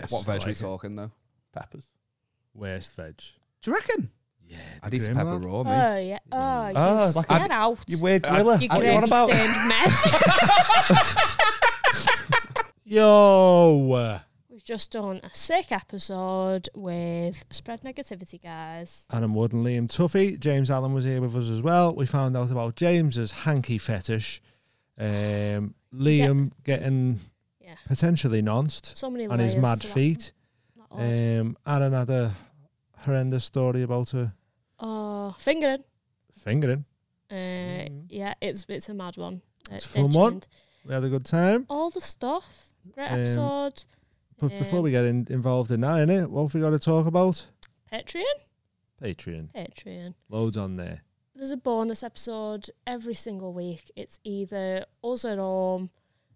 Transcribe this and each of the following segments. Yes. What veg I are we like it. talking though? Peppers. Worst veg. Do you reckon? Yeah. I'd eat a green pepper one. raw, mate. Uh, Oh yeah. Oh, Ah, you like a- get out. You weird Uh, griller. You what you on grey about? stained mess. Yo. We've just done a sick episode with spread negativity, guys. Adam Wood and Liam Tuffy. James Allen was here with us as well. We found out about James's hanky fetish. Um, Liam getting Yeah. potentially nonced So many on his layers mad to that. feet. Not odd. Um, Aaron had a horrendous story about her Oh, fingering. fingering. Uh, Mm. Yeah, it's it's a mad one. Uh, It's stay full mod. tuned. We had a good time. All the stuff. Great Um, episode. But before Um, we get in, involved in that, innit, what have we got to talk about? Patreon. Patreon. Patreon. Loads on there. There's a bonus episode every single week. It's either us at home,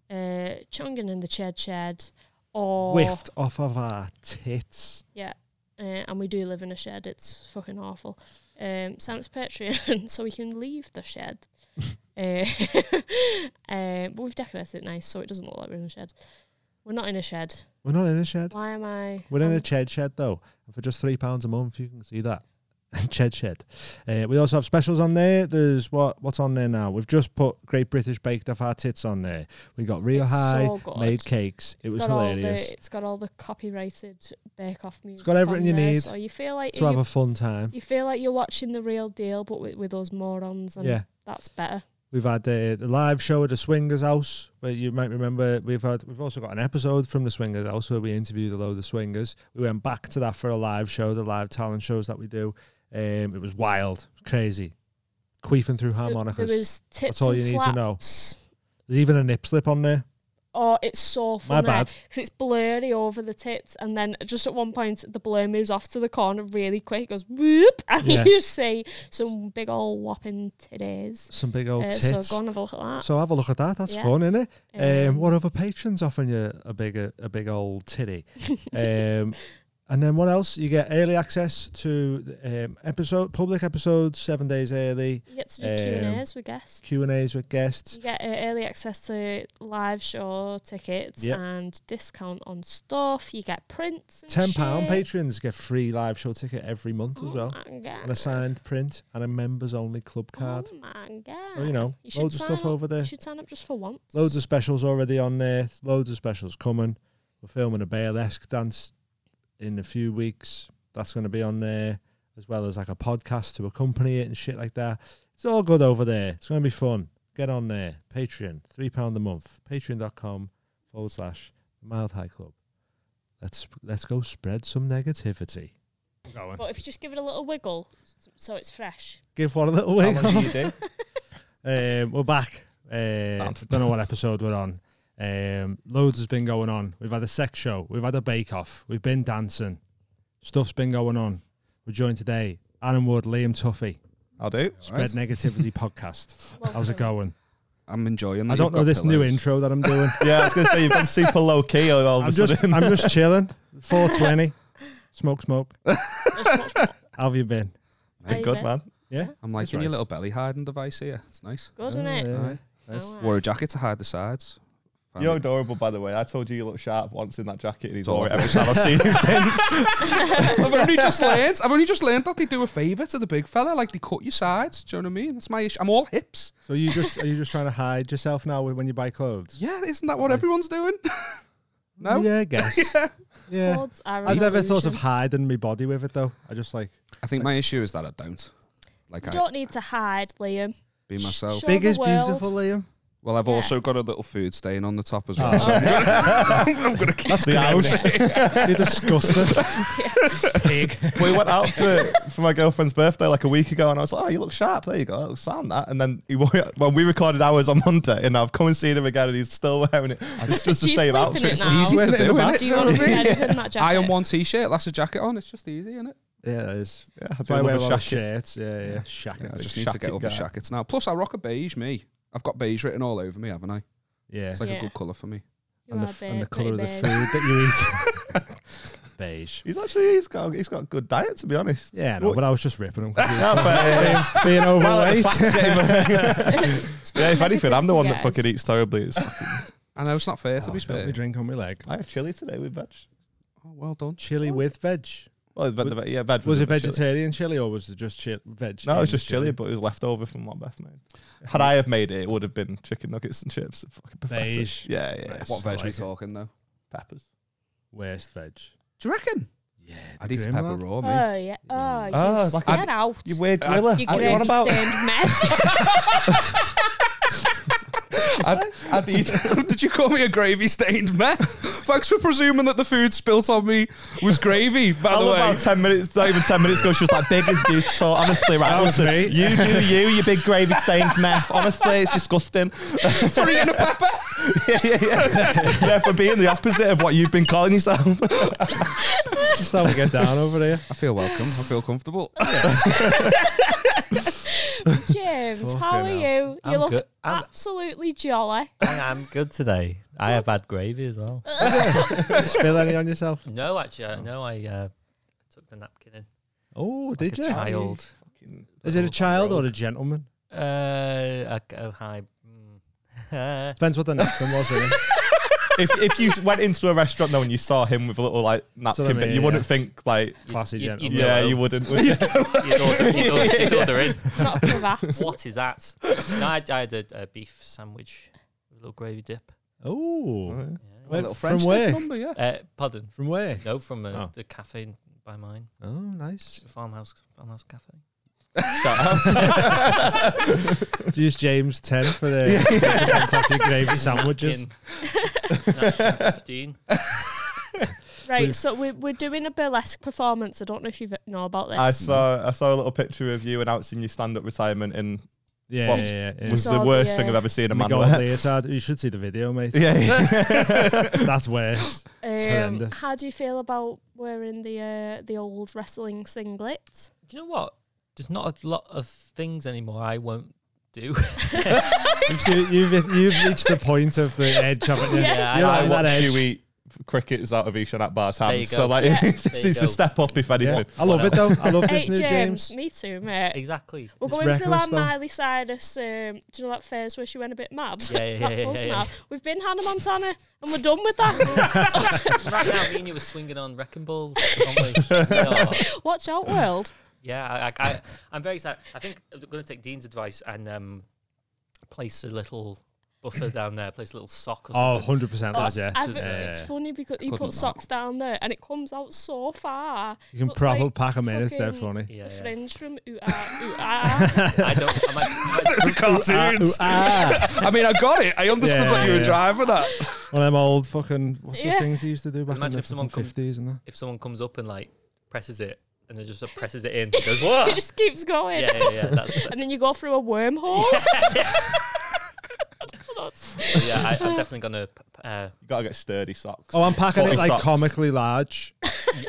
uh, Chongin in the Ched Shed, or Whiffed off of our tits. uh, and we do live in a shed. It's fucking awful. Um, Sam's Patreon, so we can leave the shed. uh, um, but we've decorated it nice, so it doesn't look like we're in a shed. We're not in a shed. We're not in a shed. Why am I? Um, We're in I'm- a Ched Shed though, and for just three pounds a month, you can see that Ched Shed. Uh, we also have specials on there. There's what what's on there now. We've just put Great British Baked Off Our Tits on there. We got real It's high so good. made cakes. It was got all the- hilarious. it's got all the copyrighted Bake Off music. got everything on you there, need So you feel like to have you, a fun time. you feel like you're watching the real deal, but with, with those morons, and Yeah. that's better. We've had uh, the live show at the Swingers House, where you might remember we've had we've also got an episode from the Swingers House where we interviewed a load of swingers. We went back to that for a live show, the live talent shows that we do. Um, it was wild, crazy, queefing through There- harmonicas. There was tips all and you need to know. flaps. There's even a nip slip on there. Oh, it's so My funny bad. because it's blurry over the tits, and then just at one point the blur moves off to the corner really quick, goes whoop, and Yeah. you see some big old whopping titties. Some big old Uh, tits. so go So, and have a look at that. have a look at that. That's Yeah. fun, isn't it? Um, Um, what other patrons offering you a big uh, a, a big old titty? um, and then what else? You get early access to the, um, episode public episodes seven days early. You get to do Q and um, A's with guests. Q and A's with guests. You get uh, early access to live show tickets Yep. and discount on stuff. You get prints. And Ten pound shit. patrons get free live show ticket every month Oh as well, my god. and a signed print and a members only club card. Oh my god. So you know, You should loads of sign stuff up. over there. You should sign up just for once. Loads of specials already on there. Loads of specials coming. We're filming a burlesque dance in a few weeks. That's going to be on there, as well as like a podcast to accompany it and shit like that. It's all good over there. It's going to be fun. Get on there. Patreon, £3 a month. Patreon.com forward slash Mild High Club. Let's let's go spread some negativity. But if you just give it a little wiggle, s- so it's fresh. Give one a little How wink. long did you do? Um, we're back. Uh, Sound. don't know what episode we're on. Um, loads has been going on. We've had a sex show. We've had a bake off. We've been dancing. Stuff's been going on. We're joined today, Adam Wood, Liam Tuffy, I'll do. Spread Negativity Podcast. How's it going? I'm enjoying that. I don't Mm, you've know got this new pillows. intro that I'm doing. Yeah, I was going to say, you've been super low key all of a I'm just, sudden. I'm just chilling. 420. Smoke, smoke. How have you been? Are you Good, there? man. Yeah. I'm liking your right. little belly hiding device here. It's nice. Good, isn't Oh, it? yeah. Aye. Nice. Oh, Wore wow. a jacket to hide the sides. Found You're it. adorable, by the way. I told you you look sharp once in that jacket, and he's It's all wore it over. every time I've seen him since. I've only just learned. I've only just learned that they do a favour to the big fella, like they cut your sides. Do you know what I mean? That's my issue. I'm all hips. So you just are you just trying to hide yourself now when you buy clothes? Yeah, isn't that what everyone's doing? no. Yeah, I guess. yeah. Words are I've an never thought of illusion. hiding my body with it though. I just like I think my issue is that I don't. Like You I don't need to hide, Liam. be myself. Show big the is world. beautiful, Liam. Well, I've Yeah. also got a little food stain on the top as well. So I'm gonna- Oh. I'm going to keep That's gross. You're disgusting. Pig. we went out for, for my girlfriend's birthday like a week ago, and I was like, "Oh, you look sharp. There you go. It'll sound that." And then he wore it when we recorded ours on Monday, and I've come and seen him again, and he's still wearing it. It's just the He's same sleeping outfit. it It's now. easy to Wearing it in do, the innit? Do you know what I mean? Yeah, he's in that jacket. Iron one t-shirt, that's a jacket on. It's just easy, isn't it? Yeah, it is. Yeah, I That's why I do wear a love lot a of jacket. shirts. Yeah, yeah. I Shackets. just need to get shacket over guy. shackets now. Plus, I rock a beige. Me, I've got beige written all over me, haven't I? Yeah. It's like Yeah. a good colour for me. You And are the, f- and ba- the colour of the pretty food big. that you eat. Beige. He's actually he's got he's got a good diet to be honest. Yeah, no, What- but I was just ripping them. Yeah, but, uh, Being well, the overweight. facts get him. yeah, if anything, I'm the one that Yes. fucking eats terribly. It's, I know it's not fair to Oh, be I spilled my fair. drink on my leg. I had chili today with veg. Oh, well done. Chili with veg. Well, the, the, yeah, veg Was in it the chili. vegetarian chili or was it just chi- veg? No, it was just chili, but it was left over from what Beth made. Had I have made it, it would have been chicken nuggets and chips. Fucking pathetic. Beige. Yeah, yeah. Nice. What What veg are we Like- talking though? peppers? Worst veg. Do you reckon? Yeah, I'd eat a pepper raw, me. Uh, Oh yeah. Oh, you Ah, s- like get I'd- out. You weird I- griller. you What you on great about? stained mess. I'd, I'd eat. Did you call me a gravy stained man? Thanks for presuming that the food spilt on me was gravy, by I the love way. how ten minutes, not even ten minutes ago, she was like big as beef. So honestly, right, That was honestly, me. you do you, you big gravy stained meth. Honestly, it's disgusting. For eating a pepper? yeah, yeah, yeah. yeah, for being the opposite of what you've been calling yourself. That's how we get down over here. I feel welcome. I feel comfortable. James, how are Fucking you? I'm you look good. I'm- absolutely jolly. I am good today. I have had gravy as well. Spill any on yourself? No, actually, uh, no. I uh, took the napkin in. Oh, Like did a you? child. Is it a child or a gentleman? Uh, a, a high. Mm. Depends what the napkin was. Really. if if you went into a restaurant though and you saw him with a little like napkin, what I bit, mean, you wouldn't yeah. think like. Classy you- gentleman. You'd yeah, go you home. wouldn't. Would you? you'd, order, you'd, order, you'd order in. Not for that. What is that? No, I, I had a, a beef sandwich with a little gravy dip. Oh, A Yeah. Wait, little from French dip where? number, yeah. Uh, pardon. from where? No, from uh Oh. the cafe by mine, Oh, nice. farmhouse, farmhouse cafe. Shout out. Use James ten for the yeah. off your gravy sandwiches. Napkin. Napkin Fifteen. Right, Please. so we're, we're doing a burlesque performance. I don't know if you know about this. I saw I saw a little picture of you announcing your stand up retirement, and Yeah, What? yeah, yeah. yeah. it was saw the the, worst uh, thing I've ever seen a We man go wear. on leotard. You should see the video, mate. Yeah. That's worse. um, horrendous. how do you feel about wearing the uh, the old wrestling singlet? Do you know what? There's not a lot of things anymore I won't do. You've, seen- you've, you've reached the point of the edge, haven't you? Yeah. Yeah, I- You're I like that watch edge. you eat crickets out of Ishan Akbar's There you hands. go. So like, Yeah. it's, There you it's a go. step up if anything. Yeah. I love it though. I love Hey, this new James, James. me too, mate. Exactly. We're It's going through our reckless, though. Miley Cyrus. Um, do you know that phase where she went a bit mad? Yeah, yeah, yeah, That's yeah, us yeah, now. yeah. We've been Hannah Montana, and we're done with that. right now, me and you were swinging on wrecking balls. weren't we? No. Watch out, world. Yeah, I, I, I, I'm very excited. I think I'm going to take Dean's advice and um, place a little buffer down there, place a little sock or Oh, something. 100 percent, Oh, lads. Yeah, I've- just, uh, it's funny because you couldn't put not. socks down there and it comes out so far. you can Looks probably like pack a minute. They're fucking- funny. yeah, the yeah. fringe from ooh ah ooh ah. I don't. I might, I might, Ooh, ah, I mean, I got it. I understood Yeah, what you were yeah. driving at. one of them old fucking what's Yeah. the things they used to do back in imagine the if someone fucking come- 50s and that. if someone comes up and like presses it and then just uh, presses it in, it goes what? it just keeps going. yeah, yeah, yeah. That's And then you go through a wormhole. yeah. I, I'm definitely gonna. p- p- Uh, You gotta get sturdy socks. Oh, I'm packing it Forty like socks. comically large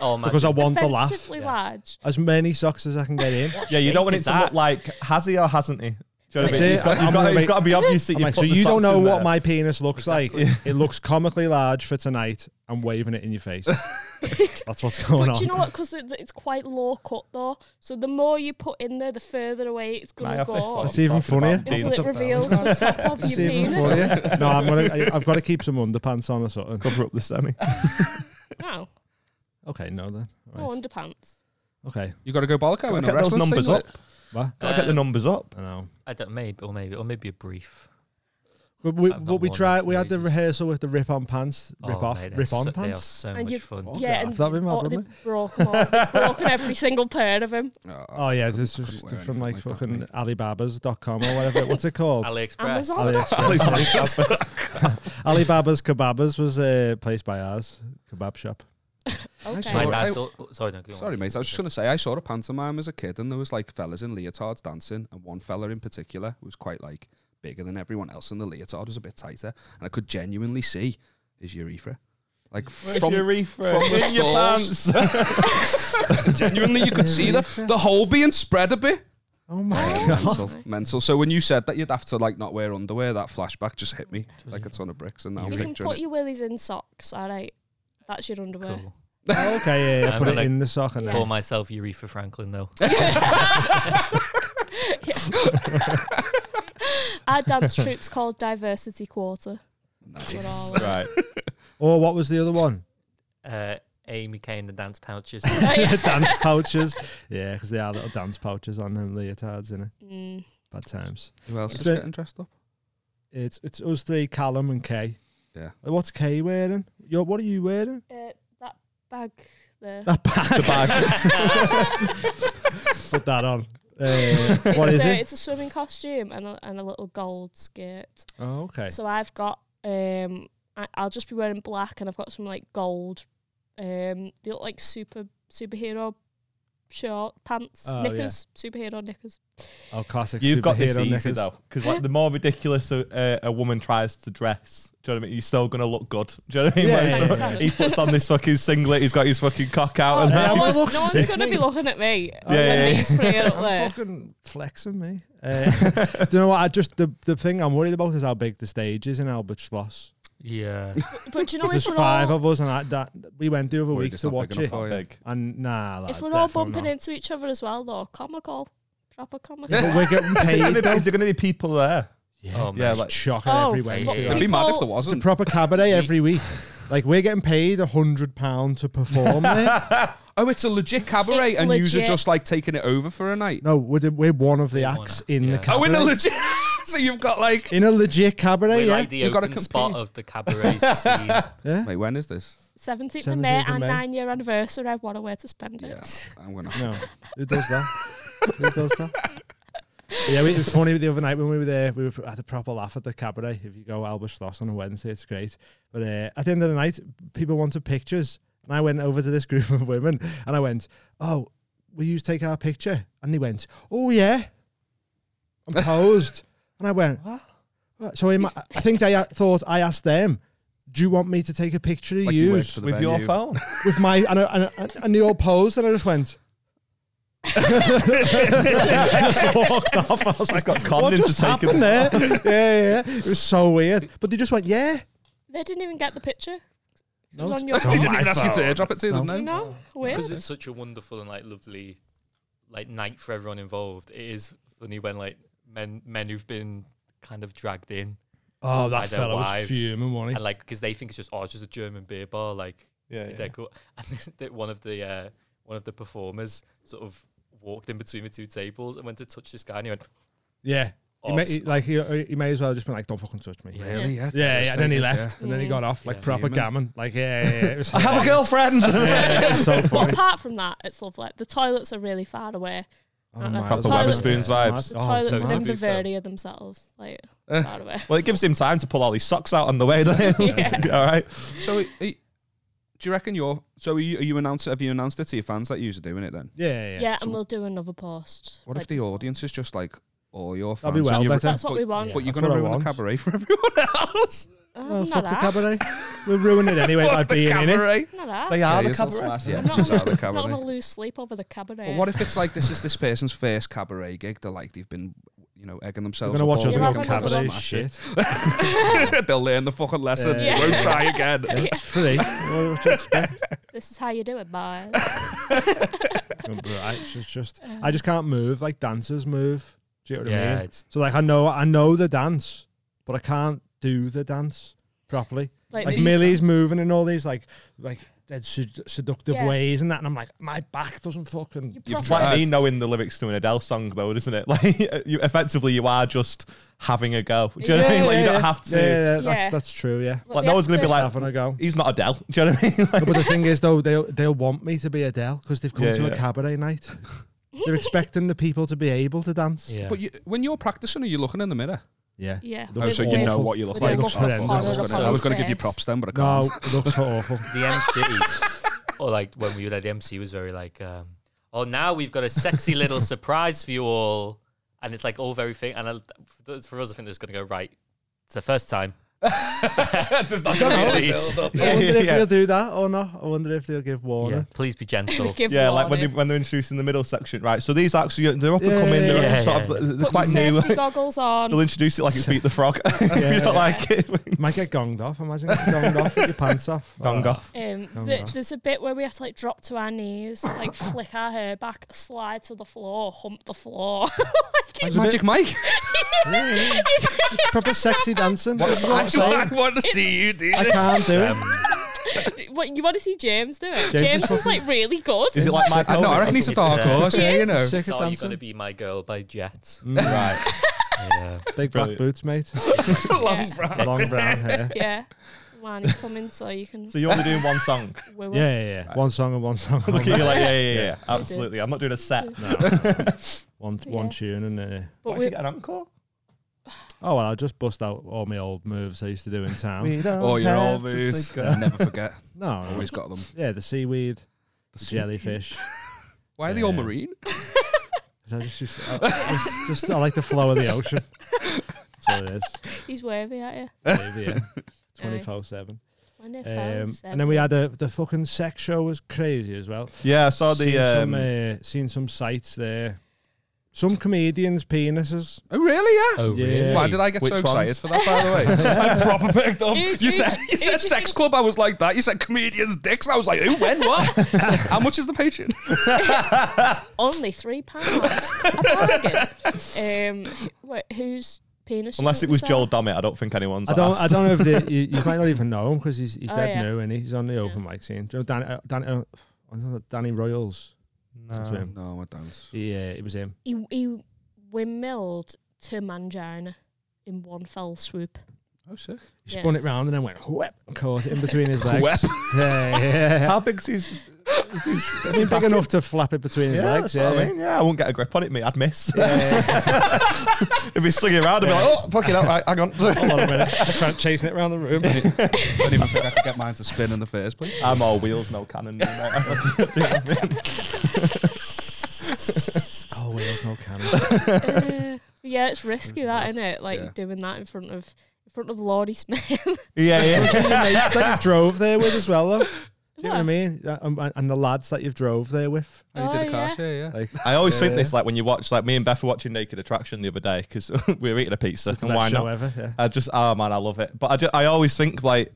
oh my. because I want the laugh. Offensively Yeah. large. As many socks as I can get in. yeah, you don't want it shape is to that? look like has he or hasn't he? Do you know what I That's mean? it. It's got, I'm you've got, gonna it's make- got to be obvious that I'm you like, put so the you don't socks know in what there. my penis looks Exactly. like. It looks comically large for tonight. I'm waving it in your face. That's what's going But on. do you know what? Because it, it's quite low cut though. So the more you put in there, the further away it's Can I going to have this go. one? It's even Talking about funnier. Until Dean's it reveals the top of your See it penis. for you. No, I'm gonna. I, I've got to keep some underpants on or something. cover up the semi. No, Okay, no then. no Right. underpants. Okay, You got to go bollock in Gotta a get those wrestling numbers singlet. up. what? Gotta get the Um, numbers up. I know. I don't maybe or maybe or maybe a brief. But we, I've not but we worn tried. them We for had the ages. rehearsal with the rip on pants, rip Oh, off, mate, they're rip on so, They are pants. so And much you've- fun. yeah, and That'd be my oh, problem. they've broken, all, they've broken every single pair of them. Uh, Oh yeah, this Couldn't is wear just from anything like, like that, fucking mate. Alibabas.com or whatever. What's it called? AliExpress. Amazon. AliExpress. Alibaba's Kebabas was uh, placed by ours kebab shop. My Sorry, Okay. dad. I- thought- oh, sorry, no, go on. Sorry, mate. I was just going to say, I saw a pantomime as a kid, and there was like fellas in leotards dancing, and one fella in particular was quite like bigger than everyone else, and the leotard was a bit tighter, and I could genuinely see his urethra. Like from, from the in your stalls. pants. genuinely, you could see the the hole being spread a bit. Oh my god! Mental, mental. So when you said that you'd have to like not wear underwear, that flashback just hit me like a ton of bricks, and now I'm You can picturing put it. your willies in socks, all right? That's your underwear. Cool. Okay, yeah, yeah. I'm put it gonna in the sock and Yeah. then Call myself Eureka Franklin though. Our dance troupe's called Diversity Quarter. Nice. That's what all- Right. Or what was the other one? Uh, Amy Kay in the dance pouches. dance pouches. Yeah, because they are little dance pouches on them leotards, innit? Mm. Bad times. Who else It's is been- getting dressed up? It's it's us three, Callum and Kay. Yeah. Uh, What's Kay wearing? Yo, what are you wearing? Uh, that bag there. That bag. Put that on. Uh, what it's is a, it? It's a swimming costume and a, and a little gold skirt. Oh, okay. So I've got um, I, I'll just be wearing black, and I've got some like gold. Um, they look like super superhero short pants, Oh, yeah. knickers, superhero knickers. Oh, classic. You've got this superhero easy knickers. though, because like the more ridiculous a, a, a woman tries to dress, do you know what I mean? You're still gonna look good. Do you know what I mean? Yeah, Like, yeah, so yeah. He puts on this fucking singlet. He's got his fucking cock out, and yeah, that. I'm Oh, no, just- one's, no looks one's sick. gonna be looking at me. Oh, and then yeah, me spraying up I'm there. fucking flexing me. Uh, do you know what? I just the, the thing I'm worried about is how big the stage is in Albert Schloss. yeah. But do you know, 'Cause if There's we're five all, of us, and I, that we went the other Worried week it's to not big watch enough it. for you. big. And nah, like, if we're all definitely bumping not. into each other as well, though, comical, proper comical. But we're getting paid. Because though. there are gonna be people there. Oh, Yeah, man. like Shocking Oh, every fuck. Wednesday. I'd be mad if People- there It's a wasn't. proper cabaret every week. Like we're getting paid a hundred pound to perform there. oh, it's a legit cabaret, It's and you are legit. just like taking it over for a night. No, we're, the- we're one of the We're one acts act, in yeah. the Oh, cabaret. Oh, in a legit. so you've got like. in a legit cabaret. We're yeah, like the You've gotta open spot compete. of the cabaret scene. yeah. Wait, when is this? 17th of May 17th of and May. nine year anniversary. What a way to spend it. Yeah, I'm gonna. No, who does that? who does that? Yeah, we, it was funny the other night when we were there. We were, had a proper laugh at the cabaret. If you go Albert Schloss on a Wednesday, it's great. But uh, at the end of the night, people wanted pictures, and I went over to this group of women and I went, "Oh, will you take our picture?" And they went, "Oh yeah," and posed. and I went, "What?" So in my, I think they a- thought I asked them, "Do you want me to take a picture of Like you you worked for the with your venue. phone. with my and I, and, I- and they all posed?" And I just went. walked off. I was like, got conned what into just happened taking. it. there? yeah, yeah, yeah. It was so weird. But they just went, yeah. They didn't even get the picture. It No, it's- was on your they didn't my even ask you to phone. airdrop it to them. No. No. No, Oh. weird. because it's such a wonderful and like lovely like night for everyone involved it is funny when like men men who've been kind of dragged in Oh, By their wives. fuming, wasn't and like because they think it's just oh it's just a german beer bar like Yeah, yeah. they're cool and this, that one of the uh one of the performers sort of walked in between the two tables and went to touch this guy and he went Yeah. He oh, may, s- he- like he, uh, he may as well just been like, don't fucking touch me. Yeah, Really? Yeah. yeah. And then he left, and then he Mm. got off like Yeah. proper Fuming. gammon. Like, yeah, yeah, yeah. It was I have a hilarious. girlfriend. Yeah, it was so But funny. apart from that, it's lovely. The toilets are really far away. Oh, the my Proper God. Weatherspoons Yeah. vibes. The Oh, toilets so are in nice. Bavaria themselves, like Eh. far away. well, it gives him time to pull all his socks out on the way. Doesn't it? all right. So, i- i- do you reckon you're? So, are you, are you announced? Have you announced it to your fans that you're doing it? Then, Yeah, yeah, Yeah, yeah. So- and we'll do another post. what like, if the audience is just like all your fans? That'd be well and you're- better. That's what we want. But you're That's gonna what I ruin want. the cabaret for everyone else. Oh, Oh, I'm fuck not the asked. cabaret. We'll ruin it anyway by Fuck the being in it. cabaret. I'm not asked. They are Yeah, the you're still cabaret. smash- yeah, I'm not he's out of the I'm not cabaret. gonna lose sleep over the cabaret. Well, what if it's like this is this person's first cabaret gig? They're like they've been, you know, egging We're themselves. gonna watch up us Yeah, all go we're weekend gonna cabaret smash shit. it. They'll learn the fucking lesson. Yeah. Won't try again. Yeah, it's free. What what do you expect? this is how you do it, boy? Um, but I it's just, just I just can't move like dancers move. Do you know what yeah I mean? it's So like I know I know the dance, but I can't do the dance properly. Like, Like me- Millie's moving in all these like like dead sed- seductive Yeah. ways and that, and I'm like my back doesn't fucking. you It's proper- like me knowing the lyrics to an Adele song, though, isn't it? Like, you, effectively, you are just having a go. Do you know what I mean? Like, you don't have to. Yeah, yeah, Yeah. That's that's true. Yeah, Look, Like, they no have one's gonna be to- like- having a go. He's not Adele. Do you know what I mean? Like, No, but the thing is though, they'll they'll want me to be Adele because they've come Yeah, to a yeah. cabaret night. They're expecting the people to be able to dance. yeah But you, when you're practicing, are you looking in the mirror? Yeah. Yeah. Oh, with- so you know with- what you look like. Looks horrendous. I was gonna- Horrible I was going to face. give you props then, but I No, can't. it looks awful. the MC, or like when we were there, the MC was very like, um, "Oh, now we've got a sexy little surprise for you all," and it's like all very thing. And I, for those- for us, I think it's going to go right. It's the first time. There's not gonna be a release. release. I wonder if Yeah. they'll do that or not. I wonder if they'll give warning. Yeah, please be gentle. Give yeah, like when, they, warning. when they're introducing the middle section, right? So these actually, they're up and Yeah, coming. They're yeah, sort yeah. of, they're Put quite your new. safety goggles on. They'll introduce it like it's Beat the Frog. if you Yeah. don't like it, Might get gonged off. Imagine getting gonged off with your pants off. gong Oh, off. Um, Oh, th- no. there's a bit where we have to like drop to our knees, like flick our hair back, slide to the floor, hump the floor. like, It's a Magic Mike. Yeah, yeah. It's proper sexy dancing. This is what I'm saying. want to see you do I can't do it. what you want to see James do? It? James James, is is, like really good. Is it like my I know. I reckon he's a dark Yeah. horse. Yeah, you know. Sick It's of Are You dancing. Gonna Mm, Be My Girl by Jet. right? Yeah. Big black Brilliant. boots, mate. Long Long brown hair. yeah, Lani's coming, so you can. So you're only doing one song. woo Yeah, yeah, yeah. One song and one song. Look at only. you like, yeah, yeah, yeah, yeah. Absolutely. I'm not doing a set. One, Yeah. one tune and uh, What But if you we, get an encore? oh well, I just bust out all my old moves I used to do in town. don't Oh, your have old to moves. take a- I never forget. No, Always got them. yeah, the seaweed, the jellyfish. Why are they all Yeah. marine? 'Cause I just, just, I, I just, just I like the flow of the ocean. That's what it is. he's wavy at you. Twenty four seven. When they fell, Um, said- and then we had a, the fucking sex show was crazy as well. Yeah, I saw seen, the. some, Um, uh, seen some sights there. Some comedians' penises. Oh, really? Yeah. Oh, Yeah. really? Why did I get Which so excited ones? for that? By the way, I proper picked up. Who- You who- said you who do you said sex think- club. I was like that. You said comedians' dicks. I was like, who, when, what? How much is the patron? only three pounds. a bargain. Um, wait, whose penis? do you unless think it was they Joel saw? Dommett, I don't think anyone's. I don't. I asked. don't know if they, you, you might not even know him because he's he's Oh, dead yeah. new and he's on the open mic scene. Do you know Danny? Uh, Danny, uh, I know that Danny Royals. That's No. him. No, I don't. He, uh, it was him. He, he windmilled to Mangina in one fell swoop. Oh, sick. He spun it Yes. round and then went whap and caught it in between his legs. Whap. Yeah, yeah. How big's his? Is his Is he big enough to flap it between his yeah, legs? that's what I mean. Yeah, I wouldn't get a grip on it, mate. I'd miss. if he's slinging around, I'd be like, oh, fuck it up. Right, hang on. Hold on a minute. Trying- chasing it around the room. I don't even think I could get mine to spin in the first place. I'm all wheels, no cannon. you know. oh, wheels, no cannon. Uh, yeah, it's risky that, isn't it? Like Yeah. doing that in front of in front of Laurie Smith. yeah, yeah. mates that you've drove there with as well, though. Do you know what I What? mean? Uh, um, And, and the lads that you've drove there with. Oh, you did a Oh, car yeah. share, yeah. Like, I always think this, like when you watch, like me and Beth were watching Naked Attraction the other day because we were eating a pizza. it's the and why best show not? ever. Yeah. I just, oh man, I love it. But I, ju- I always think like,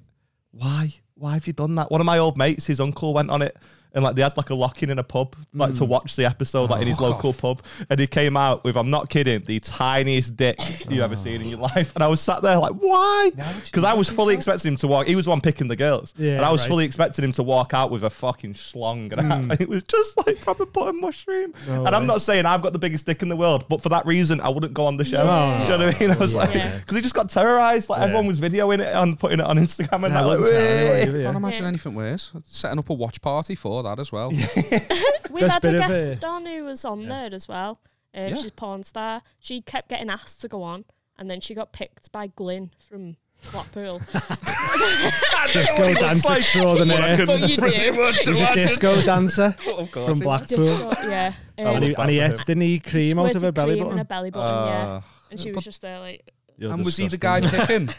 why, why have you done that? One of my old mates, his uncle went on it, and like they had like a lock-in in a pub, like Hmm. to watch the episode, Oh, like in his fuck local off. pub, and he came out with, I'm not kidding, the tiniest dick you ever seen in your life, and I was sat there like, why? Because I was fully expecting him to walk. He was the one picking the girls, Yeah, and I was right. Hmm. fully expecting him to walk out with a fucking schlong and a half, and it was just like proper butter mushroom. No and I'm way. not saying I've got the biggest dick in the world, but for that reason, I wouldn't go on the show. No, Do you know what I mean? I was like, Yeah. because he just got terrorized. Like Yeah. everyone was videoing it and putting it on Instagram and Yeah, that. Like, wouldn't tell anyway, "Wee." either, yeah. Can't imagine Yeah. anything worse. Setting up a watch party for that as well. we Best had a bit of, guest uh, on who was on there as well. Um, Yeah. She's a porn star. She kept getting asked to go on, and then she got picked by Glyn from Blackpool. Disco dance extraordinaire. but you do. He's a disco dancer Oh, God. from Blackpool. Disco- yeah. Um, I And love he, and he that. ate, didn't he eat cream out of Squirted her belly cream in button? her belly button, Ah. yeah. And she But- was just there like, Oh, You're and was he the guy disgusting. picking?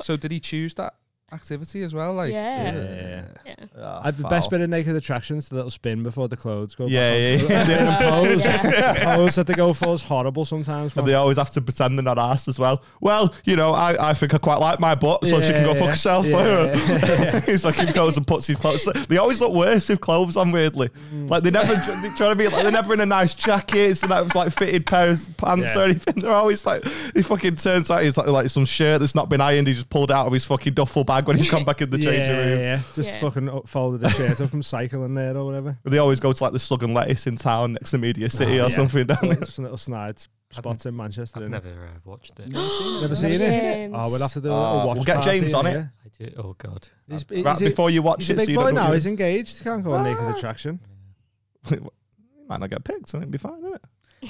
so did he choose that activity as well? Like, yeah. Yeah, yeah. yeah, yeah. Ah, I'd the foul. best bit of naked attractions, the little spin before the clothes go. Yeah, back on. yeah, yeah. The pose, Yeah. the pose that they go for is horrible sometimes. And they always have to pretend they're not asked as well. Well, you know, I, I think I quite like my butt, so she can go Yeah, fuck yeah. herself. Yeah. He's fucking goes and puts his clothes. They always look worse with clothes on, weirdly. Mm. Like they never, do you know what I mean? Like they're never in a nice jackets and that was like fitted pairs of pants Yeah. or anything. They're always like, he fucking turns out he's like, like some shirt that's not been ironed. He just pulled out of his fucking duffel bag when he's come back in the changing yeah, rooms. yeah. Just Yeah. fucking up- folded the shirt up from cycling there or whatever. They always go to like the slug and lettuce in town next to Media City or Ah, yeah. something, don't they? little, s- little snide s- spots in Manchester. I've innit? never uh, watched it. Never seen it. James. Oh, we'll have to do a Uh, little watch. we'll get party, James on innit, it. yeah? I do. Oh God. He's, he's, Right he's a- before you watch he's it, a big so you boy don't know now. who- He's engaged. He can't go on naked Ah. attraction. might not get picked, so it'd be fine, isn't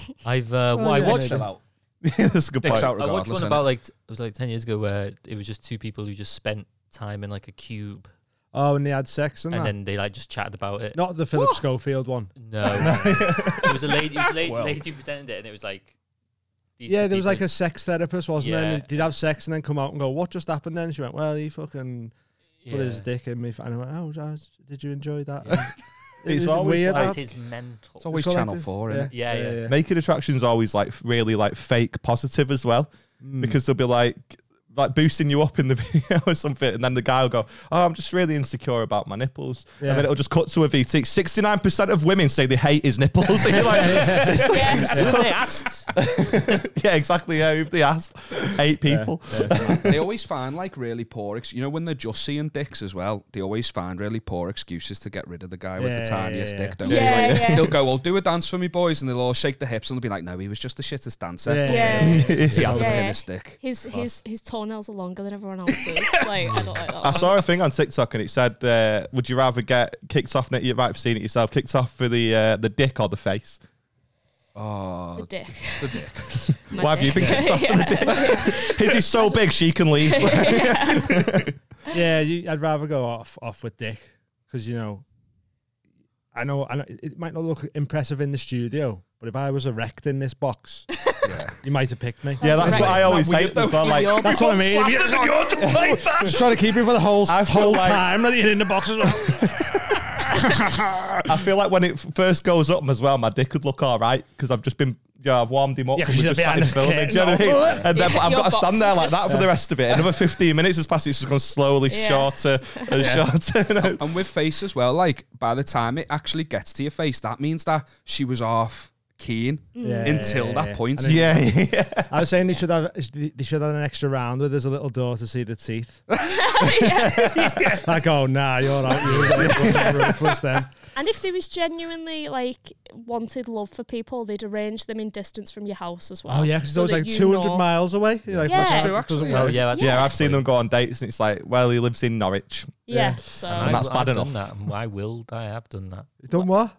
it? I've. Uh, well, Oh, I yeah, watched. maybe. out. That's a good Dicks point. out I watched regardless. one innit? about like t- it was like ten years ago where it was just two people who just spent time in like a cube Oh, and they had sex and, and that. then they like just chatted about it. Not the Philip Schofield one. No, it was a lady. It was a lady, Well. lady who presented it, and it was like. These yeah, two there was people like who- a sex therapist, wasn't there? And Yeah. he'd have sex and then come out and go, "What just happened?" Then she went, "Well, he fucking put his yeah. dick in me," f-" and I went, "Oh, Josh, did you enjoy that?" Yeah. It It's was always weird. like- That was that. his mental. It's always It's got Channel this- 4, innit? Yeah, yeah. Naked attraction's always like really like fake positive as well, Mm. because they'll be like like boosting you up in the video or something, and then the guy will go, "Oh, I'm just really insecure about my nipples," Yeah. and then it'll just cut to a VT. Sixty nine percent of women say they hate his nipples. And you're like, it's like- Yeah. they asked. yeah, exactly. Yeah, if they asked eight people, they always find like really poor. Ex- you know when they're just seeing dicks as well, they always find really poor excuses to get rid of the guy with Yeah, the tiniest yeah, yeah. dick. Don't Yeah, they? Like, yeah. They'll go, "Well, do a dance for me, boys," and they'll all shake their hips and they'll be like, "No, he was just the shittest dancer. Yeah. Yeah. He had the Yeah. thinnest dick." His his his toenails are longer than everyone else's. like I don't like that. I one. saw a thing on TikTok and it said, uh, "Would you rather get kicked off? You might have seen it yourself. Kicked off for the uh, the dick or the face? Oh, the dick. the dick. My Why have you dick. been kicked off for the dick? His is so big she can leave. yeah, you, I'd rather go off off with Dick because you know, I know, I know it might not look impressive in the studio, but if I was erect in this box, you might have picked me. yeah, that's Right. what I Isn't always that hate. weird though? That's all, like, You're- That's what I mean. Flaccid and you're just like that. Just trying to keep you for the whole I feel whole like- time that you're in the box as well. I feel like when it f- first goes up as well, my dick would look all right because I've just been, yeah, I've warmed him up Yeah, and we 'cause just you're started behind the filming. Do you know curtain what I mean? all And then Yeah, I've your got to stand box there is like that just- for the rest of it. Another 15 minutes has passed, it's just gone slowly Yeah. shorter and shorter. you know? And with face as well, like by the time it actually gets to your face, that means that she was off keen Mm. Yeah, until yeah, that yeah. point. Yeah, yeah. I was saying they should have they should have an extra round where there's a little door to see the teeth. Like, oh nah, you're out. You're ruthless then. And if there was genuinely like wanted love for people, they'd arrange them in distance from your house as well. Oh yeah, because so it was that like you 200 know. miles away. You're like, Yeah. "That's That's true, not- actually, doesn't yeah. work." Oh, yeah, that's Yeah, I've seen them go on dates and it's like, well, he lives in Norwich. Yeah. Yeah. So And that's I, I've bad done enough. That. and I will die. I've done that. You Done what?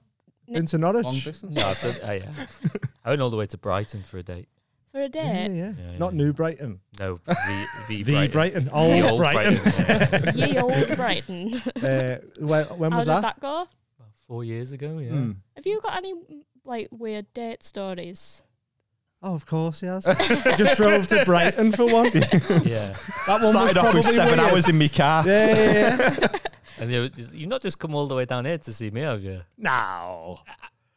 Ni- Into Long Norwich. distance. No, I've done. I, uh, I went all the way to Brighton for a date. for a Yeah, date, yeah. Yeah, Not yeah. New Brighton. No, the the The Brighton. Brighton. Old, The Brighton. old Brighton, yeah. ye old Brighton. uh, when, when How was did that? that? go? About Four years ago, yeah. Hmm. Have you got any like weird date stories? Oh, of course he has. Just drove to Brighton for one. That yeah. one was Started off probably with seven weird. hours in my car. Yeah, yeah, yeah. And you you've not just come all the way down here to see me, have you? no.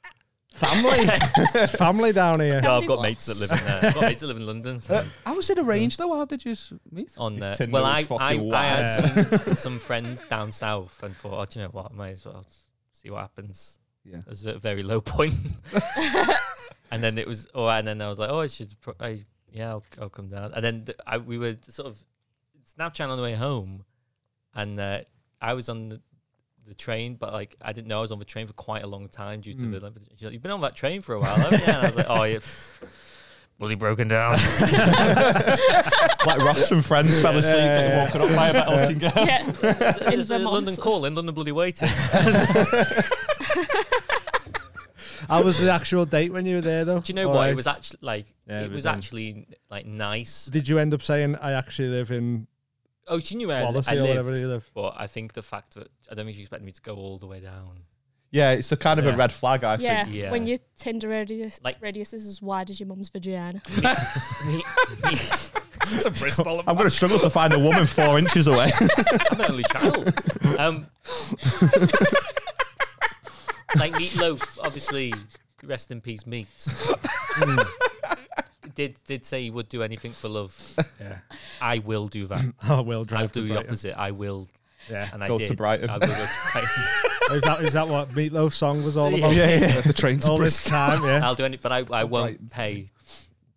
Family. Family down here. No, I've Candy got mates that bars. live in there. I've got mates that live in London. So Uh, how was it arranged though? How did you s- meet? on there. Tinder Well, was I I, fucking I had wild. some, some friends down south and thought, oh, do you know what? I might as well see what happens. Yeah. It was at a very low point. and then it was, oh, and then I was like, oh, I should, pro- I, yeah, I'll, I'll come down. And then th- I, we were sort of Snapchat on the way home, and uh, I was on the, the train, but like I didn't know I was on the train for quite a long time due to the. length of the- she's like, You've been on that train for a while, haven't you? And I was like, oh, yeah. Bloody broken down. Like Ross from Friends fell asleep and woken up by a better looking girl. yeah. In It's a Vermont. London calling, London bloody waiting. How was the actual date when you were there, though? Do you know Or, what? uh, It was actually like Yeah, it it was was nice. actually like nice. Did you end up saying, I actually live in Oh, she knew where I, Wallasey I or wherever lived, you live? but I think the fact that I don't think she expected me to go all the way down. Yeah, it's a kind of Yeah. a red flag, I think. Yeah. Yeah. when your Tinder radius Like- radius is as wide as your mum's vagina. it's a Bristol. I'm going to struggle to find a woman four inches away. I'm an only child. Um, like Meatloaf, obviously, rest in peace, Meat. did did say he would do anything for love. Yeah. I will do that. Oh, well, I'll drive to do the Brighton. opposite. I will, Yeah. and I Go to did. Brighton. I will go to Brighton. is, that, is that what Meatloaf's song was all Yeah. about? yeah. the train to All this Bristol. time, yeah. I'll do anything, but I, I won't pay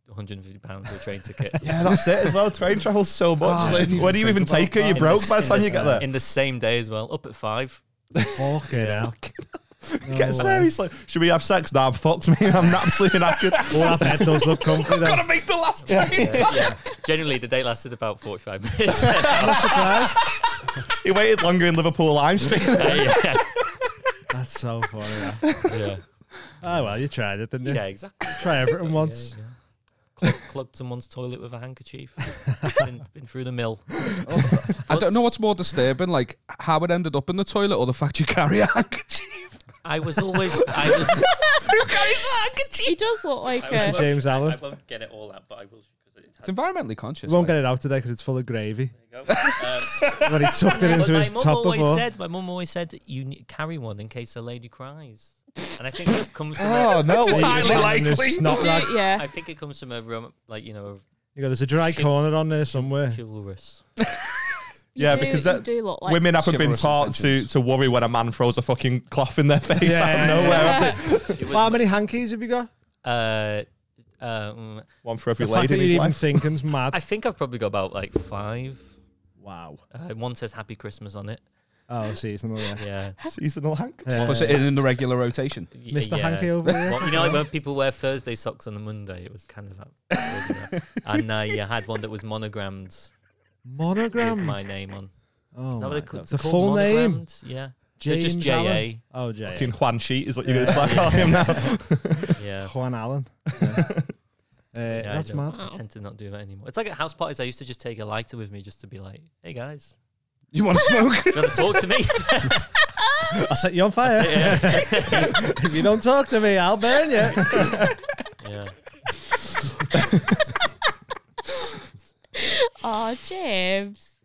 150 pounds for a train ticket. Yeah, that's it as well. Train travels so much. I like, didn't where do you even even think take her? You're In broke the- by the in time the- you get there. In the same day as well, up at five. Fucking hell. You get seriously. Should we have sex? Nah, fucked me. I'm absolutely knackered. All that head does look comfy then. make the last yeah. Generally, the date lasted about 45 minutes. He waited longer in Liverpool Lime Street. yeah. That's so funny. that. yeah. Oh, well, you tried it, didn't you? Yeah, exactly. Try everything once. Yeah, yeah. Clog- Clogged someone's toilet with a handkerchief. been, been through the mill. I don't know what's more disturbing, like how it ended up in the toilet or the fact you carry a handkerchief. I was always. I was. he does look like I a. was James I Allen. won't get it all out, but I will. Because it It's environmentally conscious. We won't like. get it out today because it's full of gravy. has to go. Um, But he tucked it But into my his mum top always before. said, my mum always said, that you ne- carry one in case a lady cries, and I think it comes from. a, Oh, no. Well, way. you highly got it in his likely. snot Do you- rag. yeah. I think it comes from a rom- like you know, You go, there's a dry Shiv- corner on there somewhere. Chivalrous. You Yeah, do- because you that- do look like Women haven't been chivalrous taught to, intentions. to worry when a man throws a fucking cloth in their face Yeah, out of yeah, nowhere. have they? It was, How many hankies have you got? uh, um, One for every The fact lady that in you're his even life. thinking's mad. I think I've probably got about like five. wow. Uh, one says Happy Christmas on it. Oh, see, it's another. Yeah. Seasonal hank. Uh, Was it in the regular rotation? Y- Mr. yeah. Hanky over here. Well, you know, like when people wear Thursday socks on the Monday, it was kind of that. and uh, you had one that was monogrammed with Monogram. my name on. Oh, Is that my what God. call- the called? full name. Monogrammed? Yeah. They're James just JA. Allen? Oh, JA. Fucking Juan Sheet is what you're going to slap on him now. Yeah. Juan Allen. Uh, Yeah, I that's don't- mad. I Wow. tend to not do that anymore. It's like at house parties. I used to just take a lighter with me just to be like, "Hey guys, You want to smoke? do you want to talk to me?" I'll set you on fire. if you don't talk to me, I'll burn you. yeah. Oh, James.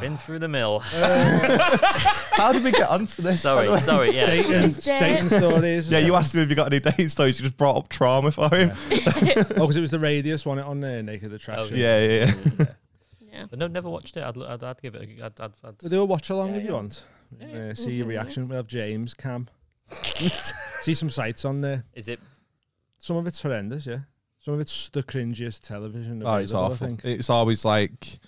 Been through the mill. How did we get onto this? by the Sorry, way? sorry. Yeah. yeah. He's dead. Stating stories. Yeah, you asked him if you got any dating stories. You just brought up trauma for him. Oh, because it was the radius one on there, Naked Attraction. Oh, Yeah, yeah, yeah. Yeah. But no, never watched it. I'd, l- I'd, I'd give it. A, I'd, I'd, I'd, We'll do a watch along Yeah, if you yeah. want. Yeah, Mm-hmm. Uh, see your Mhm, yeah. reaction. We'll have James, Cam. see some sites on there. is it? Some of it's horrendous, yeah. Some of it's the cringiest television. Oh, it's available, I awful. think. It's always like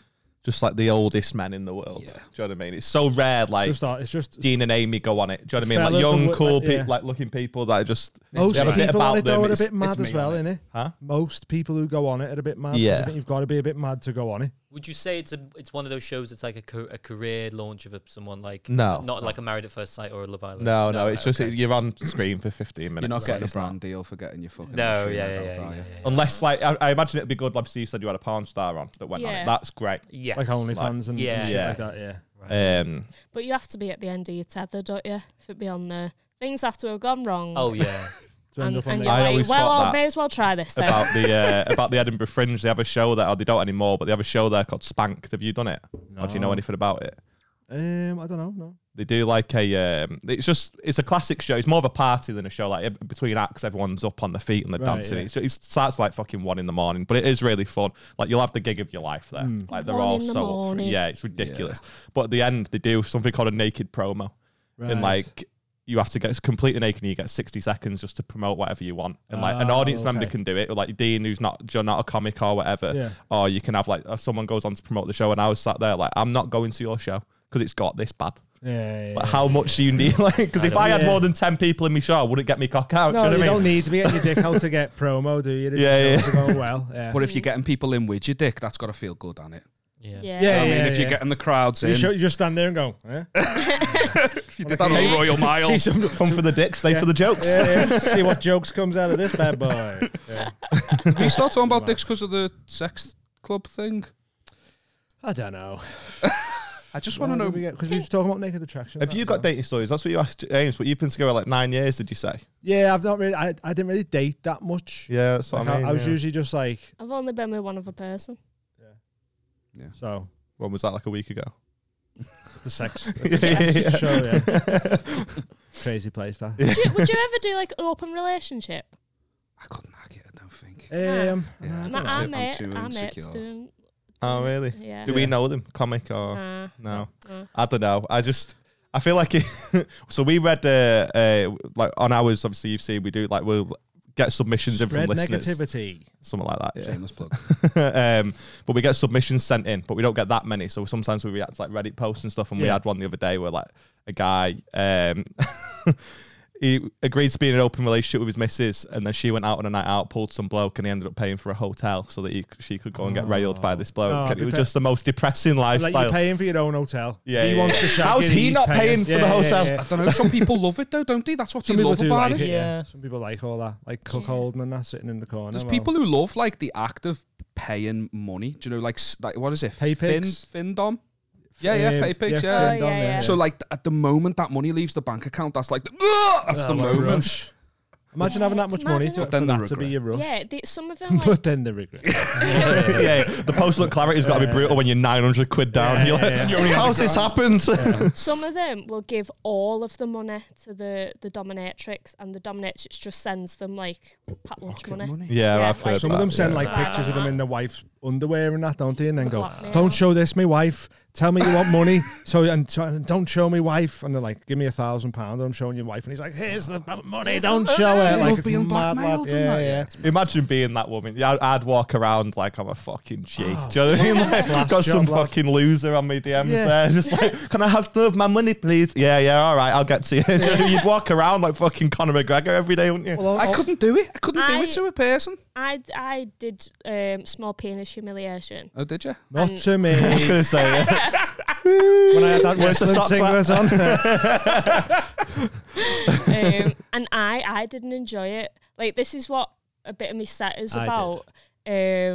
just like the oldest men in the world. Yeah. Do you know what I mean? It's so rare. Like Just that- it's just Dean and Amy go on it. Do you know what I mean? Fellas Like young, that work- cool, like, yeah. peop- like looking people that are just most they have a bit people on about it though them. are a It's, bit mad it's as me well, on innit? huh? Most people who go on it are a bit mad. 'cause I Yeah. think you've got to be a bit mad to go on it. Would you say it's a? It's one of those shows. that's like a, ca- a career launch of a, someone like. No. Not like a Married at First Sight or a Love Island. No, no, it's just okay. you're on screen for 15 minutes. You're not Like, getting a it's not- brand deal for getting your fucking. No, machine yeah, yeah, head out, yeah, are yeah, you? yeah. Unless, like, I, I imagine it'd be good. Obviously, you said you had a porn star on that went on Yeah. it. That's great. Yes. Like OnlyFans and, Yeah. and shit Yeah. like that, yeah. Um, But you have to be at the end of your tether, don't you? If it be on there. Things have to have gone wrong. Oh yeah. To end and, up on and the you're I like, always well, thought I that may as well try this then. about the uh, about the Edinburgh Fringe, they have a show there. Or they don't anymore, but they have a show there called Spanked. Have you done it? Or do you No. know anything about it? Um, I don't know. No. They do like a. Um, it's just it's a classic show. It's more of a party than a show. Like ev- between acts, everyone's up on their feet and they're Right, dancing. yeah. It's, it starts like fucking one in the morning, but it is really fun. Like you'll have the gig of your life there. Hmm. Like they're One all in the so up for it. morning. yeah, it's ridiculous. But at the end, they do something called a naked promo, Right. and like. You have to get it's completely naked and you get 60 seconds just to promote whatever you want. And like an Oh, audience member okay. can do it, like Dean, who's not you're not a comic or whatever. Yeah. Or you can have like if someone goes on to promote the show, and I was sat there like, I'm not going to your show because it's got this bad. Yeah, yeah, Like yeah. how much do you need? Like, because if don't- I had Yeah. more than ten people in my show, I wouldn't get me cock out. No, do you you know what I don't mean? need to be getting your dick out to get promo, do you? It Yeah, doesn't yeah. have to go well. Yeah. But if you're getting people in with your dick, that's got to feel good on it. Yeah. yeah. Yeah. I mean, if you're getting the crowds you, in, should, you just stand there and go, yeah. if you did that on Royal Mile, Jeez, I'm- Come for the dick, stay Yeah. for the jokes. yeah, yeah. See what jokes comes out of this bad boy. Yeah. we start talking about dicks because of the sex club thing. I don't know. I just want to know. because we were talking about naked attraction. Have you got dating stories? That's what you asked James, but you've been together like nine years, did you say? Yeah, I've not really. I, I didn't really date that much. Yeah, that's what Like, I mean. I, was yeah. usually just like I've only been with one other person. so when was that? Like a week ago. the sex, Yeah, the sex yeah, yeah. show. Oh, Yeah. Crazy place that. Would you, would you ever do like an open relationship? I couldn't hack it. I don't think. Um, Yeah. I I'm My, don't not- know. our I'm mate, too our mate's insecure. doing. Oh really? Yeah. Do we know them, comic or Nah. no? Nah. I don't know. I just I feel like it, so we read uh, uh like on ours obviously you've seen we do like we'll get submissions in Spread from listeners negativity. something like that yeah. Shameless plug. um, but we get submissions sent in, but we don't get that many. So sometimes we react to like Reddit posts and stuff. And we Yeah. had one the other day where like a guy, um, he agreed to be in an open relationship with his missus, and then she went out on a night out, pulled some bloke, and he ended up paying for a hotel so that he, she could go and get railed by this bloke. Oh, and it was depe- just the most depressing Like lifestyle. you're paying for your own hotel. Yeah, He yeah, wants yeah. to shag How's you, he he's not paying for the hotel? I don't know. Some people love it though, don't they? That's what Some they people love do about like it. it. Yeah. Yeah. Some people like all that, like cuckolding and that, sitting in the corner. There's well, people who love like the act of paying money. Do you know, like, s- like what is it? Pay fin, pics? findom. Yeah, yeah, um, pay pics. fin Yeah. Oh, dom, yeah, yeah. So like th- at the moment that money leaves the bank account, that's like the, "Ugh!" that's Oh, the what a moment. rush. Imagine Yeah, having that it's much mad, money isn't to, it? for Then the that to be your rush. Yeah, they, some of them like but then the regret. yeah, the post-look clarity's got to be brutal when you're 900 quid down. Yeah, you're like, yeah, yeah. how's this happened? some of them will give all of the money to the the dominatrix, and the dominatrix just sends them like pat lunch Pocket money. money. yeah, Yeah, I've like heard Some of that, them send yeah. like Sad. pictures of them in their wife's underwear and that, don't they? And then go, Blackmail. don't show this my wife. Tell me you want money. So and t- and don't show me wife. And they're like, give me a thousand pounds. I'm showing your wife. And he's like, here's the b- money. Here's the don't show her. I Like love it's mad, being lad. blackmailed, Yeah, innit? yeah. It's Imagine being that woman. Yeah, I'd, I'd walk around like I'm a fucking G. Do you know what I mean? Like, Class got some job, lad. fucking loser on my DMs Yeah. there. Just like, can I have some of my money, please? Yeah, yeah, all right, I'll get to you. Do you know what I mean? You'd walk around like fucking Conor McGregor every day, wouldn't you? Well, I I'll- couldn't do it. I couldn't do I- it to a person. I, I did um, small penis humiliation. Oh, did you? not to me. I was going to say, yeah. when I had that Where's the wrestling socks at? singlet on. um, and I I didn't enjoy it. Like this is what a bit of me set is I did. about.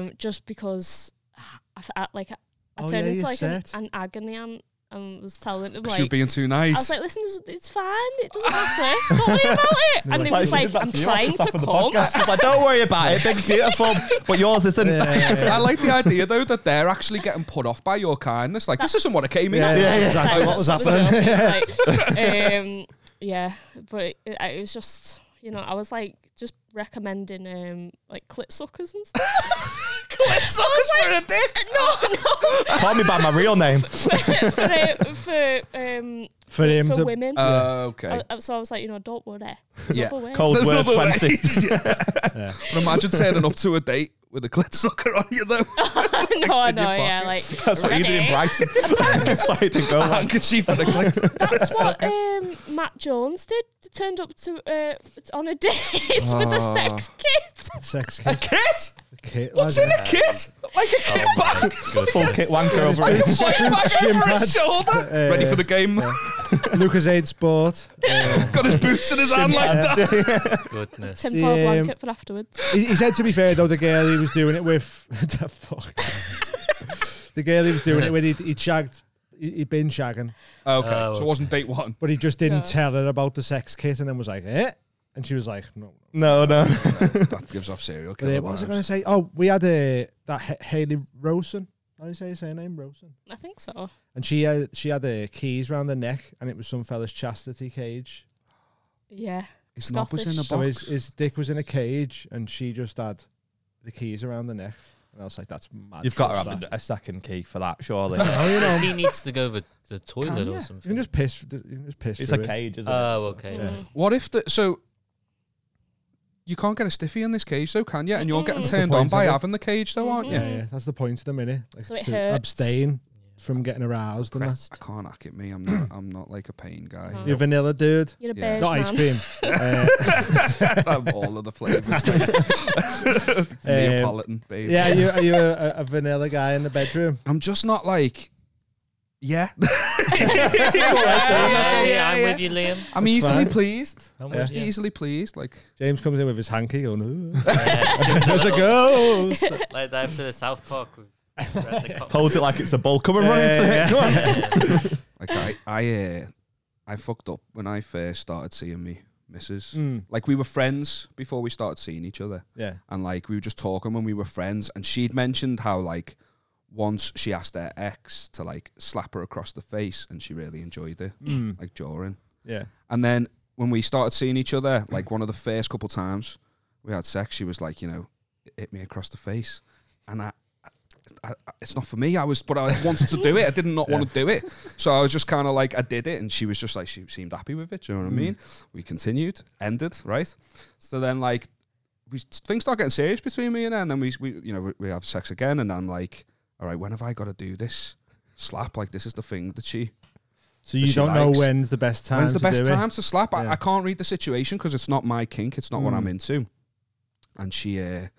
Um, just because I, f- I- like I, I Oh, turned yeah, into you like an, said. an agony aunt and was telling them Because you were like. being too I nice. was like, listen, it's- it's fine. It doesn't matter. Don't worry about it. And it Like, was she did like, that I'm to you off the trying top to of the come. podcast. She's like, don't worry about it. Big, beautiful, but yours isn't. Yeah, yeah, yeah. I like the idea though that they're actually getting put off by your kindness. Like this isn't what I came in. Yeah, for. yeah, yeah. That's Exactly like what was the happening. joke. It's like, um, yeah, but it, it was just, you know, I was like just recommending um, like clit suckers and stuff. clit Suckers for a dick. No, no. Call me by my real name. for uh, for um For him for to women. Uh, okay. I- so I was like, you know, don't worry. Yeah. Other way. Cold There's word other 20. yeah. But imagine turning up to a date with a clit sucker on you though, no, I in your know, yeah, like That's what you did in ready? Brighton. That's why you didn't go a there. handkerchief and a clit. That's what um, Matt Jones did. Turned up to uh, on a date with a sex kit. sex kit. Kit? kit What's lad, in a kit? Like a kit Oh, bag. Full kit wanker over it. It's Like true bag shin over his pads. shoulder. Uh, Ready for the game. Lucas Aid Sport. Got his boots in his hand like that. Goodness. Tin foil Yeah. blanket for afterwards. he, he said to be fair though the girl he was doing it with the fuck the girl he was doing it with he he shagged he- he'd been shagging Okay. Oh, So it wasn't date one. but he just didn't Yeah. tell her about the sex kit and then was like eh and she was like no No, no. that gives off serial but, killer. uh, what was I vibes. going to say oh we had a that H- Haley Rosen how do you say her surname Rosen I think so. and she had she had the keys round the neck and it was some fella's chastity cage Yeah. His knob was in a box. Scottish. so his, his dick was in a cage and she just had the keys around the neck and I was like that's mad You've got to trust have that. a, a second key for that, surely. Oh, you know, He needs to go to the toilet ya? or you something. can just piss. You can just piss. It's a through it. cage, isn't oh, it? Mm. okay. Yeah. What if the so you can't get a stiffy in this cage though, can you? And you're getting Mm-mm. turned That's the on point, by isn't it? having the cage though, aren't you? Mm-hmm. Yeah, yeah, that's the point of the minute. Like, So it to hurts. abstain from getting aroused and that. I can't hack at me. I'm not. I'm not like a pain guy. No. Mm-hmm. You're vanilla dude. You're a Yeah. beige Not ice man. cream. uh, I'm all of the flavors. Neapolitan, baby. Um, yeah, are you, are you a, a- a vanilla guy in the bedroom? I'm just not like. Yeah. Yeah, yeah, yeah, I'm yeah. with you, Liam. I'm easily fine. pleased. I'm Yeah. with Just you. easily pleased. Like James comes in with his hanky going, "Ooh, Yeah. there's a ghost. Like the episode of South Park. With Brett the Cop. Hold it like it's a ball. Come and run into Yeah. it. Come on. like I I uh, I fucked up when I first started seeing me missus. Mm, Like we were friends before we started seeing each other. yeah. and like we were just talking when we were friends and she'd mentioned how like once she asked her ex to like slap her across the face and she really enjoyed it Mm, like drawing yeah. and then when we started seeing each other like one of the first couple times we had sex she was like you know "It hit me across the face and i I, I- it's not for me. I was, but I wanted to do it. I did not want to do it, so I was just kind of like, I did it, and she was just like, she seemed happy with it. Do you know what I mean? We continued, ended, right? So then, like, we things start getting serious between me and her, and then we, we you know, we, we have sex again, and I'm like, all right, when have I got to do this slap? Like, this is the thing that she. So you she don't know likes. when's the best time. When's the to best do time to slap? I, Yeah. Hmm. I can't read the situation because it's not my kink. It's not what I'm into. And she, uh,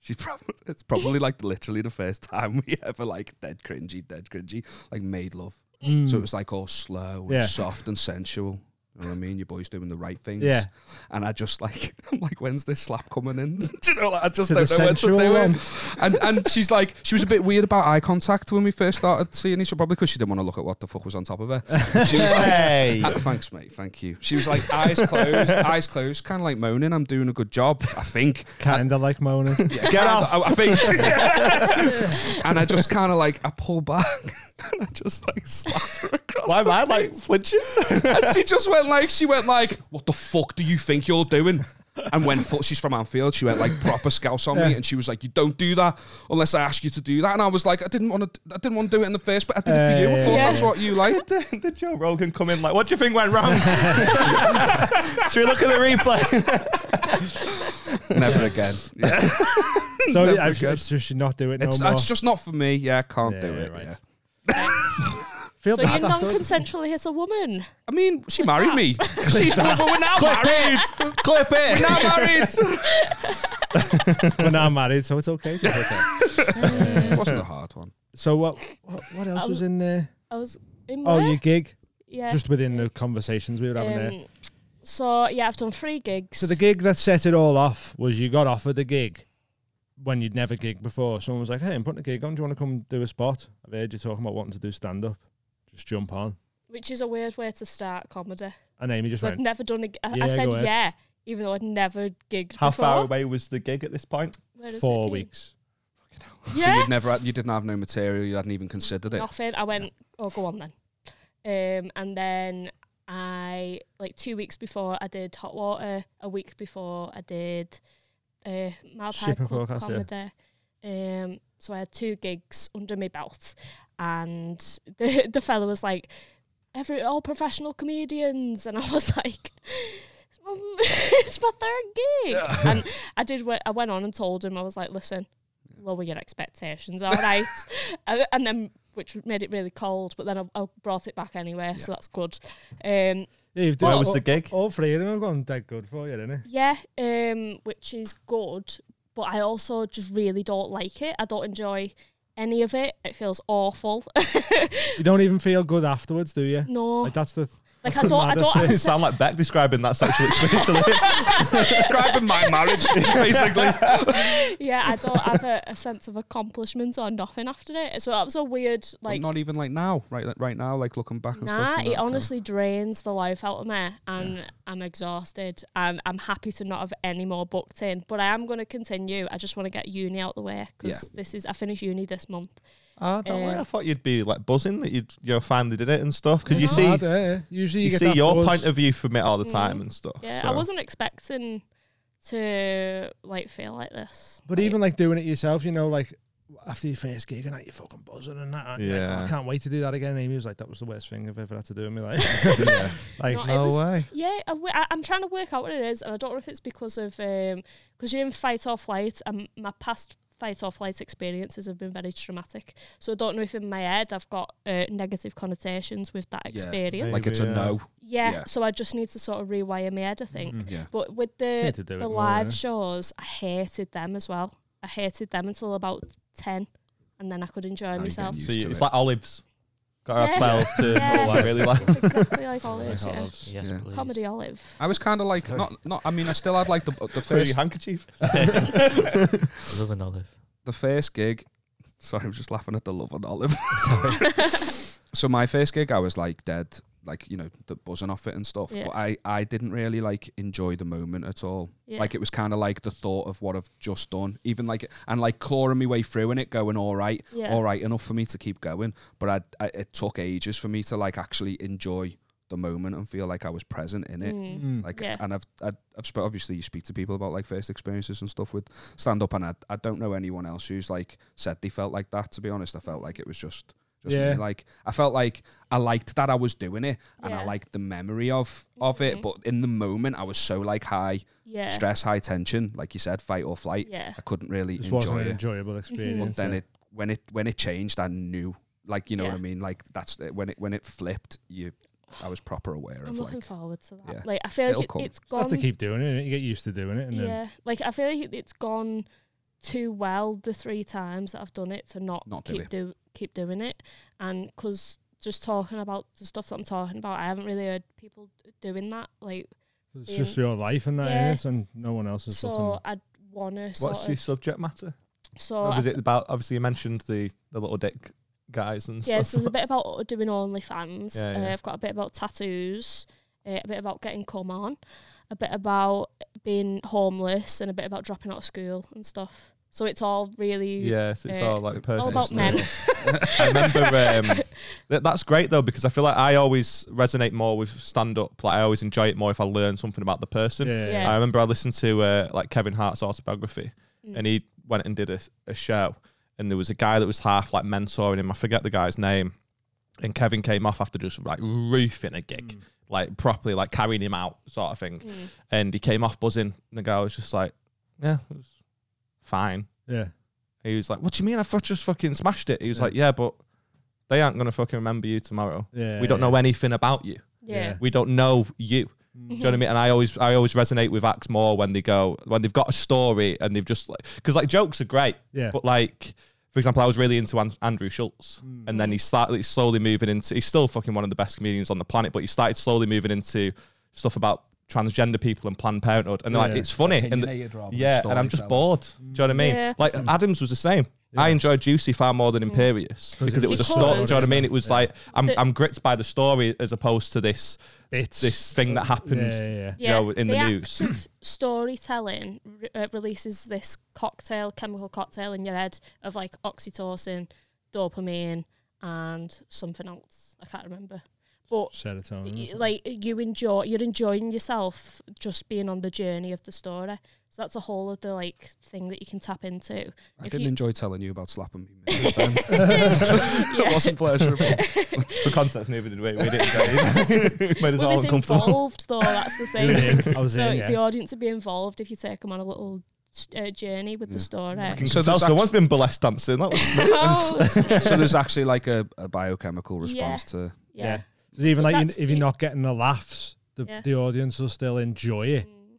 she's probably it's probably like literally the first time we ever like dead cringy, dead cringy, like made love. It? Mm, So Hmm. it was like all slow and Yeah. soft and sensual. You know what I mean? Your boy's doing the right things. Yeah. And I just like, I'm like, when's this slap coming in? do you know? Like, I just To the don't know when to sensual do one. it. And and she's like, she was a bit weird about eye contact when we first started seeing each other, probably because she didn't want to look at what the fuck was on top of her. She was like, Hey. Ah, Thanks, mate. Thank you. She was like, eyes closed, eyes closed, kind of like moaning, I'm doing a good job, I think. Kind of like moaning. Yeah, Get kinda, off. I, I think. and I just kind of like, I pull back and I just like slap her across. Why am the I like face. flinching? And she just went like, she went like, what the fuck do you think you're doing? And when full, she's from Anfield, she went like proper scouse on me, Yeah. and she was like, "You don't do that unless I ask you to do that." And I was like, "I didn't want to. I didn't want to do it in the first, but I did it for you. I Uh, Yeah. thought that's what you like." did, did Joe Rogan come in like, what do you think went wrong? Should we look at the replay? Never again. Yeah. So Never I good. just should not do it no it's, more. it's just not for me. Yeah, I can't do Yeah, it. right. yeah. Feel So you bad non afterwards. consensually hit a woman. I mean, she married me. She's, but we're now married. Clip We're it. now married. We're now married, so it's okay. To hit her. it wasn't a hard one. so what, what? What else was in there? I was in Oh, work. your gig. Um, yeah. Just within the conversations we were having there. Um, so yeah, I've done three gigs. So the gig that set it all off was you got offered the gig when you'd never gigged before. Someone was like, "Hey, I'm putting a gig on. Do you want to come do a spot? I've heard you talking about wanting to do stand up. Just jump on." which is a weird way to start comedy. And Amy just 'Cause I'd went, never done. A, gi- I, I Yeah, said go ahead. yeah, even though I'd never gigged How before. far away was the gig at this point? Where is it, four dude? weeks. So Yeah, you'd never, had, you didn't have no material. You hadn't even considered it. nothing. I went. Oh, go on then. Um, and then I like two weeks before I did hot water. A week before I did uh, mild high Shipping club forecast, yeah. comedy. Um, so I had two gigs under my belt, and the the fella was like, "Every all professional comedians," and I was like. "Um, it's my third gig, and I did. Wh- I went on and told him I was like, "Listen, lower your expectations, all right?" and, and then, which made it really cold. But then I, I brought it back anyway, so that's good. Um, Yeah, you've Where done- was all, the gig? all three of them have gone dead good for you, didn't Yeah, um, which is good, but I also just really don't like it. I don't enjoy any of it. It feels awful. it? You don't even feel good afterwards, do you? no, Like that's the like I don't, I don't. oh. Have Doesn't a it se- sound like Beck describing that sexual experience? to Liv? Describing my marriage, basically. yeah, I don't have a, a sense of accomplishment or nothing after it. So that was a weird Like, like. not even like now, right? Like, right now, like looking back and stuff. Nah, and it that, honestly drains the life out of me, and I'm exhausted. And I'm happy to not have any more booked in, but I am going to continue. I just want to get uni out the way because Yeah. this is I finish uni this month. I, Ah, don't know, Uh, I thought you'd be like buzzing that you'd, you know, finally did it and stuff. Because you It's see, hard, eh? Usually you, you get see that your buzz. point of view from it all the time and stuff. Yeah, so. I wasn't expecting to like feel like this. But Like, even like doing it yourself, you know, like after your first gig and that, you're fucking buzzing and that. aren't you? Like, Yeah. I can't wait to do that again. And Amy was like, that was the worst thing I've ever had to do in my life. yeah. like, Not- No was- way. yeah, I w- I, am trying to work out what it is, and I don't know if it's because of because you're in fight or flight, and my past fight or flight experiences have been very traumatic. So I don't know if in my head I've got uh, negative connotations with that Yeah. experience. Like it's a Yeah. no. Yeah, Yeah. Mm-hmm. so I just need to sort of rewire my head, I think. Yeah. But with Just the need to do it the more, live yeah. shows, I hated them as well. I hated them until about ten, and then I could you enjoy get myself. used So you, to it's it. like olives. Got to Yeah. have 12 to Yeah. what you really like. It's exactly like Olive. yeah. Olives. Yes, Yeah. please. Comedy Olive. I was kind of like Sorry. not, not. I mean, I still had like the the Throw first your handkerchief. I love an olive. the first gig. Sorry, I'm just laughing at the love on Olive. so my first gig, I was like dead, like you know, the buzzing off it and stuff. Yeah. But I, I didn't really like enjoy the moment at all. Yeah. Like it was kind of like the thought of what I've just done, even like and like clawing my way through in it, going all right, Yeah. all right, enough for me to keep going. But I, I, it took ages for me to like actually enjoy the moment and feel like I was present in it. Mm. Like, Yeah. and I've, I've, I've sp- obviously you speak to people about like first experiences and stuff with stand up, and I, I don't know anyone else who's like said they felt like that. To be honest, I felt like it was just, just me. Yeah. like I felt like I liked that I was doing it, and I Yeah. liked the memory of of it. Mhm. But in the moment, I was so like high Yeah. stress, high tension, like you said, fight or flight. Yeah. I couldn't really This enjoy wasn't an it. enjoyable Mm-hmm. But experience. then yeah. it when it when it changed, I knew, like you know Yeah. what I mean. Like that's uh, when it when it flipped, you. I was proper aware I'm of looking like forward to that. yeah. Like I feel It'll like it, come. it's You have to gone. keep doing it. innit? You get used to doing it, and then Yeah, like I feel like it- it's gone too well the three times that I've done it to not, Not do keep it. do keep doing it, and because just talking about the stuff that I'm talking about, I haven't really heard people doing that. Like it's Yeah. just your life and that, Yeah. innit? and no one else is. so, I'd wanna sort What's your of subject matter? so What I've was it about? Obviously, you mentioned the, the little dick guys and Yeah, so stuff. there's a bit about doing OnlyFans. Yeah, Uh, yeah. I've got a bit about tattoos, uh, a bit about getting cum on, a bit about being homeless, and a bit about dropping out of school and stuff. So it's all really Yes, it's uh, all like personal. all about stuff. men. I remember um, th- that's great though because I feel like I always resonate more with stand up. Like I always enjoy it more if I learn something about the person. Yeah. Yeah. I remember I listened to uh, like Kevin Hart's autobiography, Mm. and he went and did a, a show, and there was a guy that was half like mentoring him. I forget the guy's name, and Kevin came off after just like roofing a gig, Mm. like properly, like carrying him out sort of thing. Mm. And he came off buzzing, and the guy was just like, "Yeah, it was fine." Yeah. He was like, "What do you mean? I fu- just fucking smashed it." He was Yeah. like, "Yeah, but they aren't gonna fucking remember you tomorrow. Yeah. we don't know anything about you. Yeah. We don't know you. Do Mm. you know what I mean?" And I always, I always resonate with acts more when they go when they've got a story and they've just like because like jokes are great, Yeah. but like. For example, I was really into An- Andrew Schultz, Mm. and then he started he's slowly moving into. He's still fucking one of the best comedians on the planet, but he started slowly moving into stuff about transgender people and Planned Parenthood, and like Yeah. it's funny. And the- yeah, and I'm just bored. Do you know what I mean? Yeah. Like Adams was the same. I enjoyed Juicy far more than Imperious because it was a story. Do you know what I mean? It was like I'm The- I'm gripped by the story as opposed to this It's uh, this thing that happened. Yeah, yeah, yeah. you know, in the news. act of storytelling re- uh, releases this cocktail, chemical cocktail in your head of like oxytocin, dopamine, and something else. I can't remember. But Serotonin. y- isn't it? like you enjoy, you're enjoying yourself just being on the journey of the story. So that's a whole other like thing that you can tap into. I If didn't you- enjoy telling you about slapping me. mate. Ben. Yeah. It wasn't pleasurable. For context, neither did we. We didn't. Go either. Made us We all was uncomfortable. involved though. That's the You were thing. in, I was so in. Yeah. the audience would be involved if you take them on a little uh, journey with the Yeah. story. I can So tell there's someone's been blessed dancing. That was Oh, so there's actually like a, a biochemical response to yeah. 'Cause even So like you, that's if you're it. not getting the laughs, the, Yeah. the audience will still enjoy it Mm,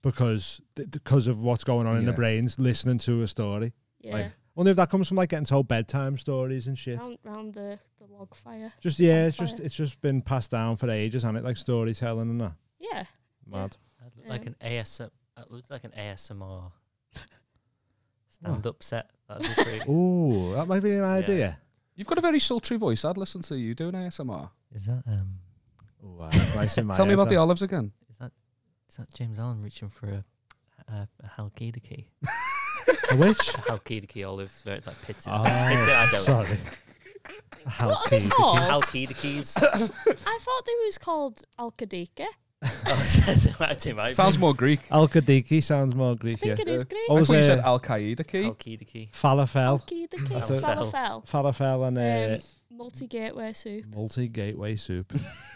because th- because of what's going on in the Yeah. brains listening to a story. Yeah. Oh, Like, wonder if that comes from like getting told bedtime stories and shit. round, round the, the log fire. Just yeah, it's Campfire. just it's just been passed down for ages, and it like storytelling and that. Yeah. Mad. I'd look like Yeah. an ASM. That looked like an ASMR stand-up set. That'd be pretty. Ooh, that might be an idea. You've got a very sultry voice. I'd listen to you doing ASMR. Is that um? Wow, nice in my Tell me head, about the that. olives again. Is that is that James Allen reaching for a a, a Halkida key? A witch. A Halkida key olive, very, like pits. in- Oh, pits in- I don't. know. Sorry. How What are they keen. called? Halkida keys. I thought they was called Alcadique. oh, too much. Sounds more Greek. Alkadiki sounds more I Greek. Yeah. think it is Greek. Oh, I was thought you it- said uh, Al Qaeda key. Halkida key. Falafel, Alcadique. That's it. Falafel. falafel, and Um, multi-gateway soup. uh, multi-gateway soup.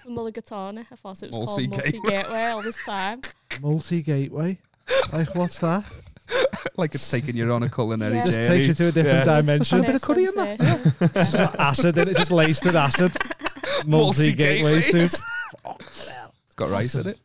Mulligatawny. I thought it was called Multi-gateway. multi-gateway all this time. multi-gateway. Like what's that? like it's taking you on a culinary Yeah. journey. Just takes you to a different dimension. a bit of curry in that. Sensation. Just like acid in it, just laced with acid. Multi-gateway soup. It's got rice in it.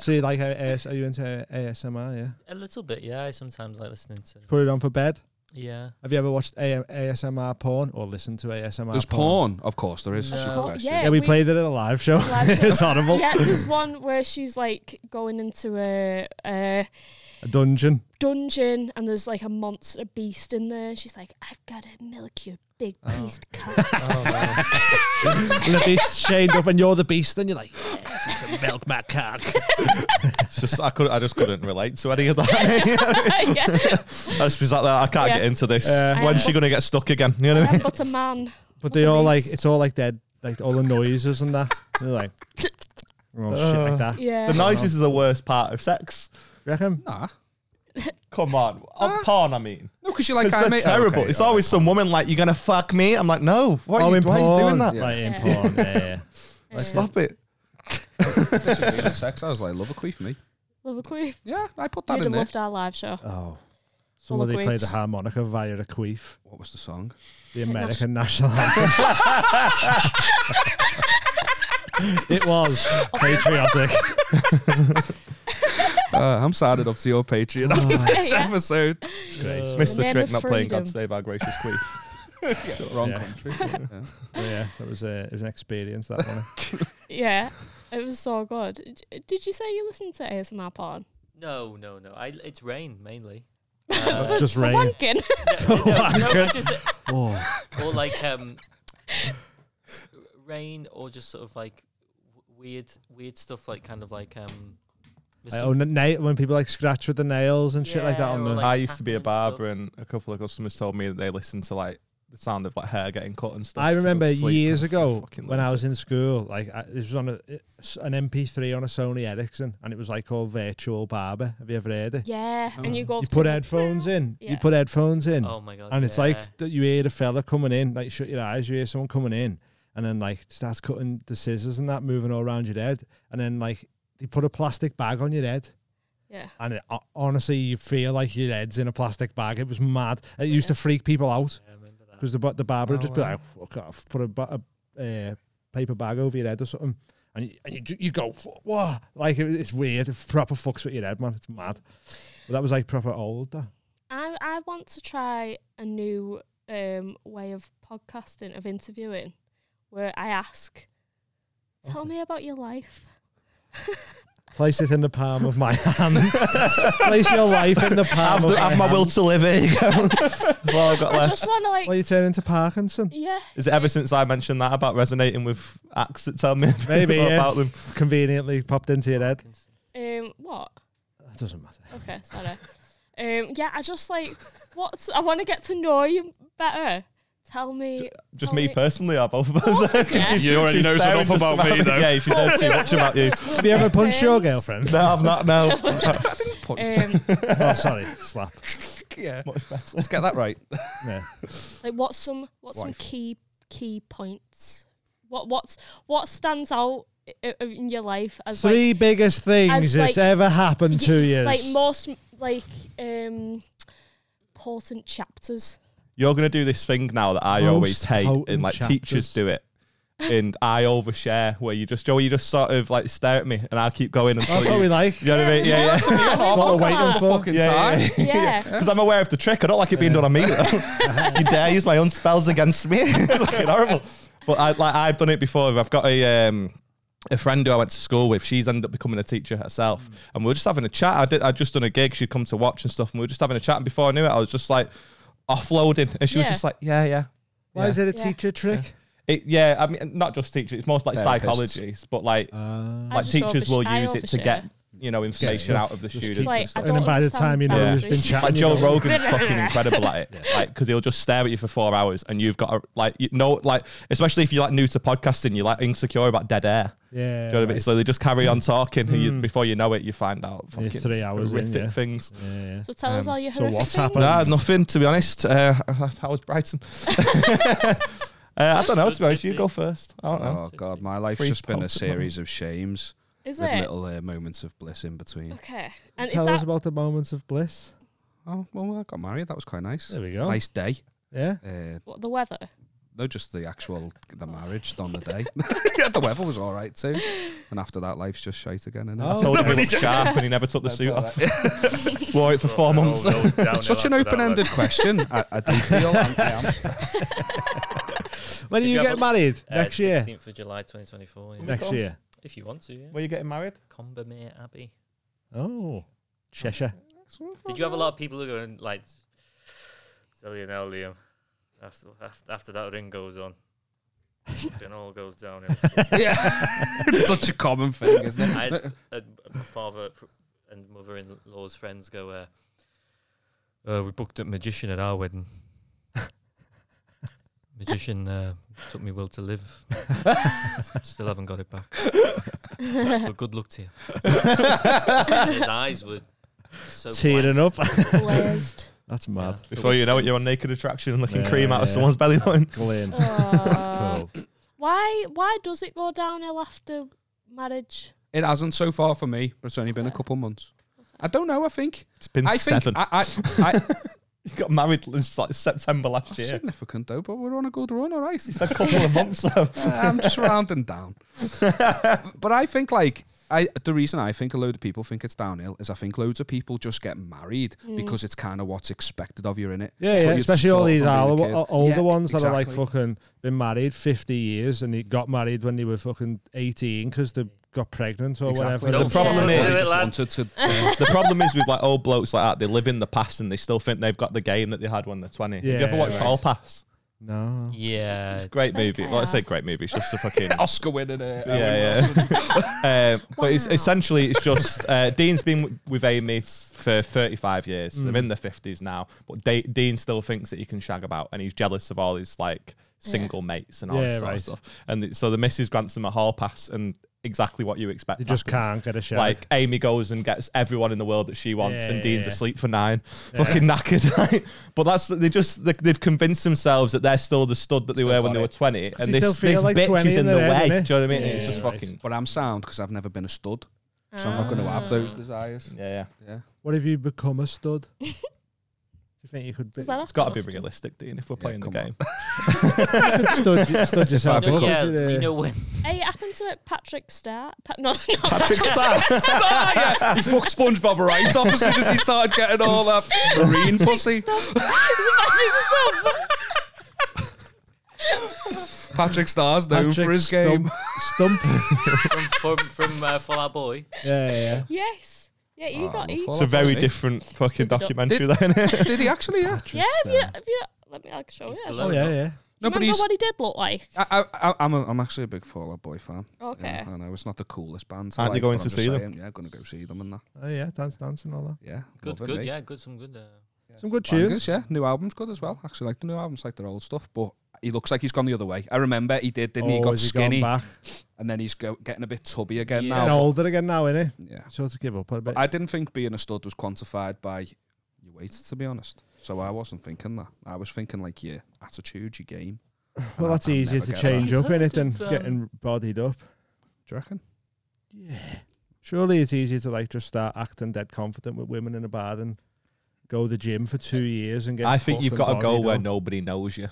So you like uh, AS, are you into ASMR? Yeah. A little bit, yeah. I sometimes like listening to. Put it on for bed. Yeah. Have you ever watched AM, ASMR porn or listened to ASMR? There's porn, of course. There is. No. Stupid Of course, question. yeah. Yeah, we, we- played it at a live show. Live show. it's horrible. yeah, there's one where she's like going into a, a A dungeon. dungeon and there's like a monster beast in there. and She's like, I've got to milk you, big beast cunt. Oh, wow. And the beast chained up, and you're the beast, and you're like, "Oh, "Yes, you can milk my cock. it's just I could I just couldn't relate to any of that. yeah. I just was like, I can't Yeah. get into this. Uh, When's she gonna get stuck again? You know what Yeah, I mean? but a man. But What they a all like, beast. it's all like dead, like all the noises and that. They're like, oh, shit like that. Yeah. The noises are the worst part of sex. Do you reckon? Nah. Come on, on porn. I mean. No, because you're like, It's I so made terrible. Okay, it's all right. always some woman like, "You're gonna fuck me." I'm like, "No, why, oh, are, in you, why porn. are you doing that? Like in Yeah. porn, yeah, yeah. Uh, Stop it." Disagree with sex. I was like, love a queef me. Love a queef. Yeah, I put that You'd in have there. loved our live show. Oh. Full of Somebody played the queefs. harmonica via a queef, What was the song? the American national anthem. it was patriotic. Uh, I'm signing up to your Patreon after this Yeah. episode. It's great. Missed the name trick of not playing freedom. God Save Our Gracious Queen. Wrong Yeah. country. Yeah. But yeah, that was a, it was an experience that one. Yeah. It was so good. D- Did you say you listened to ASMR porn? no, no, no. I it's rain mainly. For- Uh, Just for rain. wanking. no, no, no, Wanker. just Oh, or like um, rain or just sort of like w- weird, weird stuff like kind of like um, There's Like, some- oh, na- na- when people like scratch with the nails and shit like that Yeah, on or, the. like, I used to be a tapping and stuff. barber, and a couple of customers told me that they listened to like the sound of like hair getting cut and stuff. I to go to remember sleep. years I ago fucking when I loved was it. in school, like I, it was on a, an MP3 on a Sony Ericsson, and it was like called Virtual Barber. Have you ever heard it? Yeah, and you Oh. go. You up to put the- headphones in. You Yeah. put headphones in, Oh my god! and it's yeah. like that you hear the fella coming in. Like shut your eyes, you hear someone coming in, and then like starts cutting the scissors and that moving all around your head, and then like they put a plastic bag on your head. Yeah. And it, ho- honestly, you feel like your head's in a plastic bag. It was mad. It used to freak people out Yeah, I remember that. because the ba- the barber would Oh, just be wow. like, "Fuck off!" Put a, ba- a uh, paper bag over your head or something, and you, and you, ju- you go, "What?" Like it, it's weird. It proper fucks with your head, man. It's mad. But that was like proper old. That. I I want to try a new um way of podcasting of interviewing, where I ask, "Tell me about your life." Place it in the palm of my hand. Place your life in the palm. Have, of the, my have my hand. will to live. Here you go. That's all I've got I left. just want to like, Uh, Well, you turn into Parkinson. yeah, Is it ever since I mentioned that about resonating with acts that tell me Maybe, yeah. about them? Conveniently popped into your head. um, what? That doesn't matter. Okay, sorry. um, yeah, I just like what I want to get to know you better. Tell me. Just tell me personally, or both of us? yeah. You already She's know staring enough just about me, though. Yeah, she knows too much about you. Have you ever punched your Friends. girlfriend? No, I've not. No, Um, oh, sorry, slap. yeah. much better. Let's get that right. Yeah. like what's some what's some Wife. key key points? What what's what stands out i- i- in your life as like Three biggest things as, that's like, ever happened to you. like most like um important chapters. You're gonna do this thing now that I Most always hate, potent and like chapters. teachers do it. And I overshare where you just, Joey, you just sort of like stare at me, and I keep going until That's what you. we like. you know what I mean? Yeah, yeah. That's what we're waiting for. Fucking Yeah, time. yeah, Yeah. Because I'm aware of the trick. I don't like it being done on me. though. you dare use my own spells against me? It's fucking horrible. But I, like I've done it before. I've got a um, a friend who I went to school with. She's ended up becoming a teacher herself, Mm. and we were just having a chat. I did. I just done a gig. She'd come to watch and stuff, and we were just having a chat. And before I knew it, I was just like offloading, and she was Yeah. just like, "Yeah, yeah." Why is it a Yeah. teacher trick? It, yeah, I mean, not just teacher. It's most like Therapists. psychologists, but like Uh, I like just teachers will overshare- I use it to get overshare. you know information stuff- out of the just students. keep It's like I and stuff. And don't then by the understand time you know, just you've been boundaries. chatting- like you Joe know. Rogan's fucking incredible at it. Like, because he'll just stare at you for four hours, and you've got to like, you know, like especially if you're like new to podcasting, you're like insecure about dead air. yeah. Do you know what I mean? right. So they just carry on talking, and you, Mm. before you know it, you find out Yeah, fucking three hours in, horrific yeah. things. Yeah. So tell us Um, all your so horrific what's things. happened? Nah, nothing to be honest. Uh, how was Brighton? uh, I don't know. To be honest, you go first. I don't know. Oh god, my life's Free just been a pulse at the series of shames Is with it? little uh, moments of bliss in between. Okay. And Tell us is that about the moments of bliss. Oh well, I got married. That was quite nice. There we go. Nice day. Yeah. Uh, what, the weather? no, just the actual the marriage on the day. yeah, the weather was all right too. And after that, life's just shite again. Isn't it? Oh. Told him he Nobody looked sharp, and he never took the suit off. Wore it for Oh, four months. no, it's downhill It's such an after that, open-ended like- question. I, I do feel. I'm, I am. When do Did you you get have a- married? Uh, Next year. 16th of July 2024. yeah. Next year. If you want to, yeah. Were you getting married? Combermere Abbey. Oh. Cheshire. Did you have a lot of people who go and like, tell you now, Liam, after, after, after that ring goes on, then all goes down. yeah, it's such a common thing, isn't it? I had, had my father pr- and mother-in-law's friends go, uh, uh, we booked a magician at our wedding. magician uh, took me will to live. Still haven't got it back. but good luck to you. His eyes were so Tearing up. Blazed. That's blank. mad. Yeah. Before you know it, you're on naked attraction and licking Yeah, cream out of yeah. someone's belly button. Glen. Aw. Uh, Cool. Why why does it go downhill after marriage? It hasn't so far for me, but it's only been a Okay. couple months. I don't know. I think. It's been I think. seven. I. I, I you got married since like September last that's year. significant though, but we're on a good run, all right. It's a couple of months though. I'm just rounding down. but I think like I the reason I think a load of people think it's downhill is I think loads of people just get married Hmm. Mm. because it's kind of what's expected of you in it. Yeah, yeah. Especially all these older, older ones that are like fucking. fucking been married 50 years and they got married when they were fucking 18 because they got pregnant or Exactly. whatever. The problem is- Do it, lad. wanted to. uh, the problem is with like old blokes like that, they live in the past and they still think they've got the game that they had when they're 20. Have you Yeah, ever watched right. Hall Pass? No. Yeah. It's a great Okay. movie. Well, I say great movie. It's just a fucking Oscar winning it. yeah, yeah. um, But it's Wow. essentially it's just uh, Dean's been w- with Amy s- for 35 years. Mm. They're in their 50s now, but Da- Dean still thinks that he can shag about, and he's jealous of all his like single mates and all Yeah, this sort right. of stuff. And th- so the missus grants them a hall pass, and exactly what you expect. They just happens. can't get a shot. Like Amy goes and gets everyone in the world that she wants, Yeah, and yeah, Dean's yeah. asleep for nine, Yeah. fucking knackered. Right? But that's they just they, they've convinced themselves that they're still the stud that they Still were got when they it. were twenty, and they still this, feel this like bitch 20 is in in the their way. head, Do innit? you know what I mean? Yeah, it's just right. fucking But I'm sound because I've never been a stud, Ah. so I'm not going to have those desires. yeah, yeah. Yeah. What have you become a stud? Do you think you could be Does that It's got to be happen often? realistic, Dean. If we're Yeah, playing the come on. game, stud, stud yourself? I've up, yeah, could you know when Hey, it happened to it, Patrick Star. Pa- no, no, Patrick Star. oh, Ah, he fucked SpongeBob right off as soon as he started getting all that marine pussy. it's Patrick Stump. Patrick Starr's known Patrick for his game. Stump. Stump. from from, from uh, Fall Out Boy. yeah, yeah. Yes. Yeah, you Oh, got well, each. fuck. it's a very Did- different fucking did- documentary, then. Did he actually? Yeah. Yeah, if you, if you let me, I'll show He's you. below. Oh, yeah, yeah. No, No, but remember he's. what he did look like? I, I, I'm, a, I'm actually a big Fall Out Boy fan. Okay. Yeah, I know it's not the coolest band. Aren't you like, going but I'm to just see them? saying, Yeah, going to go see them and that. Oh, yeah. Dance, dance, and all that. Yeah, love Good, it, good, mate. yeah, good, some good. Uh, Some good Bangers, tunes. yeah. New album's good as well. Actually, like the new album's like their old stuff, but he looks like he's gone the other way. I remember he did, didn't he? He Oh, got has he gone skinny, back? and then he's go, getting a bit tubby again Yeah. Getting now. older again now, innit? Yeah. Sort of give up a bit. I didn't think being a stud was quantified by your weight, to be honest. So I wasn't thinking that. I was thinking like your attitude, your game. well, I- that's I'll easier never to get change that. up, innit, than It's, um, getting bodied up. Do you reckon? Yeah. Surely it's easier to like just start acting dead confident with women in a bar than go to the gym for two years and get. I think you've fucking got to go bodied where up. nobody knows you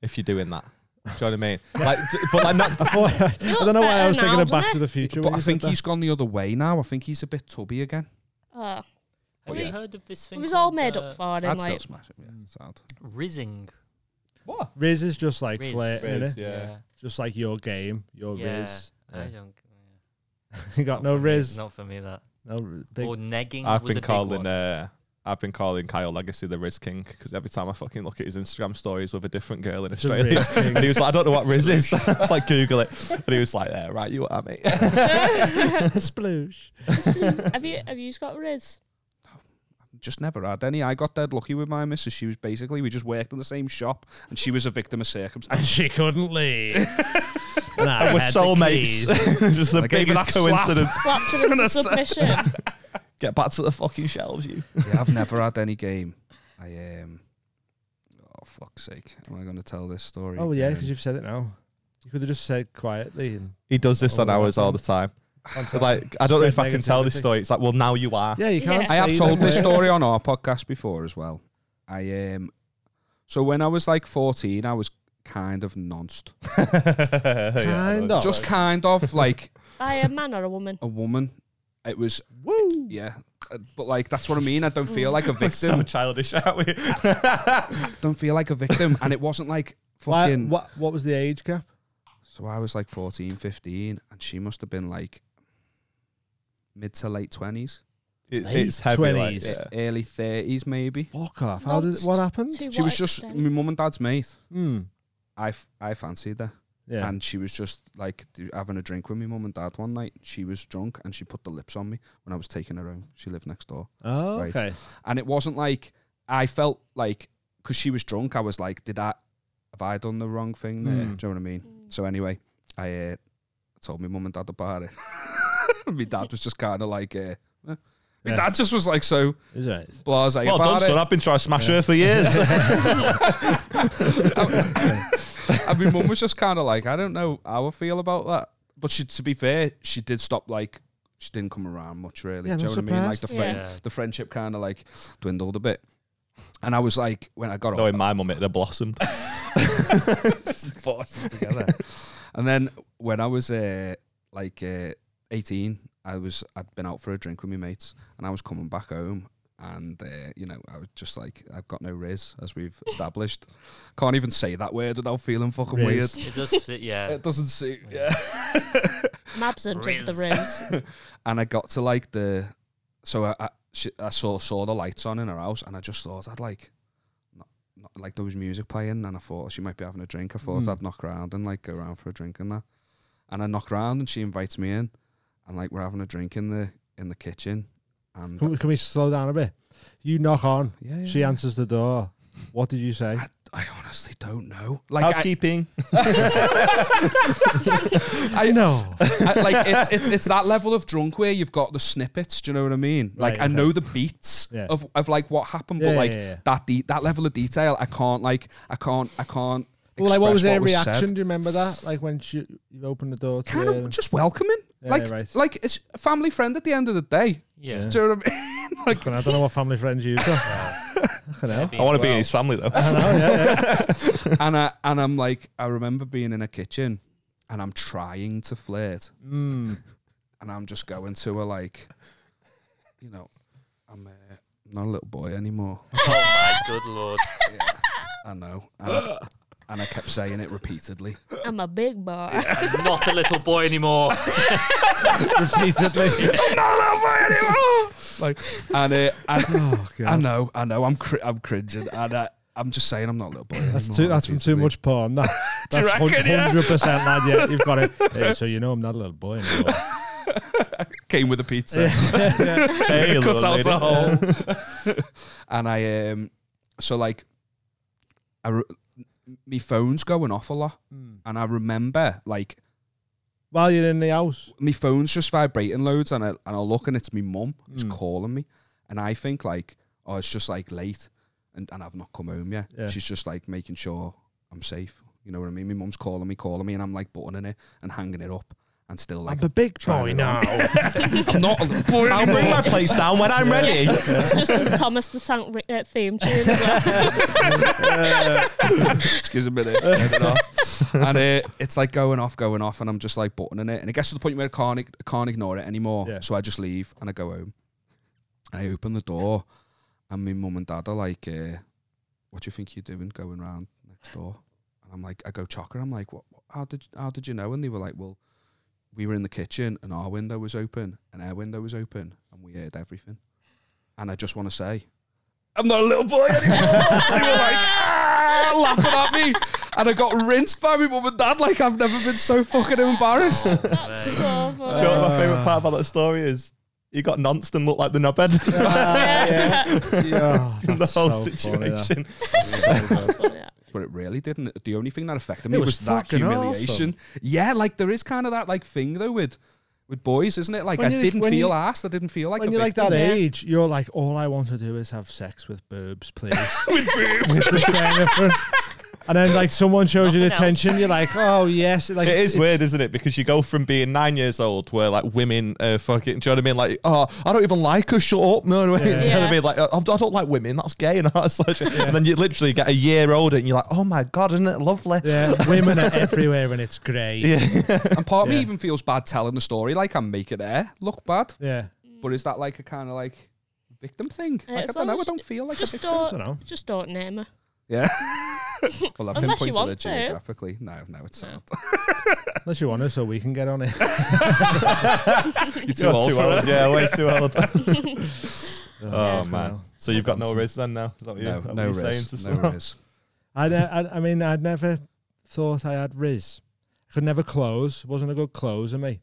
if you're doing that. Do you know what I mean? Like, d- but like not. I, thought, I don't know why I was better thinking now, of Back doesn't to the Future. but when I you said think that. he's gone the other way now. I think he's a bit tubby again. Oh, have yeah. you heard of this it thing? was all called, made uh, up for him. I'd still Like, smash him. Mm. Yeah, sad. Rizzing. What? Riz is just like Riz. flirting, innit? yeah. Just like your game, your Yeah. Riz. I Yeah. don't. you got not no for me, Riz, Not for me that. no r- big. Or negging. I've was a been big calling. one. Uh, I've been calling Kyle Legacy the Riz King because every time I fucking look at his Instagram stories with a different girl in It's a Australia, Riz king. and he was like, "I don't know what Riz is." It's like Google it, and he was like, "There, right, you are, mate." Sploosh. have you have you got Riz? Just never had any. I got dead lucky with my missus. She was basically, we just worked in the same shop and she was a victim of circumstance. And she couldn't leave. and And I we're had the soulmates. keys. Just the I gave you biggest that slap. coincidence. Slapped him into submission. Get back to the fucking shelves, you. yeah, I've never had any game. I, um, oh, fuck's sake. Am I going to tell this story? Oh yeah, Um, because you've said it now. You could have just said quietly. And He does this on Oh, ours all the okay. time. Like, I don't know if I Spread can tell this negativity. story. It's like, well, now you are. yeah, you Yeah. can't. I have say told them this words. story on our podcast before as well. I um, so when I was like fourteen, I was kind of nonced, kind Kind of. just kind of like By a man or a woman? a woman. It was Woo. yeah, Uh, but like that's what I mean. I don't feel like a So victim. childish, aren't we? don't feel like a victim, and it wasn't like Why, fucking. what, what was the age gap? So I was like 14, 15, and she must have been like mid to late twenties, It- Late it's heavy. Like, 20s. yeah. early thirties maybe. Fuck off. How did Nonce. what happened? To Mm, She what was just extent? my mum and dad's mate. Hmm. I f- I fancied her. Yeah. And she was just like d- having a drink with my mum and dad one night. She was drunk and she put the lips on me when I was taking her home. She lived next door. oh, right. okay. And it wasn't like I felt like because she was drunk, I was like, did I have I done the wrong thing there? Mm. Do you know what I mean? Mm. So anyway, I uh, told my mum and dad about it. my dad was just kind of like, uh, eh. my Yeah. dad just was like so Is right. blase Well about done, it. son. I've been trying to smash her for years. and my mum was just kind of like, I don't know how I feel about that. But she, to be fair, she did stop like. She didn't come around much, really. Yeah, Do you know I'm what I mean? Like the, surprised. friend, Yeah. the friendship kind of like dwindled a bit. And I was like, when I got Knowing home, my mum, it had blossomed. together. and then when I was uh, like uh, eighteen, I was I'd been out for a drink with my mates, and I was coming back home, and uh, you know I was just like, I've got no riz, as we've established. Can't even say that word without feeling fucking Riz. weird. It does fit, yeah. It doesn't suit. Yeah. I'm absent of the Riz. and I got to like the, so I I, she, I saw saw the lights on in her house, and I just thought I'd like, kno- not- like there was music playing, and I thought she might be having a drink. I thought Mm. I'd knock round and like go round for a drink and that. And I knock round and she invites me in, and like we're having a drink in the in the kitchen. And Can we, can we slow down a bit? You knock on. yeah, yeah, She yeah. answers the door. What did you say? I, I honestly don't know. Like I- Housekeeping. I know. I, like it's, it's it's that level of drunk where you've got the snippets. Do you know what I mean? Like Right, I okay. know the beats Yeah. of, of like what happened, Yeah, but yeah, like yeah, yeah. that de- that level of detail, I can't like I can't I can't. Well, like, what was express their said. reaction? Do you remember that? Like when she, you opened the door to Kind her of and- just welcoming, Yeah, like right. like it's a family friend at the end of the day. Yeah. Do you know what I mean? like, Fucking hell, I don't know what family friends you've got. Fucking hell. I want to be in his family though. I know, yeah, yeah. and I and I'm like I remember being in a kitchen, and I'm trying to flirt, Mm. and I'm just going to a like, you know, I'm uh, not a little boy anymore. Oh my good lord! I know. And, and I kept saying it repeatedly. I'm a big bar. I'm not a little boy anymore. Oh, Repeatedly. like, and uh, and oh, I God. know, I know, I'm cr- I'm cringing, and I, I'm just saying I'm not a little boy. That's, anymore, too, that's from too repeatedly. much porn. That, that's reckon, hun- yeah? 100% lad. Yeah, you've got it. Hey, so you know I'm not a little boy anymore. Came with a pizza, hey, cut little out lady. a hole, and I um, so like, I re- my phone's going off a lot, and I remember like While you're in the house. my phone's just vibrating loads, and I and I look and it's my mum just Mm. calling me, and I think like, oh, it's just like late, and, and I've not come home yet. Yeah. She's just like making sure I'm safe. You know what I mean? My mum's calling me, calling me, and I'm like buttoning it and hanging it up, and still like I'm a big trying boy it now. on. I'm not a little boy I'll bring anymore. my place down when I'm ready. it's just the Thomas the Tank ri- uh, theme tune. as well. Excuse me, a minute. Turn it off. and uh, it's like going off, going off, and I'm just like buttoning it, and it gets to the point where I can't, ig- I can't ignore it anymore. Yeah. So I just leave and I go home. I open the door, and my mum and dad are like, uh, "What do you think you're doing going round next door?" And I'm like, I go chocker. I'm like, "What? what- How did? How did you know?" And they were like, "Well, we were in the kitchen, and our window was open, and our window was open, and we heard everything." And I just want to say, I'm not a little boy anymore. they were like, ah, laughing at me. And I got rinsed by my mum and dad. Like, I've never been so fucking embarrassed. That's so Do you know funny. what my favourite part about that story is? He got nonced and looked like the knobhead yeah. yeah. in the that's whole so funny, that. situation. That's funny. yeah. But it really didn't. The only thing that affected me It was, was that fucking humiliation. Yeah, like, there is kind of that, like, thing, though, with with boys, isn't it? Like, When I you're- didn't when feel you- asked. I didn't feel like when a you're like victim. that Yeah. age, you're like, all I want to do is have sex with boobs, please. with boobs. and then like someone shows you the Nothing else. attention, you're like, oh yes. Like, It it's- is weird, isn't it? Because you go from being nine years old, where like women are fucking, do you know what I mean? Like, oh, I don't even like her. Shut up, no, no, do you know what Yeah. I mean? Like, I I don't like women. That's gay, and all that sort of shit. And then you literally get a year older, and you're like, oh my god, isn't it lovely? Yeah, women are everywhere and it's great. Yeah. And part of me Yeah. even feels bad telling the story. Like, I'm making it look bad. But is that, like, a kind of, like, victim thing? Uh, Like, I as don't long know. I as don't you- feel like a Just victim. I don't don't, know. just don't name her. Yeah. well, I've Unless you pinpointed it want to. geographically. No, no, it's No. Unless you want it, so we can get on it. not. You're You're too old. it. Yeah, way too old. oh Yeah. man. So you've got no riz then now? Is that what you- No, that what no you're saying to riz. No someone? riz. I, I, I mean, I'd never thought I had Riz. I could never close. wasn't a good closer, me.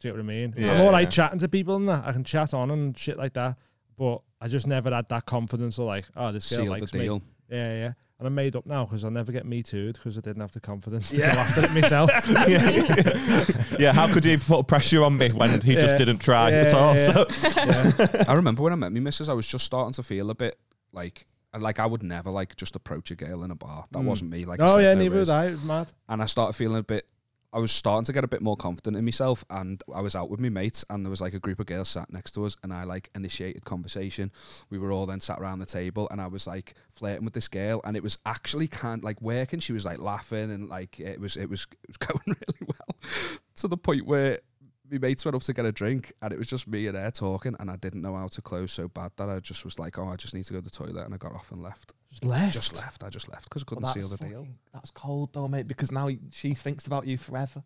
Do you get what I mean? Yeah, I'm all right yeah. chatting to people and that. I can chat on and shit like that. But I just never had that confidence of like, oh, this girl Seal the likes me. deal. Yeah, yeah. And I'm made up now because I'll never get me too'd because I didn't have the confidence to go after it myself. yeah. yeah, how could he put pressure on me when he just Yeah. didn't try Yeah, at all? yeah, I So remember when I met my missus, I was just starting to feel a bit like like I would never like just approach a girl in a bar. That Mm. wasn't me. Like, I oh, said, yeah, no neither riz. was I. Mad. And I started feeling a bit. I was starting to get a bit more confident in myself, and I was out with my mates, and there was like a group of girls sat next to us, and I like initiated conversation. We were all then sat around the table, and I was like flirting with this girl, and it was actually kind like working. She was like laughing, and like it was it was it was going really well to the point where my mates went up to get a drink and it was just me and her talking and I didn't know how to close so bad that I just was like, oh, I just need to go to the toilet and I got off and left. Just left. Just left. I just left because I couldn't seal the deal. That's cold though, mate, because now she thinks about you forever.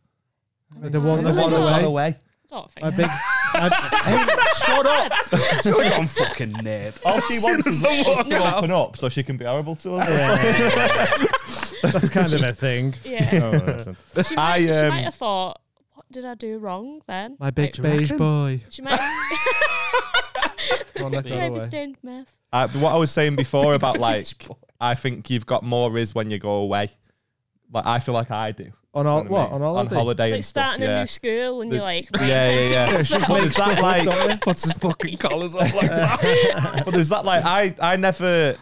The one The that got one that got away. away. Don't think. My big, Shut up! so you're on fucking nerd. All Oh, she wants is us No. to open up so she can be horrible to us. That's kind of a thing. Yeah. Oh, listen. She might, I, she um, might have thought, what did I do wrong then? My Like, big beige boy. She might Go on, let go maybe away. stained meth. Uh, but what I was saying before about like, I think you've got more is when you go away. Like I feel like I do. On all, You know what? I mean? On all on of holiday and Like stuff. starting a Yeah. new school and you're There's- like, yeah, yeah, yeah. But is that like? Puts his fucking collars on like that. but there's that like I I never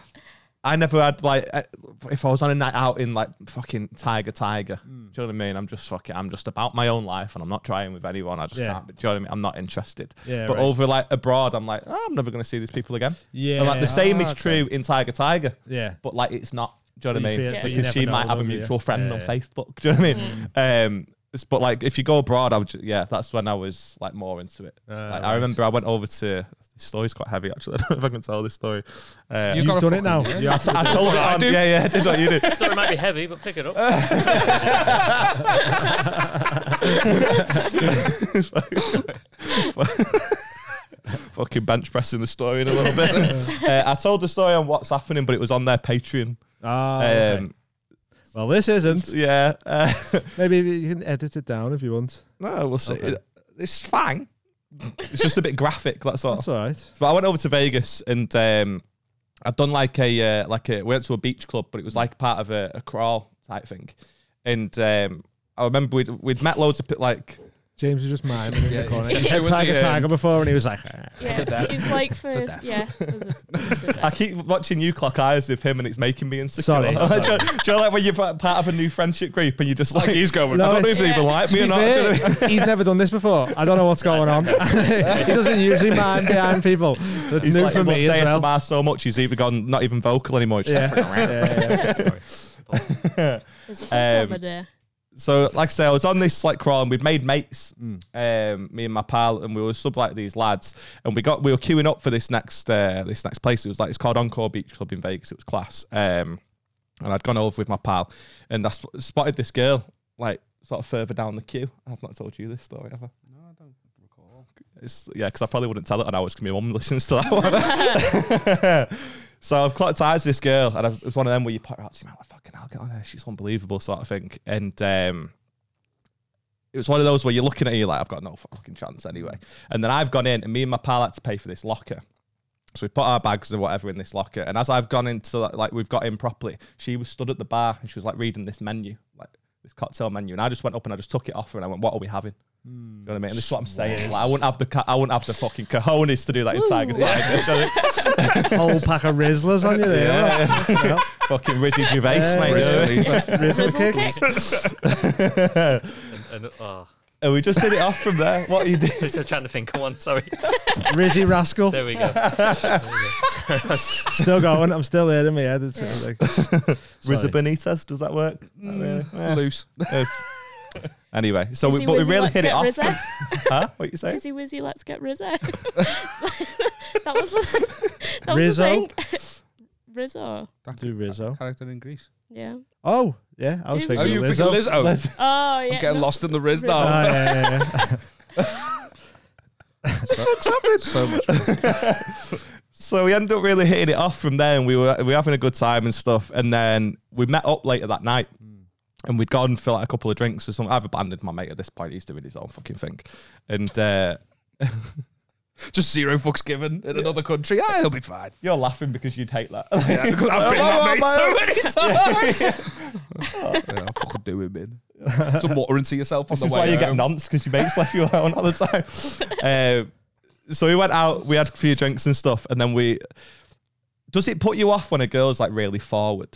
I never had like uh, if I was on a night out in like fucking Tiger Tiger, Hmm. do you know what I mean? I'm just fucking I'm just about my own life and I'm not trying with anyone. I just Yeah. can't. Do you know what I mean? I'm not interested. Yeah, but right. over like abroad, I'm like oh, I'm never gonna see these people again. Yeah. And, like the same Ah, is true in Tiger Tiger, Yeah. but like it's not. Do you know what I You mean? feel- but you Because never she know, might have a don't you? mutual friend on Yeah. Facebook. Do you know what I mean? Um, it's- but like if you go abroad, I would ju- yeah, that's when I was like more into it. Ah, Like, I right. remember I went over to. This story's quite heavy, actually. I don't know if I can tell this story. Um, You've gotta done it fucking now. do it. You have to- I told it on. Yeah, yeah, I did what you did. Story might be heavy, but pick it up. Fucking bench pressing the story in a little bit. uh, I told the story on what's happening, but it was on their Patreon. Ah, okay. Um, Well, this isn't. yeah. Uh, Maybe you can edit it down if you want. no, we'll see. Okay. It's fine. It's just a bit graphic. That's all. That's all right. But I went over to Vegas and um, I'd done like a uh, like a we went to a beach club, but it was like part of a, a crawl type thing. And um, I remember we'd we'd met loads of pe- like James was just miming in Yeah, the corner. yeah, He said with tiger, the, um, tiger before, and he was like, "Ah." Yeah, death. it's like for The death. yeah. For the, for the I death. keep watching you clock eyes with him, and it's making me insecure. Sorry, do, you- sorry. do you know like when you're part of a new friendship group and you're just like, he's going, No, I don't know if they it's- even like To me be or not. do you know what I mean? fair, he's never done this before. I don't know what's going on. he doesn't usually mind behind people. That's He's new like, for he me loves as well. ASMR so much, he's even gone not even vocal anymore. It's just- Yeah. yeah, Sorry. There's a um, Um, there. So, like I say, I was on this like crawl, and we'd made mates, um, me and my pal, and we were sub like these lads, and we got we were queuing up for this next uh, this next place. It was like it's called Encore Beach Club in Vegas. It was class. Um, and I'd gone over with my pal, and I sp- spotted this girl like sort of further down the queue. I've not told you this story ever. No, I don't recall. It's, yeah, because I probably wouldn't tell it on hours because my mum listens to that one. so I've clocked eyes with this girl, and I've, it's one of them where you put her out, you know, like, "Oh, fucking hell, get on her. She's unbelievable, sort of thing. And um, it was one of those where you're looking at her, you're like, I've got no fucking chance anyway. And then I've gone in, and me and my pal had to pay for this locker. So we put our bags and whatever in this locker. And as I've gone into like, like we've got in properly, she was stood at the bar and she was like reading this menu, like this cocktail menu. And I just went up and I just took it off her and I went, What are we having? You know what I mean? And this is what I'm saying. Like, I wouldn't have the ca- I wouldn't have the fucking cojones to do that in Tiger Ooh. Tiger. Do you know what Whole pack of Rizzlers on you there. Yeah. like, you know, I mean? fucking Rizzy Gervais, Yeah, mate. Rizzy. you know what I mean? Rizzle Rizzle kicks. And, oh, and we just did it off from there. What are you doing? I'm just trying to think of one. Sorry. Rizzy Rascal. There we go. Still going. I'm still there in my head. It's like, Rizza Sorry. Mm. Benitez, does that work? Not really. Eh. Loose. Anyway, so Is we, he but we Wizzy, really let's hit it get off. Rizza? from- huh? What you saying? Izzy Wizzy, let's get Rizzo. that was the, that was Rizzo? the thing. Rizzo. do Rizzo. Character in Greece. Yeah. Oh, yeah. I was Oh, thinking Oh, of you Lizzo. thinking Lizzo? Oh yeah. I'm getting no. lost in the Riz Rizzo. Oh, now. yeah, yeah, yeah. So much. So we ended up really hitting it off from there, and we were we were having a good time and stuff. And then we met up later that night, Mm. and we'd gone for like a couple of drinks or something. I've abandoned my mate at this point; he's doing his own fucking thing. And uh, Just zero fucks given in another country. Ah, it'll be fine. you're laughing because you'd hate that. Yeah, because I've been Oh, that oh, mate so many times. yeah, I'll fucking do it, man. Some water into yourself on This the is way why you get home. nonce because your mates left you alone all the time. Uh, so we went out, we had a few drinks and stuff, and then we. Does it put you off when a girl's like really forward,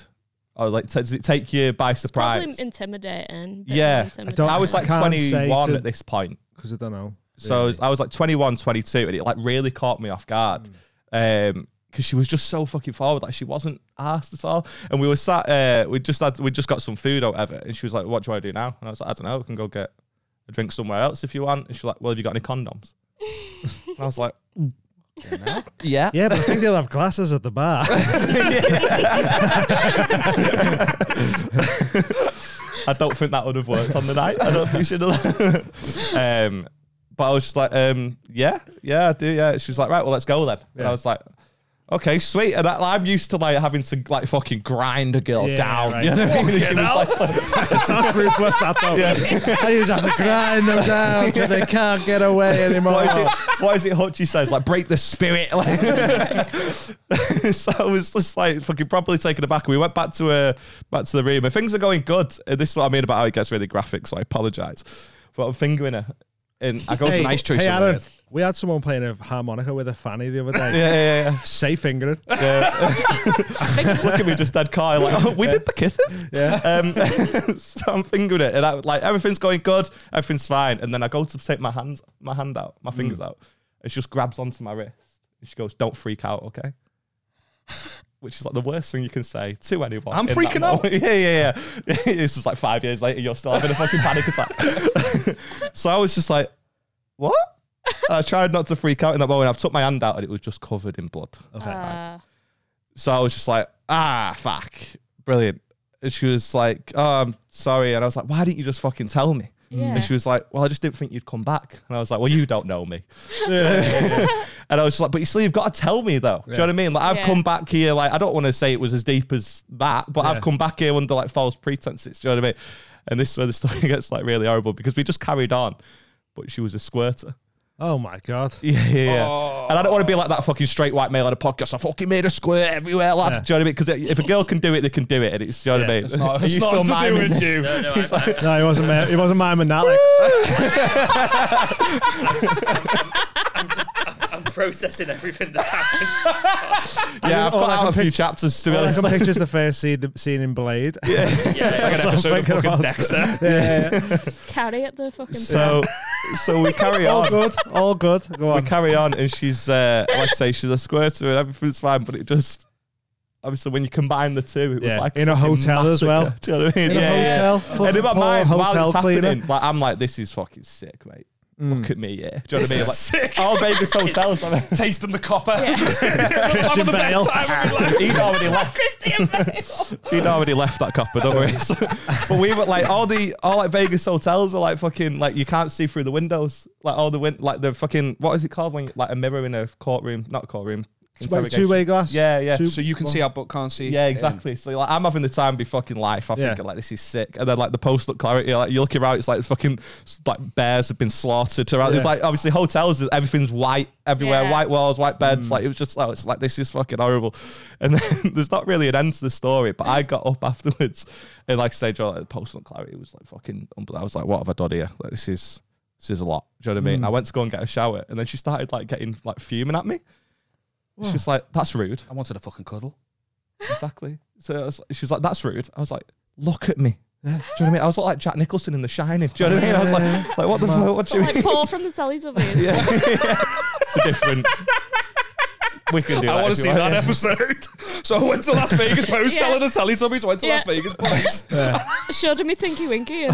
or like t- does it take you by It's probably surprise? intimidating. bit Yeah. intimidating. Uh, I don't- I was like Can't say 21 to- at this point. Because I don't know. So I was, I was like 21, 22, and it like really caught me off guard. Um, because she was just so fucking forward, like she wasn't asked at all. And we were sat, uh, we just had, we just got some food or whatever, and she was like, "What do I do now?" And I was like, "I don't know. I can go get a drink somewhere else if you want." And she's like, "Well, have you got any condoms?" and I was like, "Yeah." Yeah, but I think they'll have glasses at the bar. I don't think that would have worked on the night. I don't think she'd have. um, But I was just like, um, yeah, yeah, I do, yeah. She was like, right, well, let's go then. And Yeah. I was like, okay, sweet. And I, I'm used to like having to like fucking grind a girl Yeah, down. right. You know what I mean? And she Fucking was like, It's not ruthless that though. I used to have to grind them down till they can't get away anymore. what is it? What is it? Hutchie says like, break the spirit. Like, so I was just like fucking properly taken aback. We went back to uh, back to the room, and things are going good. And this is what I mean about how it gets really graphic. So I apologise, but I'm fingering her, and I That's go to a the- nice choice. Hey of Aaron, word. we had someone playing a harmonica with a fanny the other day. yeah, yeah, yeah. Say fingering. Look at me, just dead Kyle. Like, oh, we did the kisses. Yeah. Um, so I'm fingering it, and I like everything's going good, everything's fine, and then I go to take my hands, my hand out, Mm. my fingers out, and she just grabs onto my wrist, and she goes, "Don't freak out, okay?" Which is like the worst thing you can say to anyone. I'm in that freaking out. moment. yeah, yeah, yeah. it's just like five years later, you're still having a fucking panic attack. so I was just like, "What?" I tried not to freak out in that moment. I've took my hand out, and it was just covered in blood. Okay. Uh, So I was just like, ah, fuck, brilliant. And she was like, oh, I'm sorry. And I was like, why didn't you just fucking tell me? yeah. And she was like, well, I just didn't think you'd come back. And I was like, well, you don't know me. and I was just like, but you still, you've got to tell me though. Do you know what I mean? Like, I've Yeah. come back here, like, I don't want to say it was as deep as that, but Yeah. I've come back here under like false pretenses. Do you know what I mean? And this is where the story gets like really horrible because we just carried on, but she was a squirter. Oh my god. Yeah, yeah, yeah. Oh. And I don't want to be like that fucking straight white male on a podcast. I fucking made a squirt everywhere, lad. Yeah. Do you know what I mean? Because if a girl can do it, they can do it. And it's, do you know what I Yeah. mean? It's not- Are it's you not still to do miming with this? No, no, I, I, No, he wasn't. ma- He wasn't miming that. Like, I'm processing everything that's happened. Yeah, I've All got I out can a few pic- chapters, to be all I honest. can picture is the first scene, the scene in Blade. Yeah, yeah, that's what I'm thinking about. Dexter. yeah, yeah. carry at the fucking So, so we carry all on. good, all good. Go We on. carry on, and she's, uh, like I say, she's a squirter and everything's fine, but it just. Obviously, when you combine the two, it was Yeah. like In a fucking hotel as massacre. well. Do you know what I mean? In a yeah, yeah, yeah. hotel, fucking And in my poor mind, while hotel it's cleaner. Mm. happening, like, I'm like, this is fucking sick, mate. Look at me, yeah. Do you know what I mean? Like, sick. all Vegas hotels, I mean, Tasting the copper. Christian Bale. he'd already left. Christian Bale. He'd already left that copper, don't worry. So- but we were like all the all like Vegas hotels are like fucking like you can't see through the windows. Like all the win like the fucking what is it called when you, like a mirror in a courtroom, not courtroom. Wait, interrogation. two-way glass. Yeah, yeah. Two- So you can see our but can't see. Yeah, him. exactly. So like, I'm having the time of my fucking life. I Yeah. think like this is sick. And then like the post look clarity, like you're looking around, it's like fucking s- like bears have been slaughtered. Around. Yeah. It's like obviously hotels, everything's white everywhere, Yeah. white walls, white Mm. beds. Like it was just like it's like this is fucking horrible. And then there's not really an end to the story. But I got up afterwards and like I say, Joe, like, the post look clarity was like fucking. unbel- I was like, what have I done here? Like this is. This is a lot. Do you know what I Mm. mean? I went to go and get a shower, and then she started like getting like fuming at me. She was like, "That's rude." I wanted a fucking cuddle. Exactly. So I was, she's like, "That's rude." I was like, "Look at me." Do you know what I mean? I was like Jack Nicholson in The Shining. Do you know what I mean? I was like, like what the fuck? What do you mean? like Paul from the Teletubbies. Yeah. it's a different. We can do that. I want if to see you want. that episode. So I went to Las Vegas Post Yeah. telling the Teletubbies I went to Yeah. Las Vegas Place. Showed her me Tinky Winky and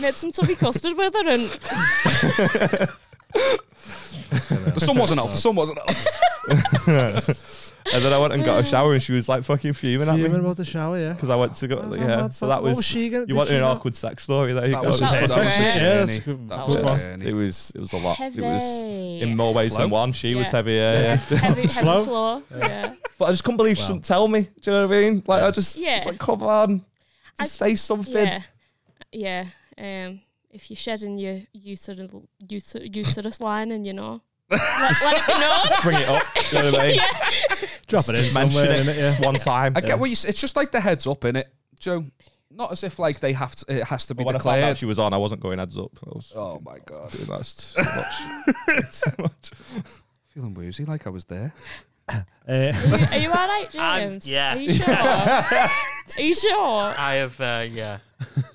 made some tubby custard with her and the sun wasn't up. The sun wasn't up. And then I went and got a shower, and she was like fucking fuming, Fuming at me about the shower. Yeah. because I went to go. Oh, yeah. that's- So that what was. was she gonna- you did want she an know? awkward sex story? There you go. was a- that was a journey. That was was a a it journey. was it was a lot. heavy. It was in more ways Flow? than one. She was Yeah. heavy. Yeah. yeah. yeah. Heavy, heavy Slow? floor. Yeah. But I just couldn't believe she didn't tell me. Do you know what I mean? Like I just, Yeah. it's like come on, just I- say something. Yeah. Yeah. Um, if you're shedding your uterus, uterus, uterus line and you know, let, let me know. bring it up. Oh, You know what I mean? Drop it in Just mention somewhere. it, innit, just Yeah. one time. I get what you. s- It's just like the heads up in it, Joe. Not as if like they have to. It has to be But when I found out declared. she was on, I wasn't going heads up. I was Oh my god, doing that's too much. too much. feeling woozy like I was there. Uh, Are you, are you all right, I'm- James? yeah. Are you sure? are you sure? I have, uh, yeah.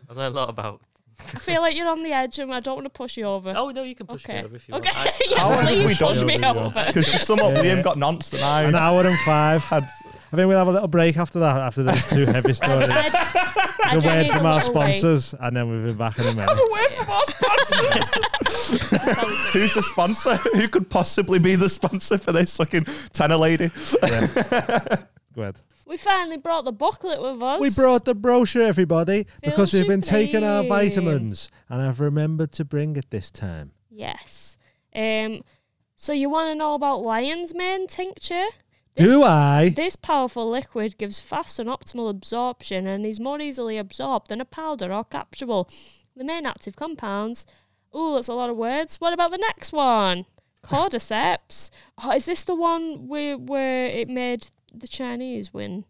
I've learned a lot about. I feel like you're on the edge and I don't want to push you over. Oh, no, you can push me okay. over if you Okay. want. I, How yeah, long have we please done? push me Yeah, we over. Because to sum up, Yeah, yeah. Liam got nonce and an I hour and five. I had. think we'll have a little break after that. After those two heavy stories, a I, I do word need from a our little break. sponsors, and then we'll be back in a minute. Who's the sponsor? Who could possibly be the sponsor for this fucking tenor lady? Go ahead. We finally brought the booklet with us. We brought the brochure, everybody, because we've been Brochure, taking our please. vitamins, and I've remembered to bring it this time. Yes. Um. So you want to know about lion's mane tincture? Do I? This powerful liquid gives fast and optimal absorption and is more easily absorbed than a powder or capsule. The main active compounds. Ooh, that's a lot of words. What about the next one? Cordyceps. oh, is this the one where, where it made the Chinese win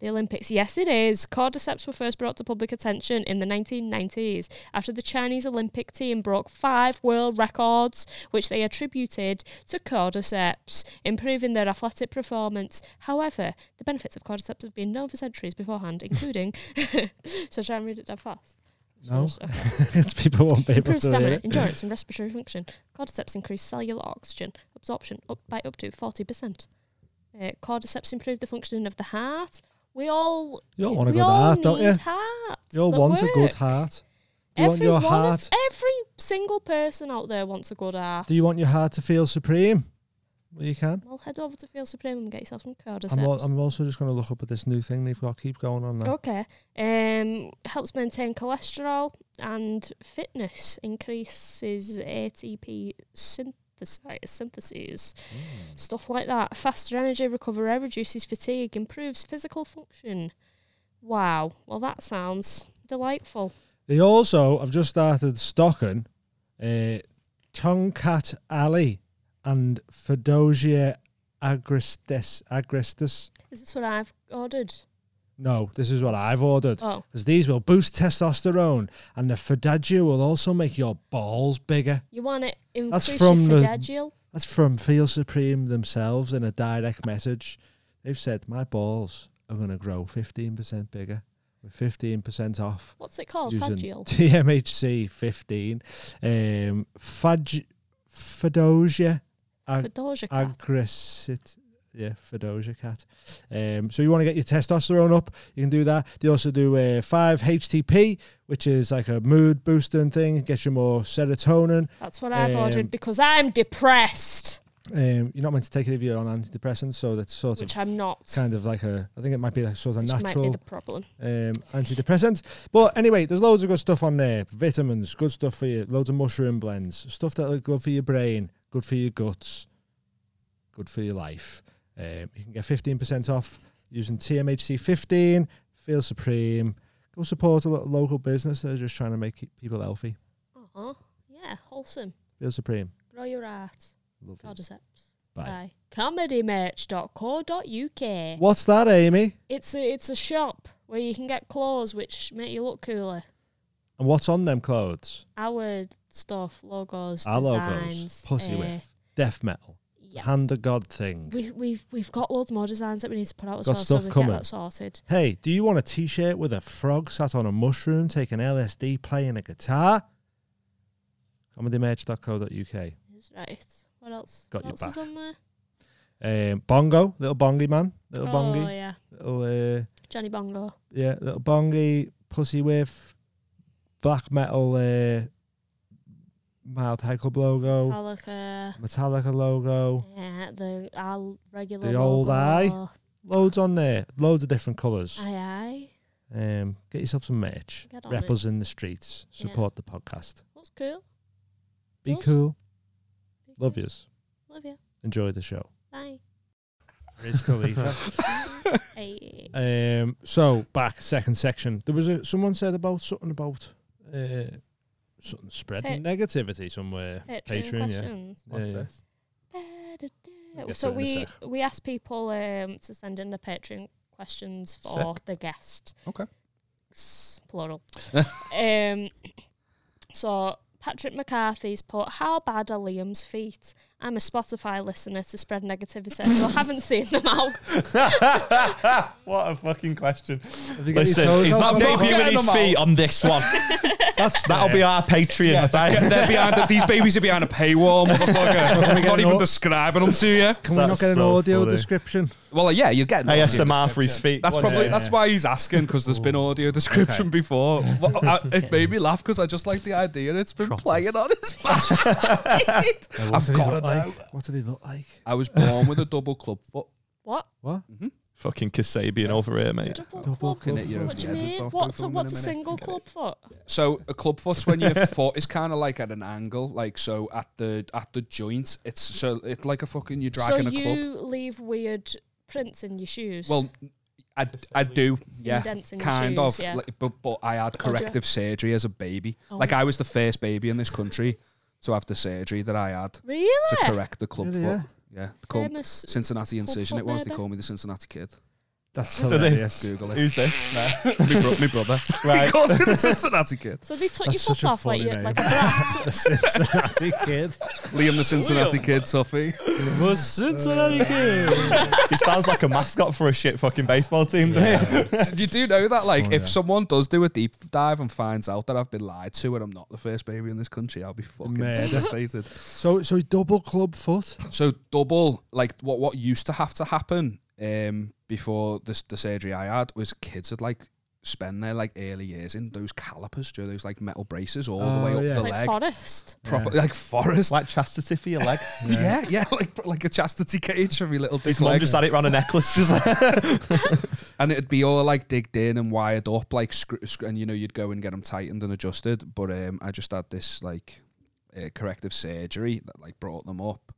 the Olympics? Yes, it is. Cordyceps were first brought to public attention in the 1990s after the Chinese Olympic team broke five world records, which they attributed to cordyceps, improving their athletic performance. However, the benefits of cordyceps have been known for centuries beforehand, including. so try and read it down fast. No. Just- okay. People won't be able Improve to hear stamina, it. endurance, and respiratory function. Cordyceps increase cellular oxygen absorption up by up to 40%. Uh, cordyceps improve the functioning of the heart. We all You all we want a good all heart, don't you? need hearts You all that want a good work. heart. Do you Every want your one of- heart? every single person out there wants a good heart. Do you want your heart to feel supreme? Well, you can. Well, head over to Feel Supreme and get yourself some cordyceps. I'm, al- I'm also just going to look up at this new thing they've got. Keep going on now. Okay. Um, helps maintain cholesterol and fitness. Increases ATP synthesi- syntheses. Mm. Stuff like that. Faster energy recovery reduces fatigue. Improves physical function. Wow. Well, that sounds delightful. They also have just started stocking uh, Tonkat Ali and Fedosia agrestis. agrestis. Is this what I've ordered? No, this is what I've ordered. Oh, Because these will boost testosterone, and the Fadagio will also make your balls bigger. you want it in That's from the- Fidagil? That's from Feel Supreme themselves in a direct message. They've said, My balls are going to grow 15% bigger with 15% off What's it called? using Fadgil. TMHC 15. Um, Faj- Fedosia ag- Fedoja cat. aggressive. Yeah, Fedosia cat. Um, so you want to get your testosterone up, you can do that. They also do uh, 5-HTP, which is like a mood boosting thing, gets you more serotonin. That's what I've um, ordered because I'm depressed, Um, you're not meant to take it if you're on antidepressants, so that's sort which of I'm not. kind of like a, I think it might be like sort of Which might be natural the problem. um, antidepressant. But anyway, there's loads of good stuff on there. Vitamins, good stuff for you. Loads of mushroom blends, stuff that are good for your brain, good for your guts, good for your life. Um, you can get 15% off using TMHC 15. Feel supreme. Go support a lo- local business. They're just trying to make it- people healthy. Uh-huh. Yeah, wholesome. Feel supreme. Grow your art. Love you. Cordyceps. Bye. Bye. Comedymerch.co.uk. What's that, Amy? It's a it's a shop where you can get clothes which make you look cooler. And what's on them clothes? Our stuff, logos, Our logos. designs, Pussy uh, with. Death metal. Yeah. Hand of God thing. We we've we've got loads more designs that we need to put out as Got well, stuff so we coming. get that sorted. Hey, do you want a t shirt with a frog sat on a mushroom taking LSD playing a guitar? Comedymerch.co.uk. That's right. What else? Got what your back. else is on there? Um, bongo, little bongy man, little oh bongy, yeah. little uh, Johnny Bongo. yeah, little bongy, pussy whiff, black metal, uh, mild heckle logo, Metallica. Metallica logo, Yeah, the our regular The old eye. logo. loads on there, loads of different colours. Aye aye. Um, get yourself some merch, Get on rep it. us in the streets, Yeah. support the podcast, That's cool. be Cool. cool, love yous, Love you. enjoy the show. Bye. Wiz Khalifa. Hey. um, so back second section. There was a someone said about something about uh, something spreading Eh. negativity somewhere. Uh, Patreon, yeah. questions. What's Yeah, yeah. this? Get So to it in a we we asked people um, to send in the Patreon questions for the guest. Okay. S- plural. um, so Patrick McCarthy's put, "How bad are Liam's feet?" I'm a Spotify listener to spread negativity, so I haven't seen them out. what a fucking question. Have you got Listen, your toes he's out not for that? debuting with his feet on this one. That's That'll be fair. our Patreon. Yeah, they're behind the, these babies are behind a paywall, motherfucker. I'm not even no- describing them to you. Can we not That's get an so audio funny. description? Well, like, yeah, you're getting ASMR for his feet. That's wasn't probably it? that's why he's asking because there's been audio description before. Well, I, it made me laugh because I just like the idea. It's been Trotters. playing on his back. What I've do they got look it now. like? What do they look like? I was born with a double club foot. What? What? Fucking Kasabian over here, mate. Double, Double club. club. Connect your What do you head mean? above both What's a, of them in what's a a minute. single club foot? So a club foot's when your foot is kind of like at an angle, like so at the at the joint. It's so it's like a fucking you're So dragging a club. you leave weird prints in your shoes. Well, I, I do, yeah, Indents in your kind shoes, of. yeah. Like, but but I had you? corrective surgery as a baby. Oh. Like I was the first baby in this country to have the surgery that I had really? to correct the club Really, foot. Yeah, the club, Famous. Cincinnati incision. foot It was. They baby. call me the Cincinnati kid. That's they- hilarious. Google it. Who's this? my, bro- my brother. Right. calls me the Cincinnati kid. So they took That's your such foot a off like, funny you, name. like a brat. The Cincinnati kid. Liam the Cincinnati kid, Tuffy. Was Cincinnati He sounds like a mascot for a shit fucking baseball team, doesn't he? you do know that, like, Oh, if yeah. someone does do a deep dive and finds out that I've been lied to and I'm not the first baby in this country, I'll be fucking Mad. devastated. So so double club foot. So double, like what what used to have to happen um, before this the surgery I had was kids would like spend their like early years in those calipers, do you know, those like metal braces all the Oh, way up yeah. the like leg, Forest. proper like forest. Like chastity for your leg. yeah, yeah, like like a chastity cage for me little dick His mum leg. just had it round a necklace. Just like, and it'd be all like digged in and wired up, like scr- scr- and you know you'd go and get them tightened and adjusted. But um, I just had this like uh, corrective surgery that like brought them up.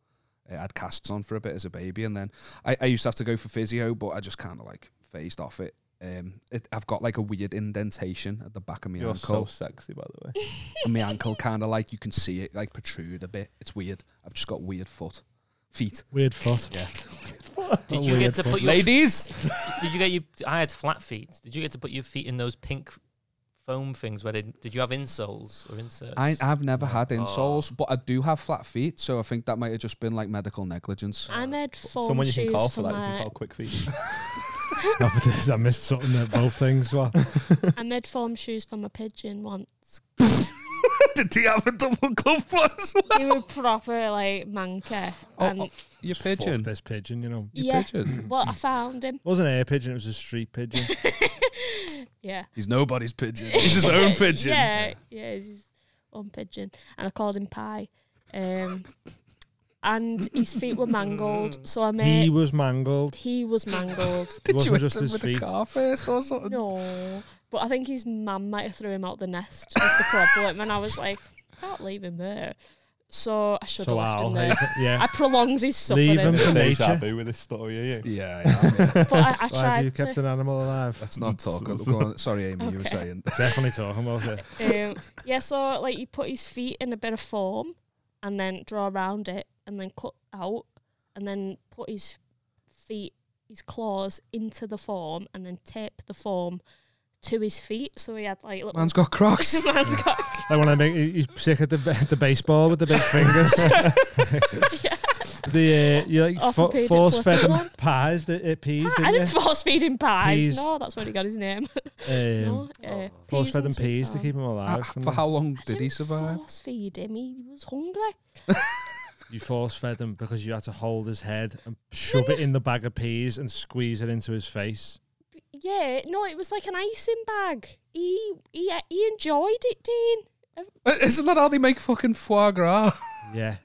Uh, I had casts on for a bit as a baby, and then I, I used to have to go for physio, but I just kind of like phased off it. Um, it. I've got like a weird indentation at the back of my You're so ankle, sexy, by the way. and my ankle kind of like you can see it like protrude a bit. It's weird. I've just got weird foot, feet. Weird foot. Yeah. Did you weird get to foot. put your Ladies, Did you get your? I had flat feet. Did you get to put your feet in those pink foam things? Where they, did you have insoles or inserts? I, I've never had insoles, but I do have flat feet, so I think that might have just been like medical negligence. I made foam Someone you shoes can call for for that. You can my. call quick feet. No, but this- I missed something there. Both things. What? I made foam shoes for my pigeon once. Did he have a double club plus? they were proper like manker. Oh, and oh, your Fuck pigeon. this pigeon. You know. Your Um, Yeah. pigeon. well, I found him. It wasn't a pigeon. It was a street pigeon. Yeah. He's nobody's pigeon. He's his own pigeon. Yeah, yeah, he's his own pigeon. And I called him Pie. Um, and his feet were mangled, so I he made. was mangled. He, was mangled. Did you wasn't hit just him his with feet. a car first or something? no. But I think his mum might have threw him out the nest, was the problem. And I was like, can't leave him there. So I should So have left I'll him leave. there. it- Yeah. I prolonged his suffering. Leave him to Deja nature. vu with this story, are you? Yeah, yeah. yeah. But I, I Why have you tried kept to. an animal alive? Let's not talk. Go on. Sorry, Amy, you were Okay. saying. Definitely talking about it. Um, yeah, so like you put his feet in a bit of foam and then draw around it and then cut out and then put his feet, his claws into the foam and then tape the foam to his feet. So he had like little. Man's got crocs. Man's got- Like when I make he- he's sick at the ba- the baseball with the big fingers. the uh, you like fo- Orthopedic force fed flip-flop. him pies that it peas, Ah, I didn't didn't you? force feed him pies. Peas. No, that's where he got his name. Um, no, uh, Force fed him sweet peas to corn. keep him Uh, alive. and For how long I Oh, did he didn't survive? Force feed him. He was hungry. you force fed him because you had to hold his head and shove it in the bag of peas and squeeze it into his face. Yeah, no, it was like an icing bag. He he he enjoyed it, Dean. Uh, Isn't that how they make fucking foie gras? Yeah,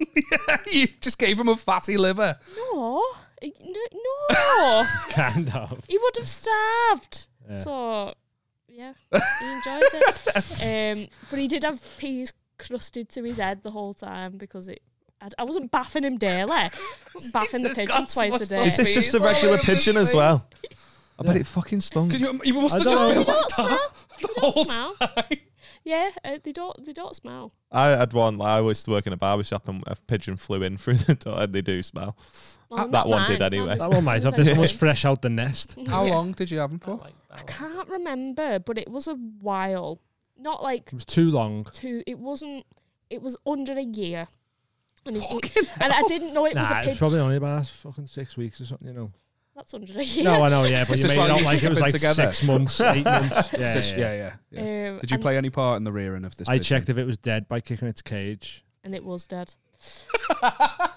you just gave him a fatty liver. No, I- no, no. kind of. he would have starved. Yeah. So, yeah, he enjoyed it. Um, but he did have peas crusted to his head the whole time because it. I'd, I wasn't baffing him daily, baffing the Jesus, pigeon God, twice a must day. Is this Is this Please, just just a a all regular regular over the pigeon pigeon as as place. well? well? I bet it fucking stunk. Can you, you must I have just don't been know. They like that don't smell. the They whole don't smell. time. Yeah, uh, they don't. They don't smell. I had one. Like, I used to work in a barber shop, and a pigeon flew in through the door, and they do smell. Well, That not one did mine. anyway. was- That one might have. was This one was mine. fresh out the nest. How Yeah. long did you have him for? I can't remember, but it was a while. Not like It was too long. two. It wasn't. It was under a year. And, it- and I didn't know it was nah, it a was pigeon. probably only about fucking six weeks or something, you know. That's under a year. Um, No, I know, yeah, but It's you just made it like- out it's like just it was been like together. six months, eight months. Yeah, Just- yeah. yeah, yeah. yeah. Um, Did you and- play any part in the rearing of this? I pigeon? checked if it was dead by kicking its cage. And it was dead. That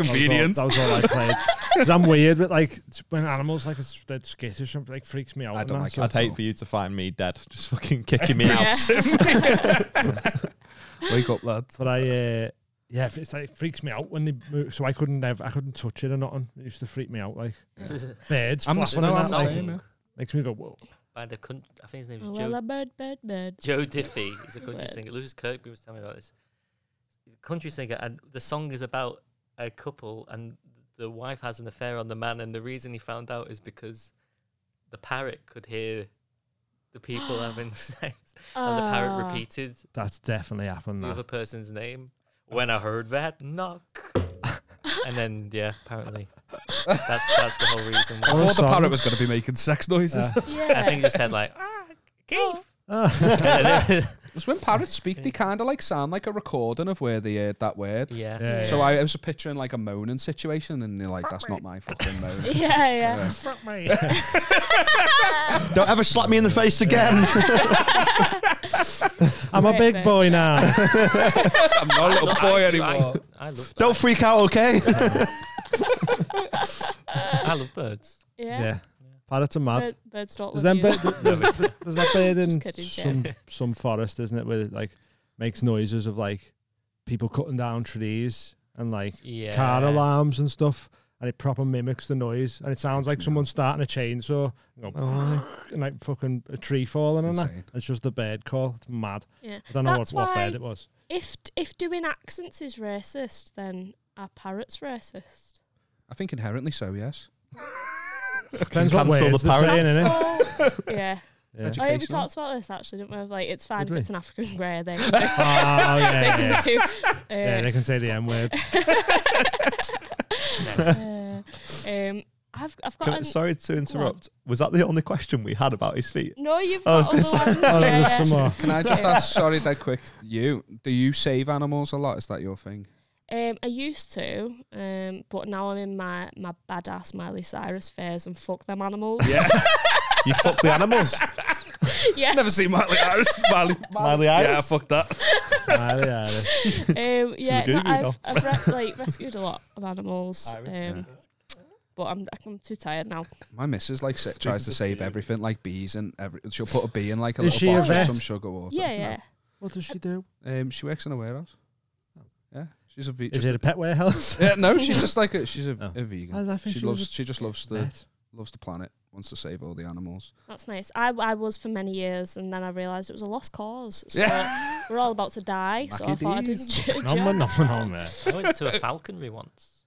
Oh, was all, that was all I played. 'Cause I'm weird, but like it's when animals like it's dead skittish, something like freaks me out. I and don't that, like so- I'd hate for you to find me dead, just fucking kicking me out. Wake up, lads. But I, uh, yeah, if it's like it freaks me out when they move. So I couldn't ever, I couldn't touch it or nothing. It used to freak me out. Like birds I'm the flapping same- around, I'm the like, same. yeah. makes me go whoa. by the con- I think his name is Oh, Joe well, a bird, bird, bird. Joe Diffie is a country Word. singer. Lewis Kirkby was telling me about this. He's a country singer, and the song is about a couple, and the wife has an affair on the man, and the reason he found out is because the parrot could hear the people having sex, and the parrot Ah. repeated That's definitely happened. the that. other person's name. When I heard that, knock. and then, yeah, apparently. That's that's the whole reason. I Why. Or a thought the parrot song. was going to be making sex noises. Uh, Yeah. I think he just said, like, ah, Keith. Ah. Because when parrots speak, they kind of like sound like a recording of where they heard that word. yeah. Yeah, So I, I was picturing like a moaning situation, and they're like, "That's not my fucking moan." yeah, yeah. Don't ever slap me in the face again. I'm a Right, big bitch. boy now. I'm not a little boy I, anymore. I love Don't that. freak out, okay? I love birds. Yeah. yeah. parrots are mad. Bird, birds don't There's, them love you. bird, there's, there's, there's that bird in Just kidding, some some forest, isn't it? Where it like makes noises of like people cutting down trees and like Yeah. car alarms and stuff, and it proper mimics the noise, and it sounds like someone starting a chainsaw and, go, and like fucking a tree falling and It's that. insane. It's just the bird call. It's mad. Yeah. I don't know what, That's what why bird it was. If if doing accents is racist, then are parrots racist? I think inherently so. Yes. Depends what cancel words the they're parrot. saying, innit? So- yeah. Yeah. Oh, yeah, we Educational. talked about this actually, didn't we? Like, it's fine Did if we? it's an African grey. They, Oh, yeah, yeah. they, yeah, can they can say the M word. do, uh, uh, um, I've I've got Can, an, sorry to interrupt. Was that the only question we had about his feet? no. You've I was got other gonna ones. Oh, yeah, there's yeah. some more. Can I just ask? Sorry, that quick. You do you save animals a lot? Is that your thing? Um, I used to, um, but now I'm in my my badass Miley Cyrus phase and fuck them animals. Yeah, You fuck the animals. yeah. Never seen Miley Iris. Miley. Miley Yeah, Iris. fuck that. Ah, they are. um, yeah, She's a no, guru now. I've, I've re- like rescued a lot of animals, Ah, Iris. um, but I'm I'm too tired now. My missus like sa- tries to save everything, like bees and every. She'll put a bee in like a Is she a little box with vet? some sugar water. yeah, yeah. What does she do? No. Um, she works in a warehouse. Yeah, she's a vegan. Is it a pet warehouse? Yeah, no, she's just like a, she's a, Oh. a vegan. I- I think she, she was loves. a She just loves the Pet. loves the planet. Wants to save all the animals. That's nice. I, I was for many years, and then I realised it was a lost cause. So Yeah. we're all about to die, so I Lucky thought I days. didn't. ju- No, no, ju- no, no, no. I went to a falconry once.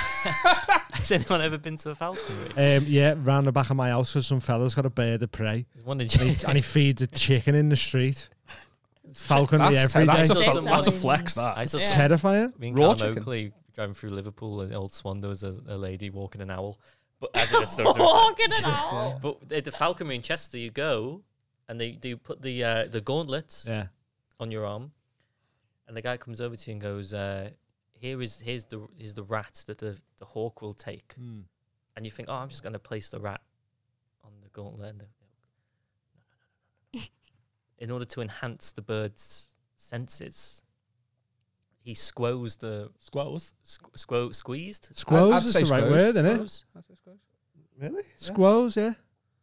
Has anyone ever been to a falconry? Um, yeah, round the back of my house, 'cause some fella's got a bird of prey, There's one in and he, and he feeds a chicken in the street. Falconry That's, every day. that's, a, day. that's, a Sometimes. flex. That I saw Yeah. some, Terrifying. me and Raw Callum chicken. Oakley driving through Liverpool and Old Swan. There was a, a lady walking an owl. But I think that's the Walking an owl. But at the falconry in Chester, you go and they do put the uh, the gauntlets Yeah. on your arm, and the guy comes over to you and goes, uh, "Here is here's the here's the rat that the, the hawk will take." Hmm. And you think, "Oh, I'm just going to place the rat on the gauntlet." And the- In order to enhance the bird's senses, he squoze the Squirrels. squ- squo- squeezed. Squoze I'd is say the right squoze. word, isn't it? Squoze? Really? Squoze, yeah.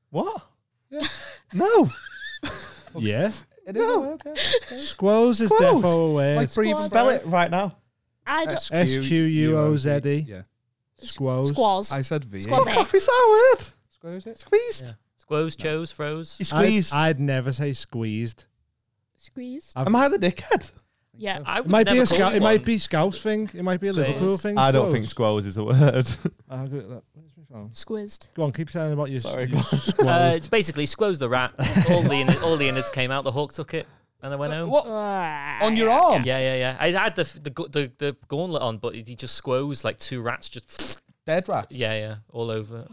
What? Yeah. No. Yeah. it is a word. Yeah. Squoze is Squoze. defo a Like word. breathing. Spell it right now. I don't. E. S-Q-U-O-Z-E. Yeah, Squoze. Squaws. I said V. Squoze. Is that a word? Squoze it. Squeezed. Yeah. Squoze, chose, froze. He I'd, squeezed. I'd never say squeezed. Squeezed. I've- Am I the dickhead? Yeah. I It would might be never a call scout. It one. might be Scouse thing. It might be a Squoze. Liverpool thing. I don't think squoze. squirrels is a word. I'll go with that. Where's my phone? Squizzed. Go on, keep saying about your, Sorry, your go on. Uh, squoze. basically, squoze the rat. Uh, All the innards, all the innards came out. The hawk took it, and I went home. What on your arm? Yeah, yeah, yeah. I had the f- the gu- the, the gauntlet on, but he just squoze like two rats. Just Dead rat. yeah, yeah, all over.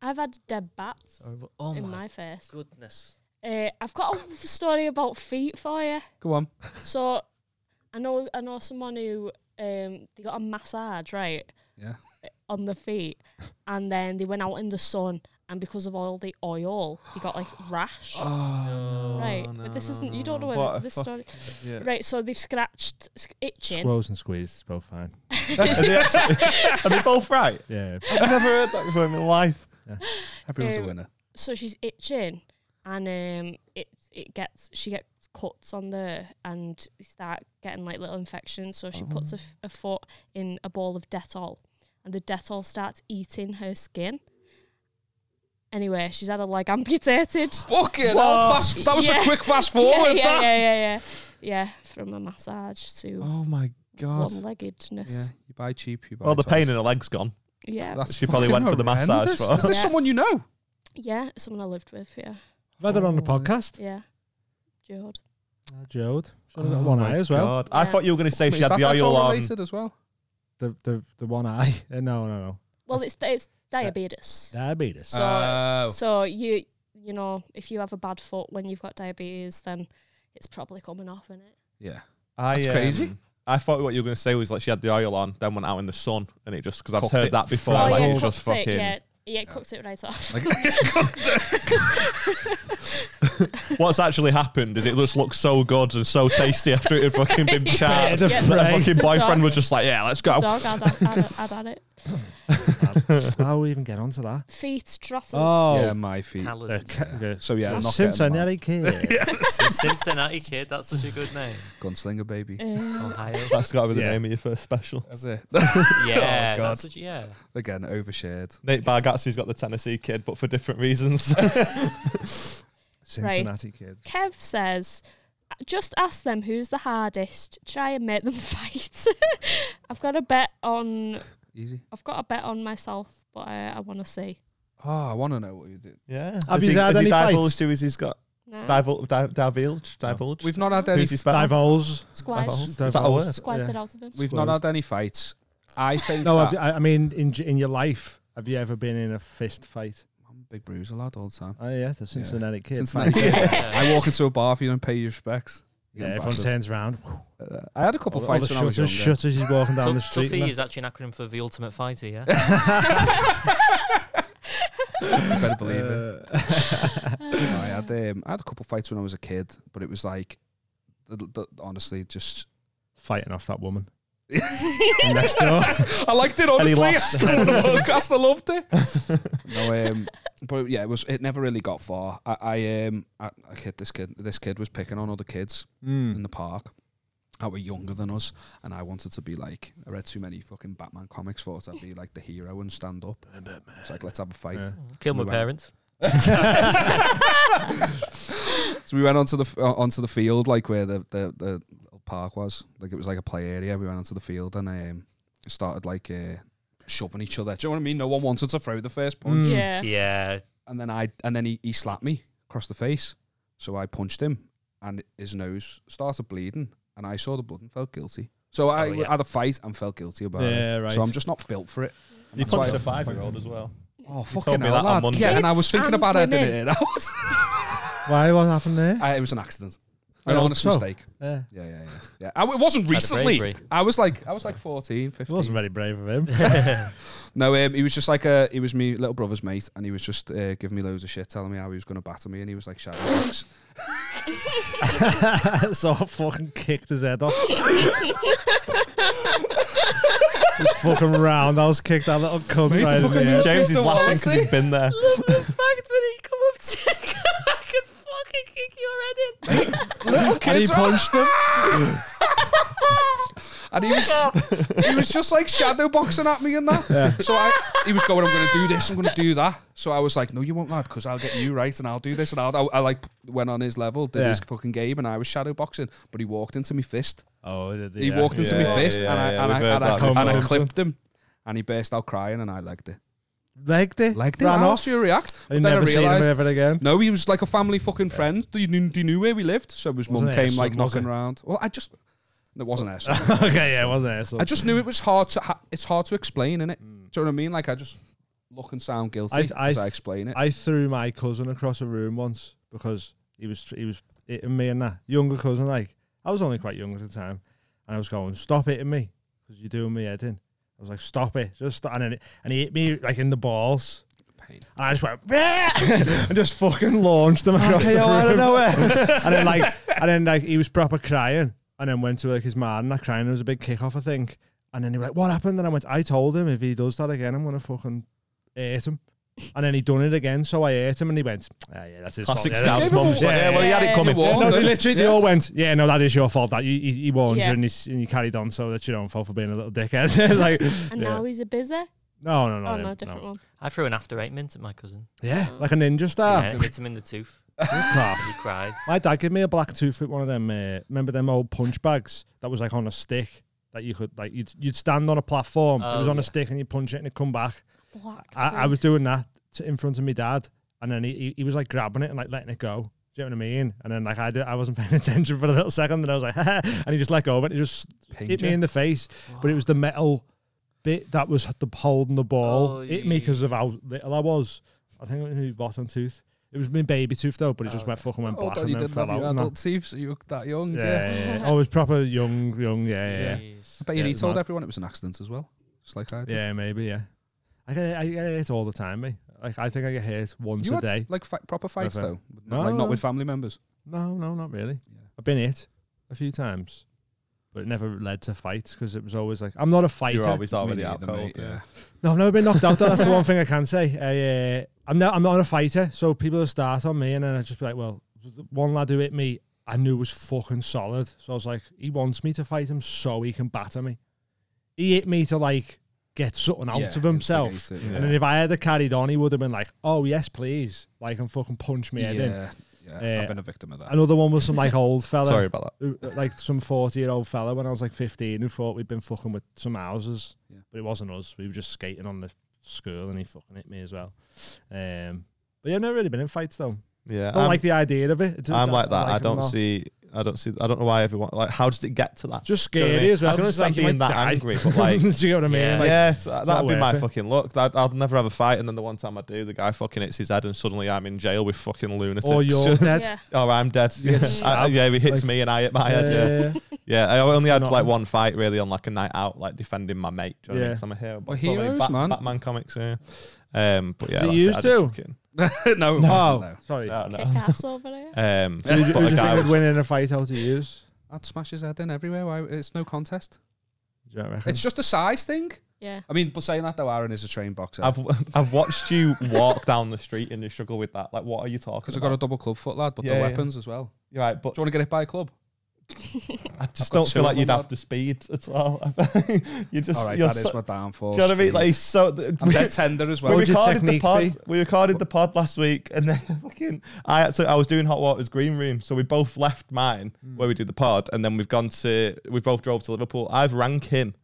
I've had dead bats Horrible. Oh in my my face. goodness! Uh, I've got a story about feet for you. Go on. So, I know I know someone who um they got a massage right Eh, Yeah. on the feet, and then they went out in the sun, and because of all the oil, they got like rash. Oh, Oh, right, but this isn't. you don't know whether What a this fuck- story. yeah. Right, so they've scratched, sc- itching. Squoze and squeeze is both fine. are, they actually, are they both right? Yeah. I've never heard that before in my life. Everyone's a Um, winner. so she's itching and um it it gets she gets cuts on there and they start getting like little infections. So she puts a, f- a foot in a ball of Dettol and the Dettol starts eating her skin. Anyway, she's had her leg amputated. Fucking hell, fast, that was Yeah. a quick fast yeah, forward. yeah, that. yeah, yeah, yeah. Yeah, from a massage to Oh my god. one leggedness. you buy cheap, you buy Well, the pain in twice. her leg's gone. Yeah. That's She probably fucking went for the massage horrendous. first. Is this Yeah. someone you know? Yeah, someone I lived with. Yeah. I've had her on the Oh, right. podcast. Yeah. Jode. Jode. She's only got one eye as well. God. Yeah. I thought you were going to say Is she had that the oil all on. related as well? The, the, the one eye. Uh, no, no, no. Well, That's- it's it's diabetes. Diabetes. So Oh. so you you know if you have a bad foot when you've got diabetes, then it's probably coming off, isn't it? yeah. I, That's crazy. um, I thought what you were going to say was like she had the oil on, then went out in the sun, and it just because I've Cooked heard it. that before. Oh, like yeah, it just cooked fucking. It, yeah, yeah, it cooked it right off. Like, What's actually happened is it just looked so good and so tasty after it had fucking been charred. Bird of yeah. That prey. her fucking The boyfriend dog. was just like, yeah, let's go. Dog, I'd, I'd, I'd had it. How we even get onto that? Feet, trottles. Oh, yeah, my feet. the Talent. ca- the- So yeah, I'm not since I getting nearly kid. Cincinnati kid, that's such a good name. that. gunslinger baby. Uh, Ohio. That's got to be the Yeah. name of your first special. That's it. Yeah, Oh, God. that's such, yeah. Again, overshared. Nate Bargatze's got the Tennessee kid, but for different reasons. Cincinnati kid. Kev says, just ask them who's the hardest. Try and make them fight. I've got a bet on. Easy. I've got a bet on myself, but I, I want to see. Oh, I want to know what you did. yeah. Have Has you he, had has any he fights? divulged who is he's got? No. Divul- di- divulged? Divulged? We've not had any. Who's he spelled? Divulge. Squires. Is that a word? Squires it out of him. We've not had any fights. I think. No, that- I've- I, I mean, in j- in your life, have you ever been in a fist fight? I'm a big bruiser lad all the time. Oh yeah, the Cincinnati kid. Cincinnati fight. kid. Yeah. I walk into a bar if you don't pay your respects. Yeah, everyone turns round. Uh, I had a couple All the fights when I was shutters, younger. shutters. He's walking down Tuff- the street. Tuffy innit? is actually an acronym for the Ultimate Fighter, yeah? You better believe it. Uh, No, I had um, I had a couple fights when I was a kid, but it was like, the, the, honestly, just. fighting off that woman next door. I liked it And he honestly. I lost. still wanna podcast. I loved it. no, um, but yeah, it was. It never really got far. I, I um, I, I hit this kid. This kid was picking on other kids Hmm. in the park. That were younger than us, and I wanted to be like. I read too many fucking Batman comics. Thought I'd be like the hero and stand up. It's like let's have a fight. Yeah. Kill Mm-hmm. my Right. parents. So we went onto the f- uh, onto the field, like where the, the the little park was. Like it was like a play area. We went onto the field and um, started like uh, shoving each other. Do you know what I mean? No one wanted to throw the first punch, Mm. Yeah. Yeah. and then I and then he, he slapped me across the face. So I punched him, and his nose started bleeding. And I saw the blood and felt guilty. So I Oh, yeah. had a fight and felt guilty about it. Yeah, right. So I'm just not built for it. You That's why punched I- a five year old as well. Oh told fucking me hell, that on lad. Monday. Yeah, and I was Kids thinking and about editing it women. out. Why? What happened there? I, it was an accident, I an hope honest so. mistake. Yeah. Yeah, yeah, yeah. yeah. I, it wasn't of recently. bravery. I was like, I was like 14, It 15. wasn't very brave of him. No, um, he was just like a. He was my little brother's mate, and he was just uh, giving me loads of shit, telling me how he was going to batter me, and he was like, "Shadow box." so I fucking kicked his head off. His fucking roundhouse kicked that little cunt Mate, right in fucking the head. It's James is Mr. laughing because he's Wallasey. been there. Love the fact when he come up to I could fucking kick your head in. Little And he kids, right? punched him. and he was Oh. he was just like shadow boxing at me and that. So I, he was going, "I'm going to do this, I'm going to do that." So I was like, "No, you won't, lad, because I'll get you right, and I'll do this, and I'll." I, I like went on his level, did Yeah. his fucking game, and I was shadow boxing, but he walked into me fist. Oh, did He walked into my Yeah, fist yeah, and I, yeah, and, we've I, heard and, I, that and I before. clipped him and he burst out crying and I legged it. Legged it. Legged it? Ran How off. do you react? I But then I never seen him realised- ever again. No, he was like a family fucking friend. They knew, they knew where we lived. So his mum Wasn't it came Essex, like was knocking it? around. Well, I just, it wasn't us. okay, yeah, it wasn't there. So. I just knew it was hard to, ha- it's hard to explain, innit? Do you know what I mean? Like I just look and sound guilty I- I- as I explain it. I threw my cousin across a room once because he was he was hitting me and that younger cousin. Like I was only quite young at the time, and I was going, "Stop hitting me, because you're doing me head in." I was like, "Stop it, just stop." And then it, and he hit me like in the balls, Pain. and I just went "Bleh!" and just fucking launched him across the Hey, room. oh, I don't know where. and then like and then like he was proper crying, and then went to like his man and that crying. There was a big kick off, I think. And then he was like, "What happened?" And I went, "I told him if he does that again, I'm gonna fucking hit him." And then he done it again, so I ate him, and he went, "Ah, "Yeah, that's his fault." Classic Yeah, Scouts that- mum. Yeah, Yeah, well, he had it Yeah, coming. you Yeah, warned no, they him. literally they all went, "Yeah, no, that is your fault. That you, he, he warned Yeah. you, and, he, and you carried on, so that's your own fault for being a little dickhead." like, And yeah. now he's a busy. no, no, no, oh him, no, different one. I threw an after eight mint at my cousin. Yeah, like a ninja Ah. star. Yeah, it hits him in the tooth. Class. He cried. My dad gave me a black two foot one of them. Uh, remember them old punch bags that was like on a stick that you could like you'd you'd stand on a platform. it Oh, was on yeah. a stick and you punch it and it come back. Black. I, I too. was doing that to, in front of my dad, and then he, he he was like grabbing it and like letting it go. Do you know what I mean? And then like I did, I wasn't paying attention for a little second, and I was like, and he just let go of it. And it just hit me in the face, but it was the metal bit that was the holding the ball. Oh, hit me because of how little I was. I think it was my bottom tooth. It was my baby tooth though, but it just went fucking went Oh, black God, and you then didn't fell have out. your and that. adult teeth, so you were that young. Yeah. Yeah, yeah, yeah. Oh, it was proper young, young. Yeah, yeah, yeah. Jeez. I bet Yeah, you it he was told mad. everyone it was an accident as well. Just like I did. Yeah, maybe. Yeah, I get, I get hit all the time, mate. Like I think I get hit once You a had day. like fi- proper fights Never. though, no, like No. not with family members. No, no, not really. Yeah. I've been hit a few times, but it never led to fights because it was always like I'm not a fighter. You're always already Me out neither, cold. mate, yeah. No, I've never been knocked out. Though. That's the one thing I can say. I, uh, I'm not. I'm not a fighter, so people will start on me, and then I just be like, "Well, the one lad who hit me, I knew was fucking solid." So I was like, "He wants me to fight him so he can batter me." He hit me to like get something out Yeah, of himself, instigate it, yeah. and then if I had carried on, he would have been like, "Oh yes, please," like and fucking punch me head in. Yeah, yeah, Uh, I've been a victim of that. Another one was some like old fella Sorry about that. who- uh, like some 40 year old fella when I was like 15 who thought we'd been fucking with some houses, Yeah. but it wasn't us. We were just skating on the school and he fucking hit me as well. Um, but yeah, I've never really been in fights though. Yeah, I don't I'm, like the idea of it. It just- I'm like that. I I'm don't not- see. I don't see. I don't know why everyone. Like, how did it get to that? Just Do you know scary what I mean? as well. I can Just, understand like, you being might that die. angry, but like, do you know what I mean? Yeah. Like, yeah, so that'd be worth my it. fucking luck. I'd, I'd never have a fight, and then the one time I do, the guy fucking hits his head, and suddenly I'm in jail with fucking lunatics. Or you're dead. Yeah. Or I'm dead. You get Yeah. I- stabbed, yeah, he hits like- me, and I hit my head. Yeah. Uh, Yeah, I only had Not- like one fight really on like a night out, like defending my mate. Do you know Yeah. what I mean? 'Cause I'm a hero. We're so many heroes, man. Batman comics, yeah. Um, but yeah, Do that's you it. I used just fucking- no, it wasn't, No, though. sorry. I don't Kick know. ass over there. Um, Who Oh. do you, but who a do you guy think would was- win in a fight out of yours? I'd smash his head in everywhere. Why? It's no contest. Do you know what I reckon? It's just a size thing. Yeah. I mean, but saying that though, Aaron is a trained boxer I've I've watched you walk down the street and you struggle with that. Like, what are you talking because I've about? got a double club foot, lad. But Yeah, the yeah. weapons as well. You're right, but Do you want to get hit by a club? I just I've got don't two feel like of you'd them, have the speed at all. you just All right, you're that is so- my downfall. do you know what I mean? speed. Like he's so th- I'm we, dead tender as we well. would your recorded the technique pod. be? We recorded the pod last week, and then fucking I had to, I was doing Hot Water's green room, so we both left mine Hmm. where we do the pod, and then we've gone to we both drove to Liverpool. I've rang him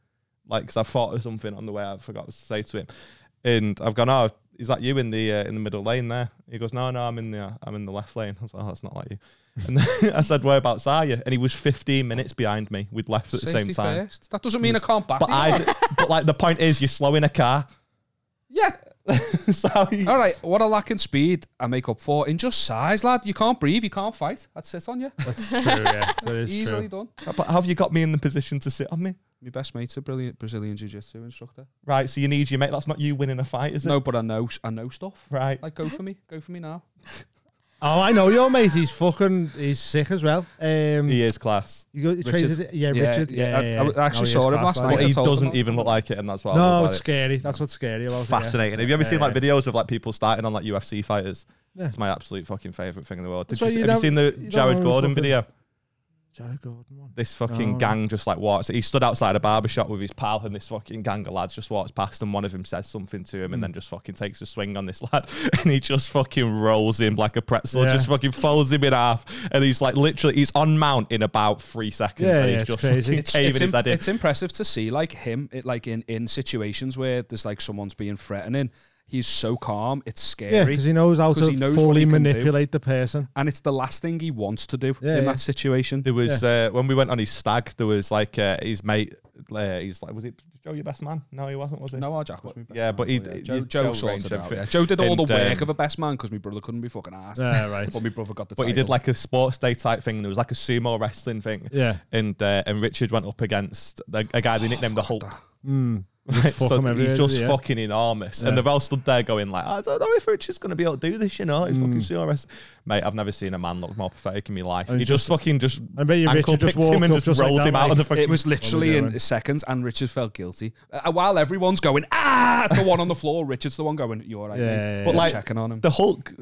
like because I thought of something on the way. I forgot to say to him, and I've gone. Oh, is that you in the uh, in the middle lane there? He goes, No, no, I'm in the uh, I'm in the left lane. I was like, Oh, that's not like you. And then I said, Whereabouts are you? And he was 15 minutes behind me. We'd left at the Safety same time. First. That doesn't mean I can't bat. But you. I, but like the point is, you're slowing a car. yeah. so he- All right. What I lack in speed, I make up for in just size, lad. You can't breathe. You can't fight. I'd sit on you. That's true, yeah. That is Easily true. done. But have you got me in the position to sit on me? My best mate's a brilliant Brazilian jiu-jitsu instructor. Right, so you need your mate. That's not you winning a fight, is it? No, but I know. I know stuff. Right. Like, go for me. Go for me now. Oh, I know your mate. He's fucking. He's sick as well. Um, He is class. You go, Richard. Richard. Yeah, Yeah, Richard. yeah. Yeah, I- yeah, I actually he saw is him class, last like- But I he told them doesn't all. even look like it, and that's why. I love No, about it's it. scary. That's what's scary about It's it. yeah. fascinating. Have you ever seen like Yeah. videos of like people starting on like UFC fighters? Yeah. It's my absolute fucking favorite thing in the world. Did That's you, why you have you don't- seen the you don't Jared know Gordon fucking- video? Jared Gordon one. This fucking No. gang just like walks. He stood outside a barber shop with his pal, and this fucking gang of lads just walks past, and one of them says something to Hmm. him, and then just fucking takes a swing on this lad, and he just fucking rolls him like a pretzel, Yeah. just fucking folds him in half, and he's like literally he's on mount in about three seconds, Yeah, and yeah, he's it's just crazy. fucking it's, caving it's, his im- head in. it's impressive to see like him it, like in in situations where there's like someone's being threatening he's so calm it's Yeah, scary because he knows how 'Cause to he knows what fully he can do. manipulate the person. and it's the last thing he wants to do Yeah, in yeah. that situation There was uh, when we went on his stag. There was like uh, his mate. Uh, he's like, was it Joe your best man? No, he wasn't. Was he? no our Jack was my best Yeah, man, Oh, but he- he- Joe, he- Joe, Joe sorted arranged it out, everything. yeah. Joe did all the And, work um, of a best man because my brother couldn't be fucking asked Yeah, right. but my brother got the But he did title. like a sports day type thing, and there was like a sumo wrestling thing. Yeah. Oh, and uh, and Richard went up against the, a guy they nicknamed the Hulk. Mm. Right, fuck so him every he's day, just yeah. fucking enormous, Yeah. and they're all stood there going like, "I don't know if Rich is going to be able to do this." You know, he's Mm. fucking serious, mate. I've never seen a man look more pathetic in my life. And he just, fucking just I bet you ankle Richard just picked him walked and up just, just like rolled that, him out of the like- fucking. It was literally doing? in seconds, and Richard felt guilty. Uh, while everyone's going, ah, at the one on the floor, Richard's the one going, you're right, Yeah, mate." yeah, And yeah. But, like, checking on him. the Hulk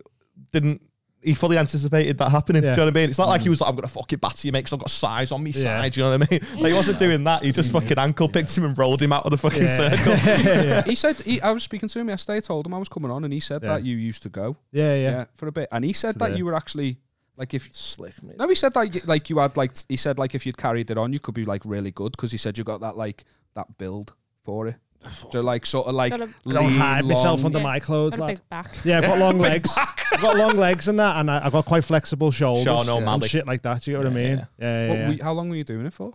didn't. He fully anticipated that happening. Yeah. Mm. Do you know what I mean? It's not like he was like, "I'm gonna fucking batter you, mate," because I've got size on me Yeah. side. Do you know what I mean? Like, he wasn't doing that. He just fucking ankle picked him and rolled him out of the fucking Yeah. circle. yeah, he said, he, I was speaking to him yesterday, I told him I was coming on, and he said Yeah. that you used to go yeah, yeah. yeah. for a bit. And he said To that the- you were actually, like, if. Slick, mate. No, he said like like you had like he said like if you'd carried it on, you could be like really good because he said you got that like that build for it. So like sort of like Got a- Don't lean, hide myself long- under Yeah. my clothes, Got a lad. big back. Yeah, I've got long legs. I've got long legs and that, and I, I've got quite flexible shoulders Sean and O'Malley. shit like that. Do you get what I Yeah, mean? Yeah, yeah. What yeah. were you- how long were you doing it for?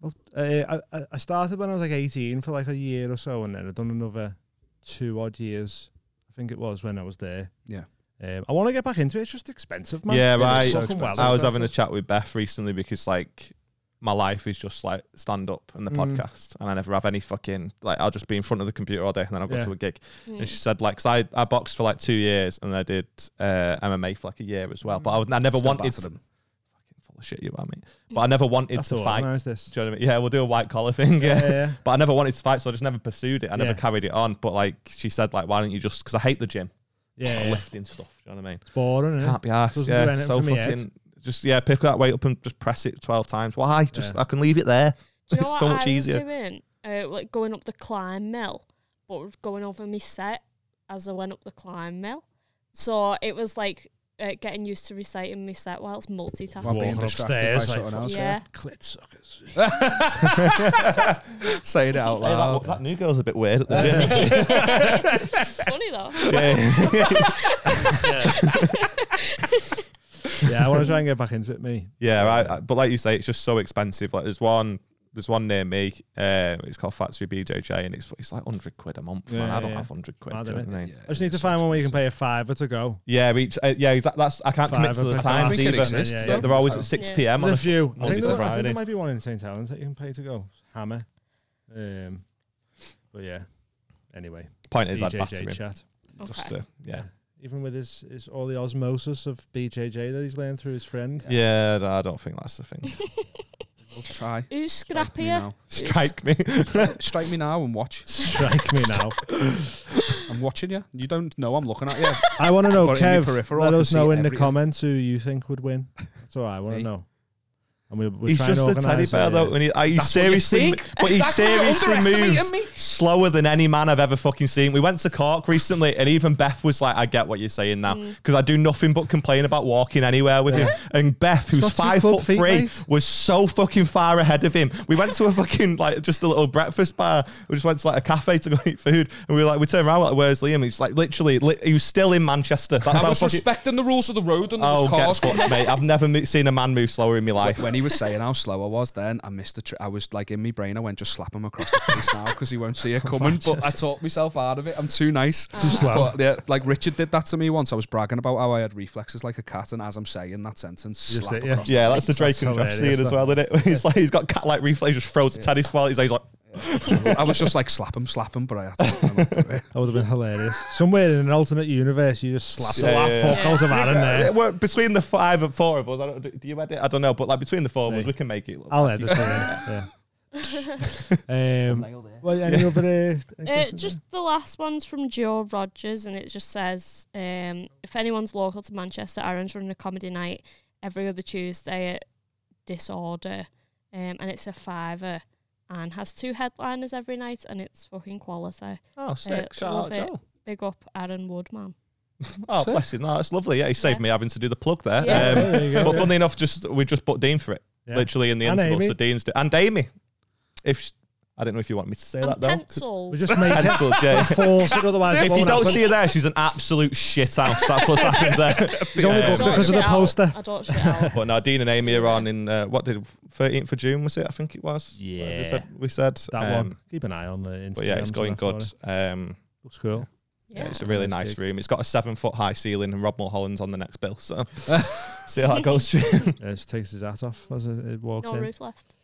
Well, uh, I, I- I started when I was like 18 for like a year or so, and then I've done another two odd years. I think it was when I was there. Yeah. Um, I want to get back into it. It's just expensive, man. Yeah, It's right. fucking So well expensive. I was having a expensive. chat with Beth recently because like my life is just like stand up and the Mm. podcast, and I never have any fucking like I'll just be in front of the computer all day, and then I'll go Yeah. to a gig. And she Mm. said like, 'cause I I boxed for like two years, and I did uh, MMA for like a year as well, but I, would, I never Still wanted batter them. fucking full of shit you are, mate. Mm. But I never wanted That's to all fight. organised, this. Do you know what I mean? Yeah, we'll do a white collar thing. Yeah. Yeah, yeah. But I never wanted to fight, so I just never pursued it. I never Yeah. carried it on. But like she said, like why don't you just? Because I hate the gym, Yeah, the yeah. lifting stuff. Do you know what I mean? It's boring, is Can't be asked. Doesn't Yeah. do anything so for me head. fucking just yeah, pick that weight up and just press it twelve times. Why? Just Yeah. I can leave it there. Do you know it's what so I much was easier. doing? Uh, like going up the climb mill, but going over my set as I went up the climb mill. So it was like uh, getting used to reciting my set whilst While being multitasking. Walking distracted by upstairs, like, something else, yeah. Clit suckers. Saying it out Hey, that, loud. look, that new girl's a bit weird at the gym. Funny though. yeah. yeah, I want to try and get back into it, me. yeah, right. I- But like you say, it's just so expensive. Like there's one. There's one near me. Um, it's called Factory BJJ, and it's it's like hundred quid a month. man. Yeah, I don't yeah. have hundred quid. Mad, do you know innit? what I mean? I just need to find one where you can pay a fiver to go. Yeah, reach. Uh, yeah, exactly. That's I can't commit Five to the o'clock. I times think it either. exists. Yeah, though. yeah. They're always at six Yeah. p.m. on There's a a few. I on think, a there, I think Friday. there might be one in St. Helens that you can pay to go. Hammer. Um, but yeah. Anyway, point. Is I'd batter BJJ him. chat. Just Okay. to, yeah, Even with his, his all the osmosis of BJJ that he's learned through his friend. yeah. no, I don't think that's the thing. We'll try. Who's uh, Strike me scrappier? now. Strike me. Strike me now and watch. Strike me now. I'm watching you. You don't know I'm looking at you. I want to know, But in your Kev. peripheral, Let I can us see know in the everything. comments who you think would win. That's all I want Me. to know. And we, we're he's trying just to a teddy organise, bear uh, though, and he, he That's what you seriously, think? but he Exactly, you're seriously underestimating moves me. slower than any man I've ever fucking seen. We went to Cork recently, and even Beth was like, "I get what you're saying now," Mm. because I do nothing but complain about walking anywhere with him. And Beth, who's not two five club foot feet, three, mate. was so fucking far ahead of him. We went to a fucking like just a little breakfast bar. We just went to like a cafe to go eat food, and we were like, we turned around like, "Where's Liam?" He's like, literally, li- he was still in Manchester. That's I how was fucking. respecting the rules of the road and the Oh, cars. get fucked, mate! I've never mo- seen a man move slower in my life. When he was saying how slow I was then, I missed the trick. I was like in my brain, I went just slap him across the face now because he won't see it coming. But I talked myself out of it. I'm too nice. Too slow. But yeah, like Richard did that to me once. I was bragging about how I had reflexes like a cat, and as I'm saying that sentence, You just slap say, yeah. across. Yeah, that's the Drake That's and Josh scene hilarious, as well, isn't it? He's like he's got cat like reflex, just throws a tennis ball. at his head, He's like, I was just like slap him, slap him, but I had to. That would have been hilarious. Somewhere in an alternate universe, you just slap the Yeah, laugh yeah, fuck out of Aaron Yeah, there. we're- between the five and four of us, I don't, do- do you edit? I don't know, but like between the four of us, Me. we can make it. Look I'll like edit it's- it. in, Yeah. Um, well, any other uh, any Uh, questions? just the last one's from Joe Rogers, and it just says um, if anyone's local to Manchester, Aaron's running a comedy night every other Tuesday at Disorder, um, and it's a fiver, and has two headliners every night, and it's fucking quality. Oh, sick! Uh, Shout love out, it. Joe. Big up Aaron Woodman. Oh, Sick. bless him. No, that's lovely. Yeah, he saved Yeah. me having to do the plug there. Yeah. Um, Yeah, there you go, but yeah. funnily enough, just we just put Dean for it, Yeah. literally in the And interval. Amy. So Dean's do- and Amy. If sh I don't know if you want me to say that And though. 'cause- pencil. we just make it Pencil, yeah. force it, otherwise it If you won't don't happen. see her there, she's an absolute shithouse. That's what's happened there. He's only Yeah. booked it because of shit the out. poster. I don't shit out. But no, Dean and Amy are on in uh, what did thirteenth of June was it? I think it was. Yeah. we said, we said That um, one. Keep an eye on the Instagram. But yeah, it's going good. Um, Looks cool. yeah. Yeah. it's a really Nice nice gig. room. It's got a seven foot high ceiling, and Rob Mulholland's on the next bill. So see how that goes. Yeah, just takes his hat off as it it walks No in. roof left.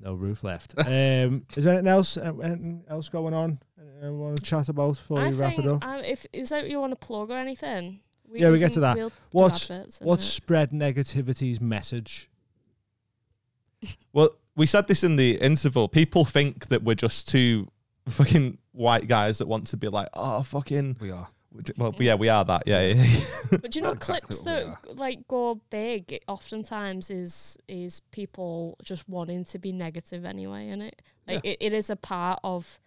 No roof left. Um, is there anything else? uh, Anything else going on? Anything I want to chat about before I we wrap think it up. um, if is that you want to plug or anything? Yeah, we get to can- that. we'll do What's- adverts in What's it. spread negativity's message? Well, we said this in the interval. People think that we're just two fucking white guys that want to be like, oh, fucking. We are. Well, yeah, we are that. Yeah, yeah. But do you know That's exactly clips what we that like go big? It oftentimes is is people just wanting to be negative anyway, and it like it, it is a part of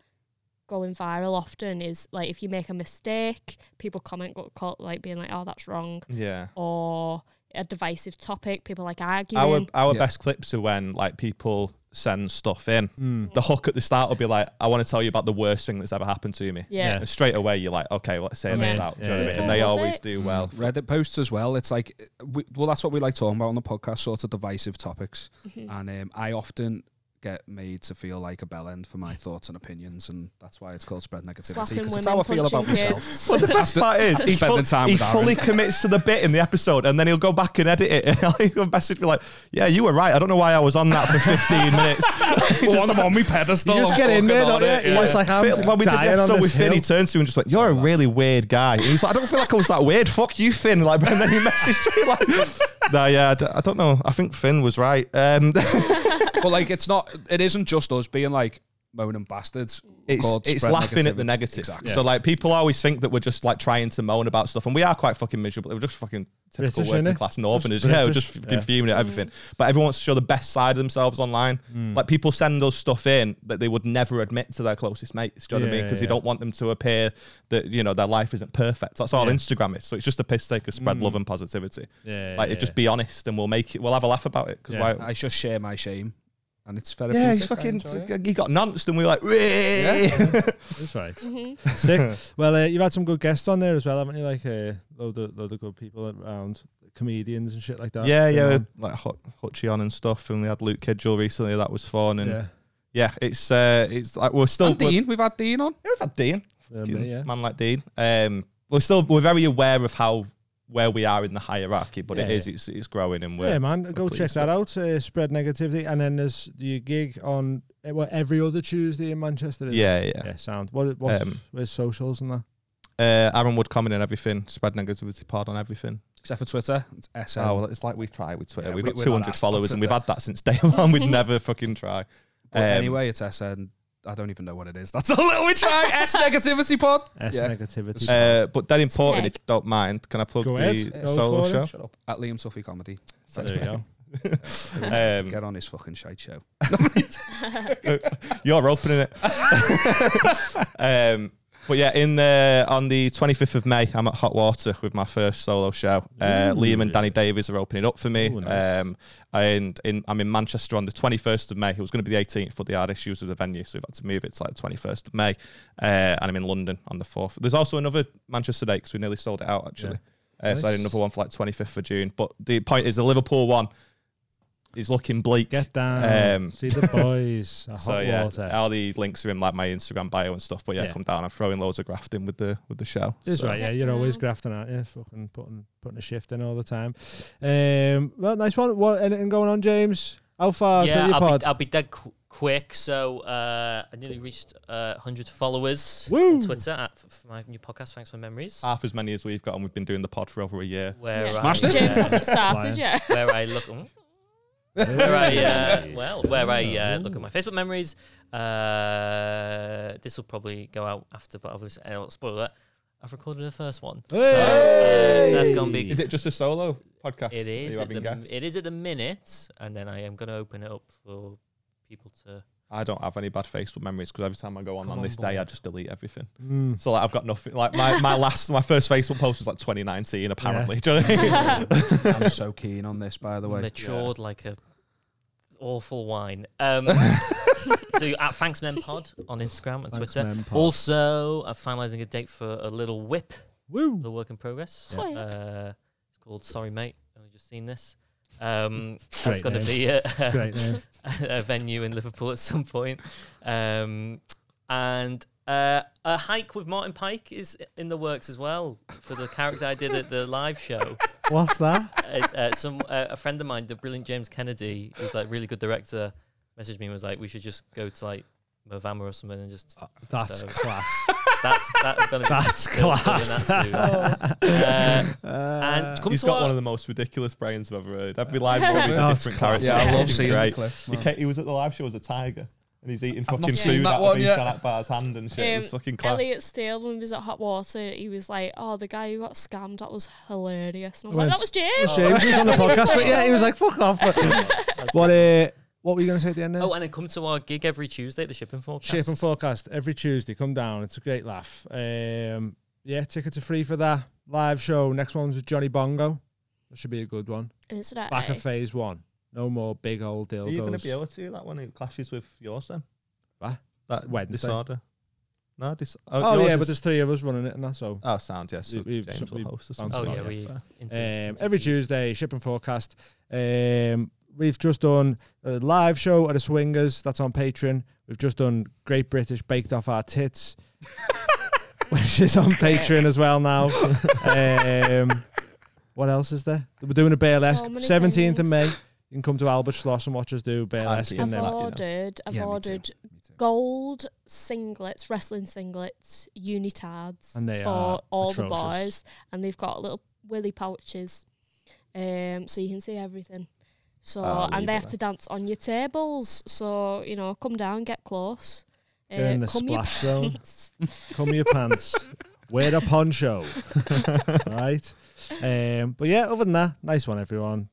going viral. Often is like if you make a mistake, people comment go, call, like being like, "Oh, that's wrong," yeah. or a divisive topic. People like arguing. Our our Yeah. best clips are when like people send stuff in. Hmm. The hook at the start will be like, I want to tell you about the worst thing that's ever happened to me. yeah. Yeah. And straight away, you're like, okay, well, let's say I this mean, out. Do you know what I yeah. mean? And they Love always it. do well. Reddit posts as well. It's like, uh, we, well, that's what we like talking about on the podcast, sort of divisive topics. Mm-hmm. And um, I often get made to feel like a bell end for my thoughts and opinions, and that's why it's called spread negativity. Slapping Because women, it's how I feel about punching myself. kids. Well, the best part is he, spending full- time he with Aaron. fully commits to the bit in the episode, and then he'll go back and edit it, and he'll message me like, "Yeah, you were right. I don't know why I was on that for 15 minutes." Well, I'm on my pedestal. You just I'm get in fucking there, on don't you? it, You're yeah. just like, I'm Phil- when we did the dying on episode this with Finn, he hill. turned to him and just went, "You're a really weird guy." And he's like, "I don't feel like I was that weird. Fuck you, Finn." Like, and then he messaged me like, "Nah, yeah, I d- I don't know. I think Finn was right." Um, but like it's not it isn't just us being like moaning bastards it's called it's spread laughing at the negativity. negative. exactly So like, people always think that we're just like trying to moan about stuff, and we are quite fucking miserable. We're just fucking typical British, working innit? class northerners. Just yeah, we're British, just fucking yeah. fuming at everything. But everyone wants to show the best side of themselves online. Hmm. Like people send us stuff in that they would never admit to their closest mates. Do you know what I Yeah, mean? Because yeah. they don't want them to appear that you know their life isn't perfect. That's all Instagram is. So it's just a piss take of spread love and positivity. Hmm. Yeah, like yeah, just be honest, and we'll make it. We'll have a laugh about it. Because Yeah. why? I just share my shame and it's therapeutic. yeah, he's I fucking. enjoy it. He got nonced, and we were like, "Wah." That's right. Mhm. Sick. Well, uh, you've had some good guests on there as well, haven't you? Like a uh, load of load of good people around, comedians and shit like that. Yeah, Been yeah, on. like Hut- Hutchie on and stuff, and we had Luke Kidgel recently. That was fun, and yeah, yeah. it's uh, it's like we're still And we're- Dean, we've had Dean on. yeah, we've had Dean, Um, fucking yeah. man like Dean. Um, we're still we're very aware of how where we are in the hierarchy, but it Yeah, is it's it's growing, and we're yeah, man, go pleased check that out. Uh, spread negativity, and then there's your gig on uh, what every other Tuesday in Manchester. Is it? yeah, yeah. yeah, sound. What what's, Um, where's socials and that? Uh, Aaron Wood coming in everything, spread negativity pod on everything. Except for Twitter. It's SL. oh, well, it's like we try with Twitter. Yeah, we've we- got we're not two hundred asked followers, on and we've Twitter. had that since day one. We'd never fucking try. but um, anyway, it's SN. I don't even know what it is. That's all that we try. S negativity pod. S Yeah. negativity. Uh, but then important, Snake. if you don't mind, can I plug Go the ahead, go solo for it. show? Shut up. At Liam Tuffy Comedy. there you go. Um, Get on his fucking shite show. You're opening it. um, but yeah, in the on the 25th of May, I'm at Hot Water with my first solo show. Uh, Liam and Danny Davies are opening up for me. Ooh, nice. um, and in, I'm in Manchester on the 21st of May. It was going to be the 18th, but they had issues with the venue, so we've had to move it to like the 21st of May. Uh, and I'm in London on the 4th. There's also another Manchester date because we nearly sold it out actually. Uh, So I Nice. had another one for like 25th of June. But the point is, the Liverpool one is looking bleak. Get down. um, See the boys. A hot So yeah, water. all the links are in like my Instagram bio and stuff. But yeah, Yeah. come down. I'm throwing loads of graft in with the with the show. That's So, right. Yeah, Heck you're always no. grafting, aren't you? Fucking putting putting a shift in all the time. Um, well, nice one. What anything going on, James? How Uh, far yeah, to your I'll pod? be, I'll be dead qu- quick. So uh, I nearly reached uh, 100 followers Woo! on Twitter at, f- for my new podcast. Thanks for memories. Half as many as we've got, and we've been doing the pod for over a year. where Yeah. I, Ah. Smashed it. James uh, has it Lion. started, yeah. where I look. mm, Where I uh, well, where I uh, look at my Facebook memories. Uh, this will probably go out after, but obviously, I won't spoil it. I've recorded the first one. So, uh, that's gonna be. Is it just a solo podcast? It Are is. you At having the, guests? it is at the minute, and then I am going to open it up for people to. I don't have any bad Facebook memories because every time I go on Come on on this day, I board. just delete everything. Mm. So like, I've got nothing. Like my, my last my first Facebook post was like 2019, apparently. Do you know what I mean? I'm so keen on this, by the way. matured like a awful wine. Um, so you- at Thanks Men Pod on Instagram and Thanks, Twitter. man, pal. Also, I'm finalising a date for a little whip, Woo. the work in progress. Yeah. Oh, yeah. Uh, it's called Sorry Mate. I've only just seen this. Um, that's Great going to name. be a, Great name. a venue in Liverpool at some point. Um, and uh, a hike with Martin Pike is in the works as well for the character I did at the live show. What's that? Uh, uh, some uh, a friend of mine, the brilliant James Kennedy, who's like really good director, messaged me and was like, "We should just go to like Movama or something and just." That's So- class. That's that's gonna be That's Bill- Bill class. Natsu. Uh, and come He's to got our- one of the most ridiculous brains I've ever heard. Every live show is Oh, a it's different class. character. Yeah, I love It's seeing great. the cliff. He, man. ca- he was at the live show as a tiger, and he's eating I've not fucking seen food that out one of yet. Ishan Akbar's hand and shit. Um, it's fucking class. Elliot Steele, when he was at Hot Water, he was like, "Oh, the guy who got scammed, that was hilarious." And I was like, Where's- "That was Oh, James." James was on the podcast, but yeah, he was like, "Fuck off." what? Uh, what were you going to say at the end? There? Oh, and then come to our gig every Tuesday at the Shipping Forecast. Shape and forecast every Tuesday. Come down. It's a great laugh. Um, yeah, tickets are free for that live show. Next one's with Johnny Bongo. That should be a good one. And it's at Back eight. of phase one. No more big old dildos. Are you going to be able to do that one? It clashes with yours then. What? That Wednesday. disorder. No, dis- oh yours yeah, is- but there's three of us running it, and that's all. oh sound. Yes, so We- we- James so we will host us. bounce Oh Sorry, yeah, yeah, we. fair. into- Um, into every the- Tuesday, ship and forecast. Um, we've just done a live show at the Swingers. That's on Patreon. We've just done Great British Baked Off Our Tits, which is on Patreon as well now. um, what else is there? We're doing a burlesque. So many 17th of things. May. You can come to Albert Schloss and watch us do burlesque. Andy. And I've that, you then know. ordered. I've Yeah, me too. ordered Me too. gold singlets, wrestling singlets, unitards And they for are all the atrocious. boys, and they've got little willy pouches, um, so you can see everything. So Ah, leave and they it have to dance on your tables. So you know, come down, get close. Doing the uh, come your splash zone. pants. come your pants. Wear a poncho. right? Um, but yeah, other than that, nice one, everyone.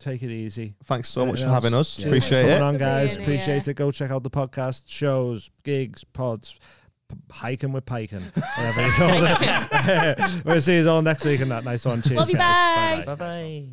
Take it easy. Thanks so much for Anything having else? us. Yeah. Appreciate Coming it. on, guys. Thanks for being Appreciate here. it. Go check out the podcast, shows, gigs, pods, p- hiking with piking, whatever you call it. we'll see you all next week on that nice one. Cheers. Love you, guys. bye. Bye bye.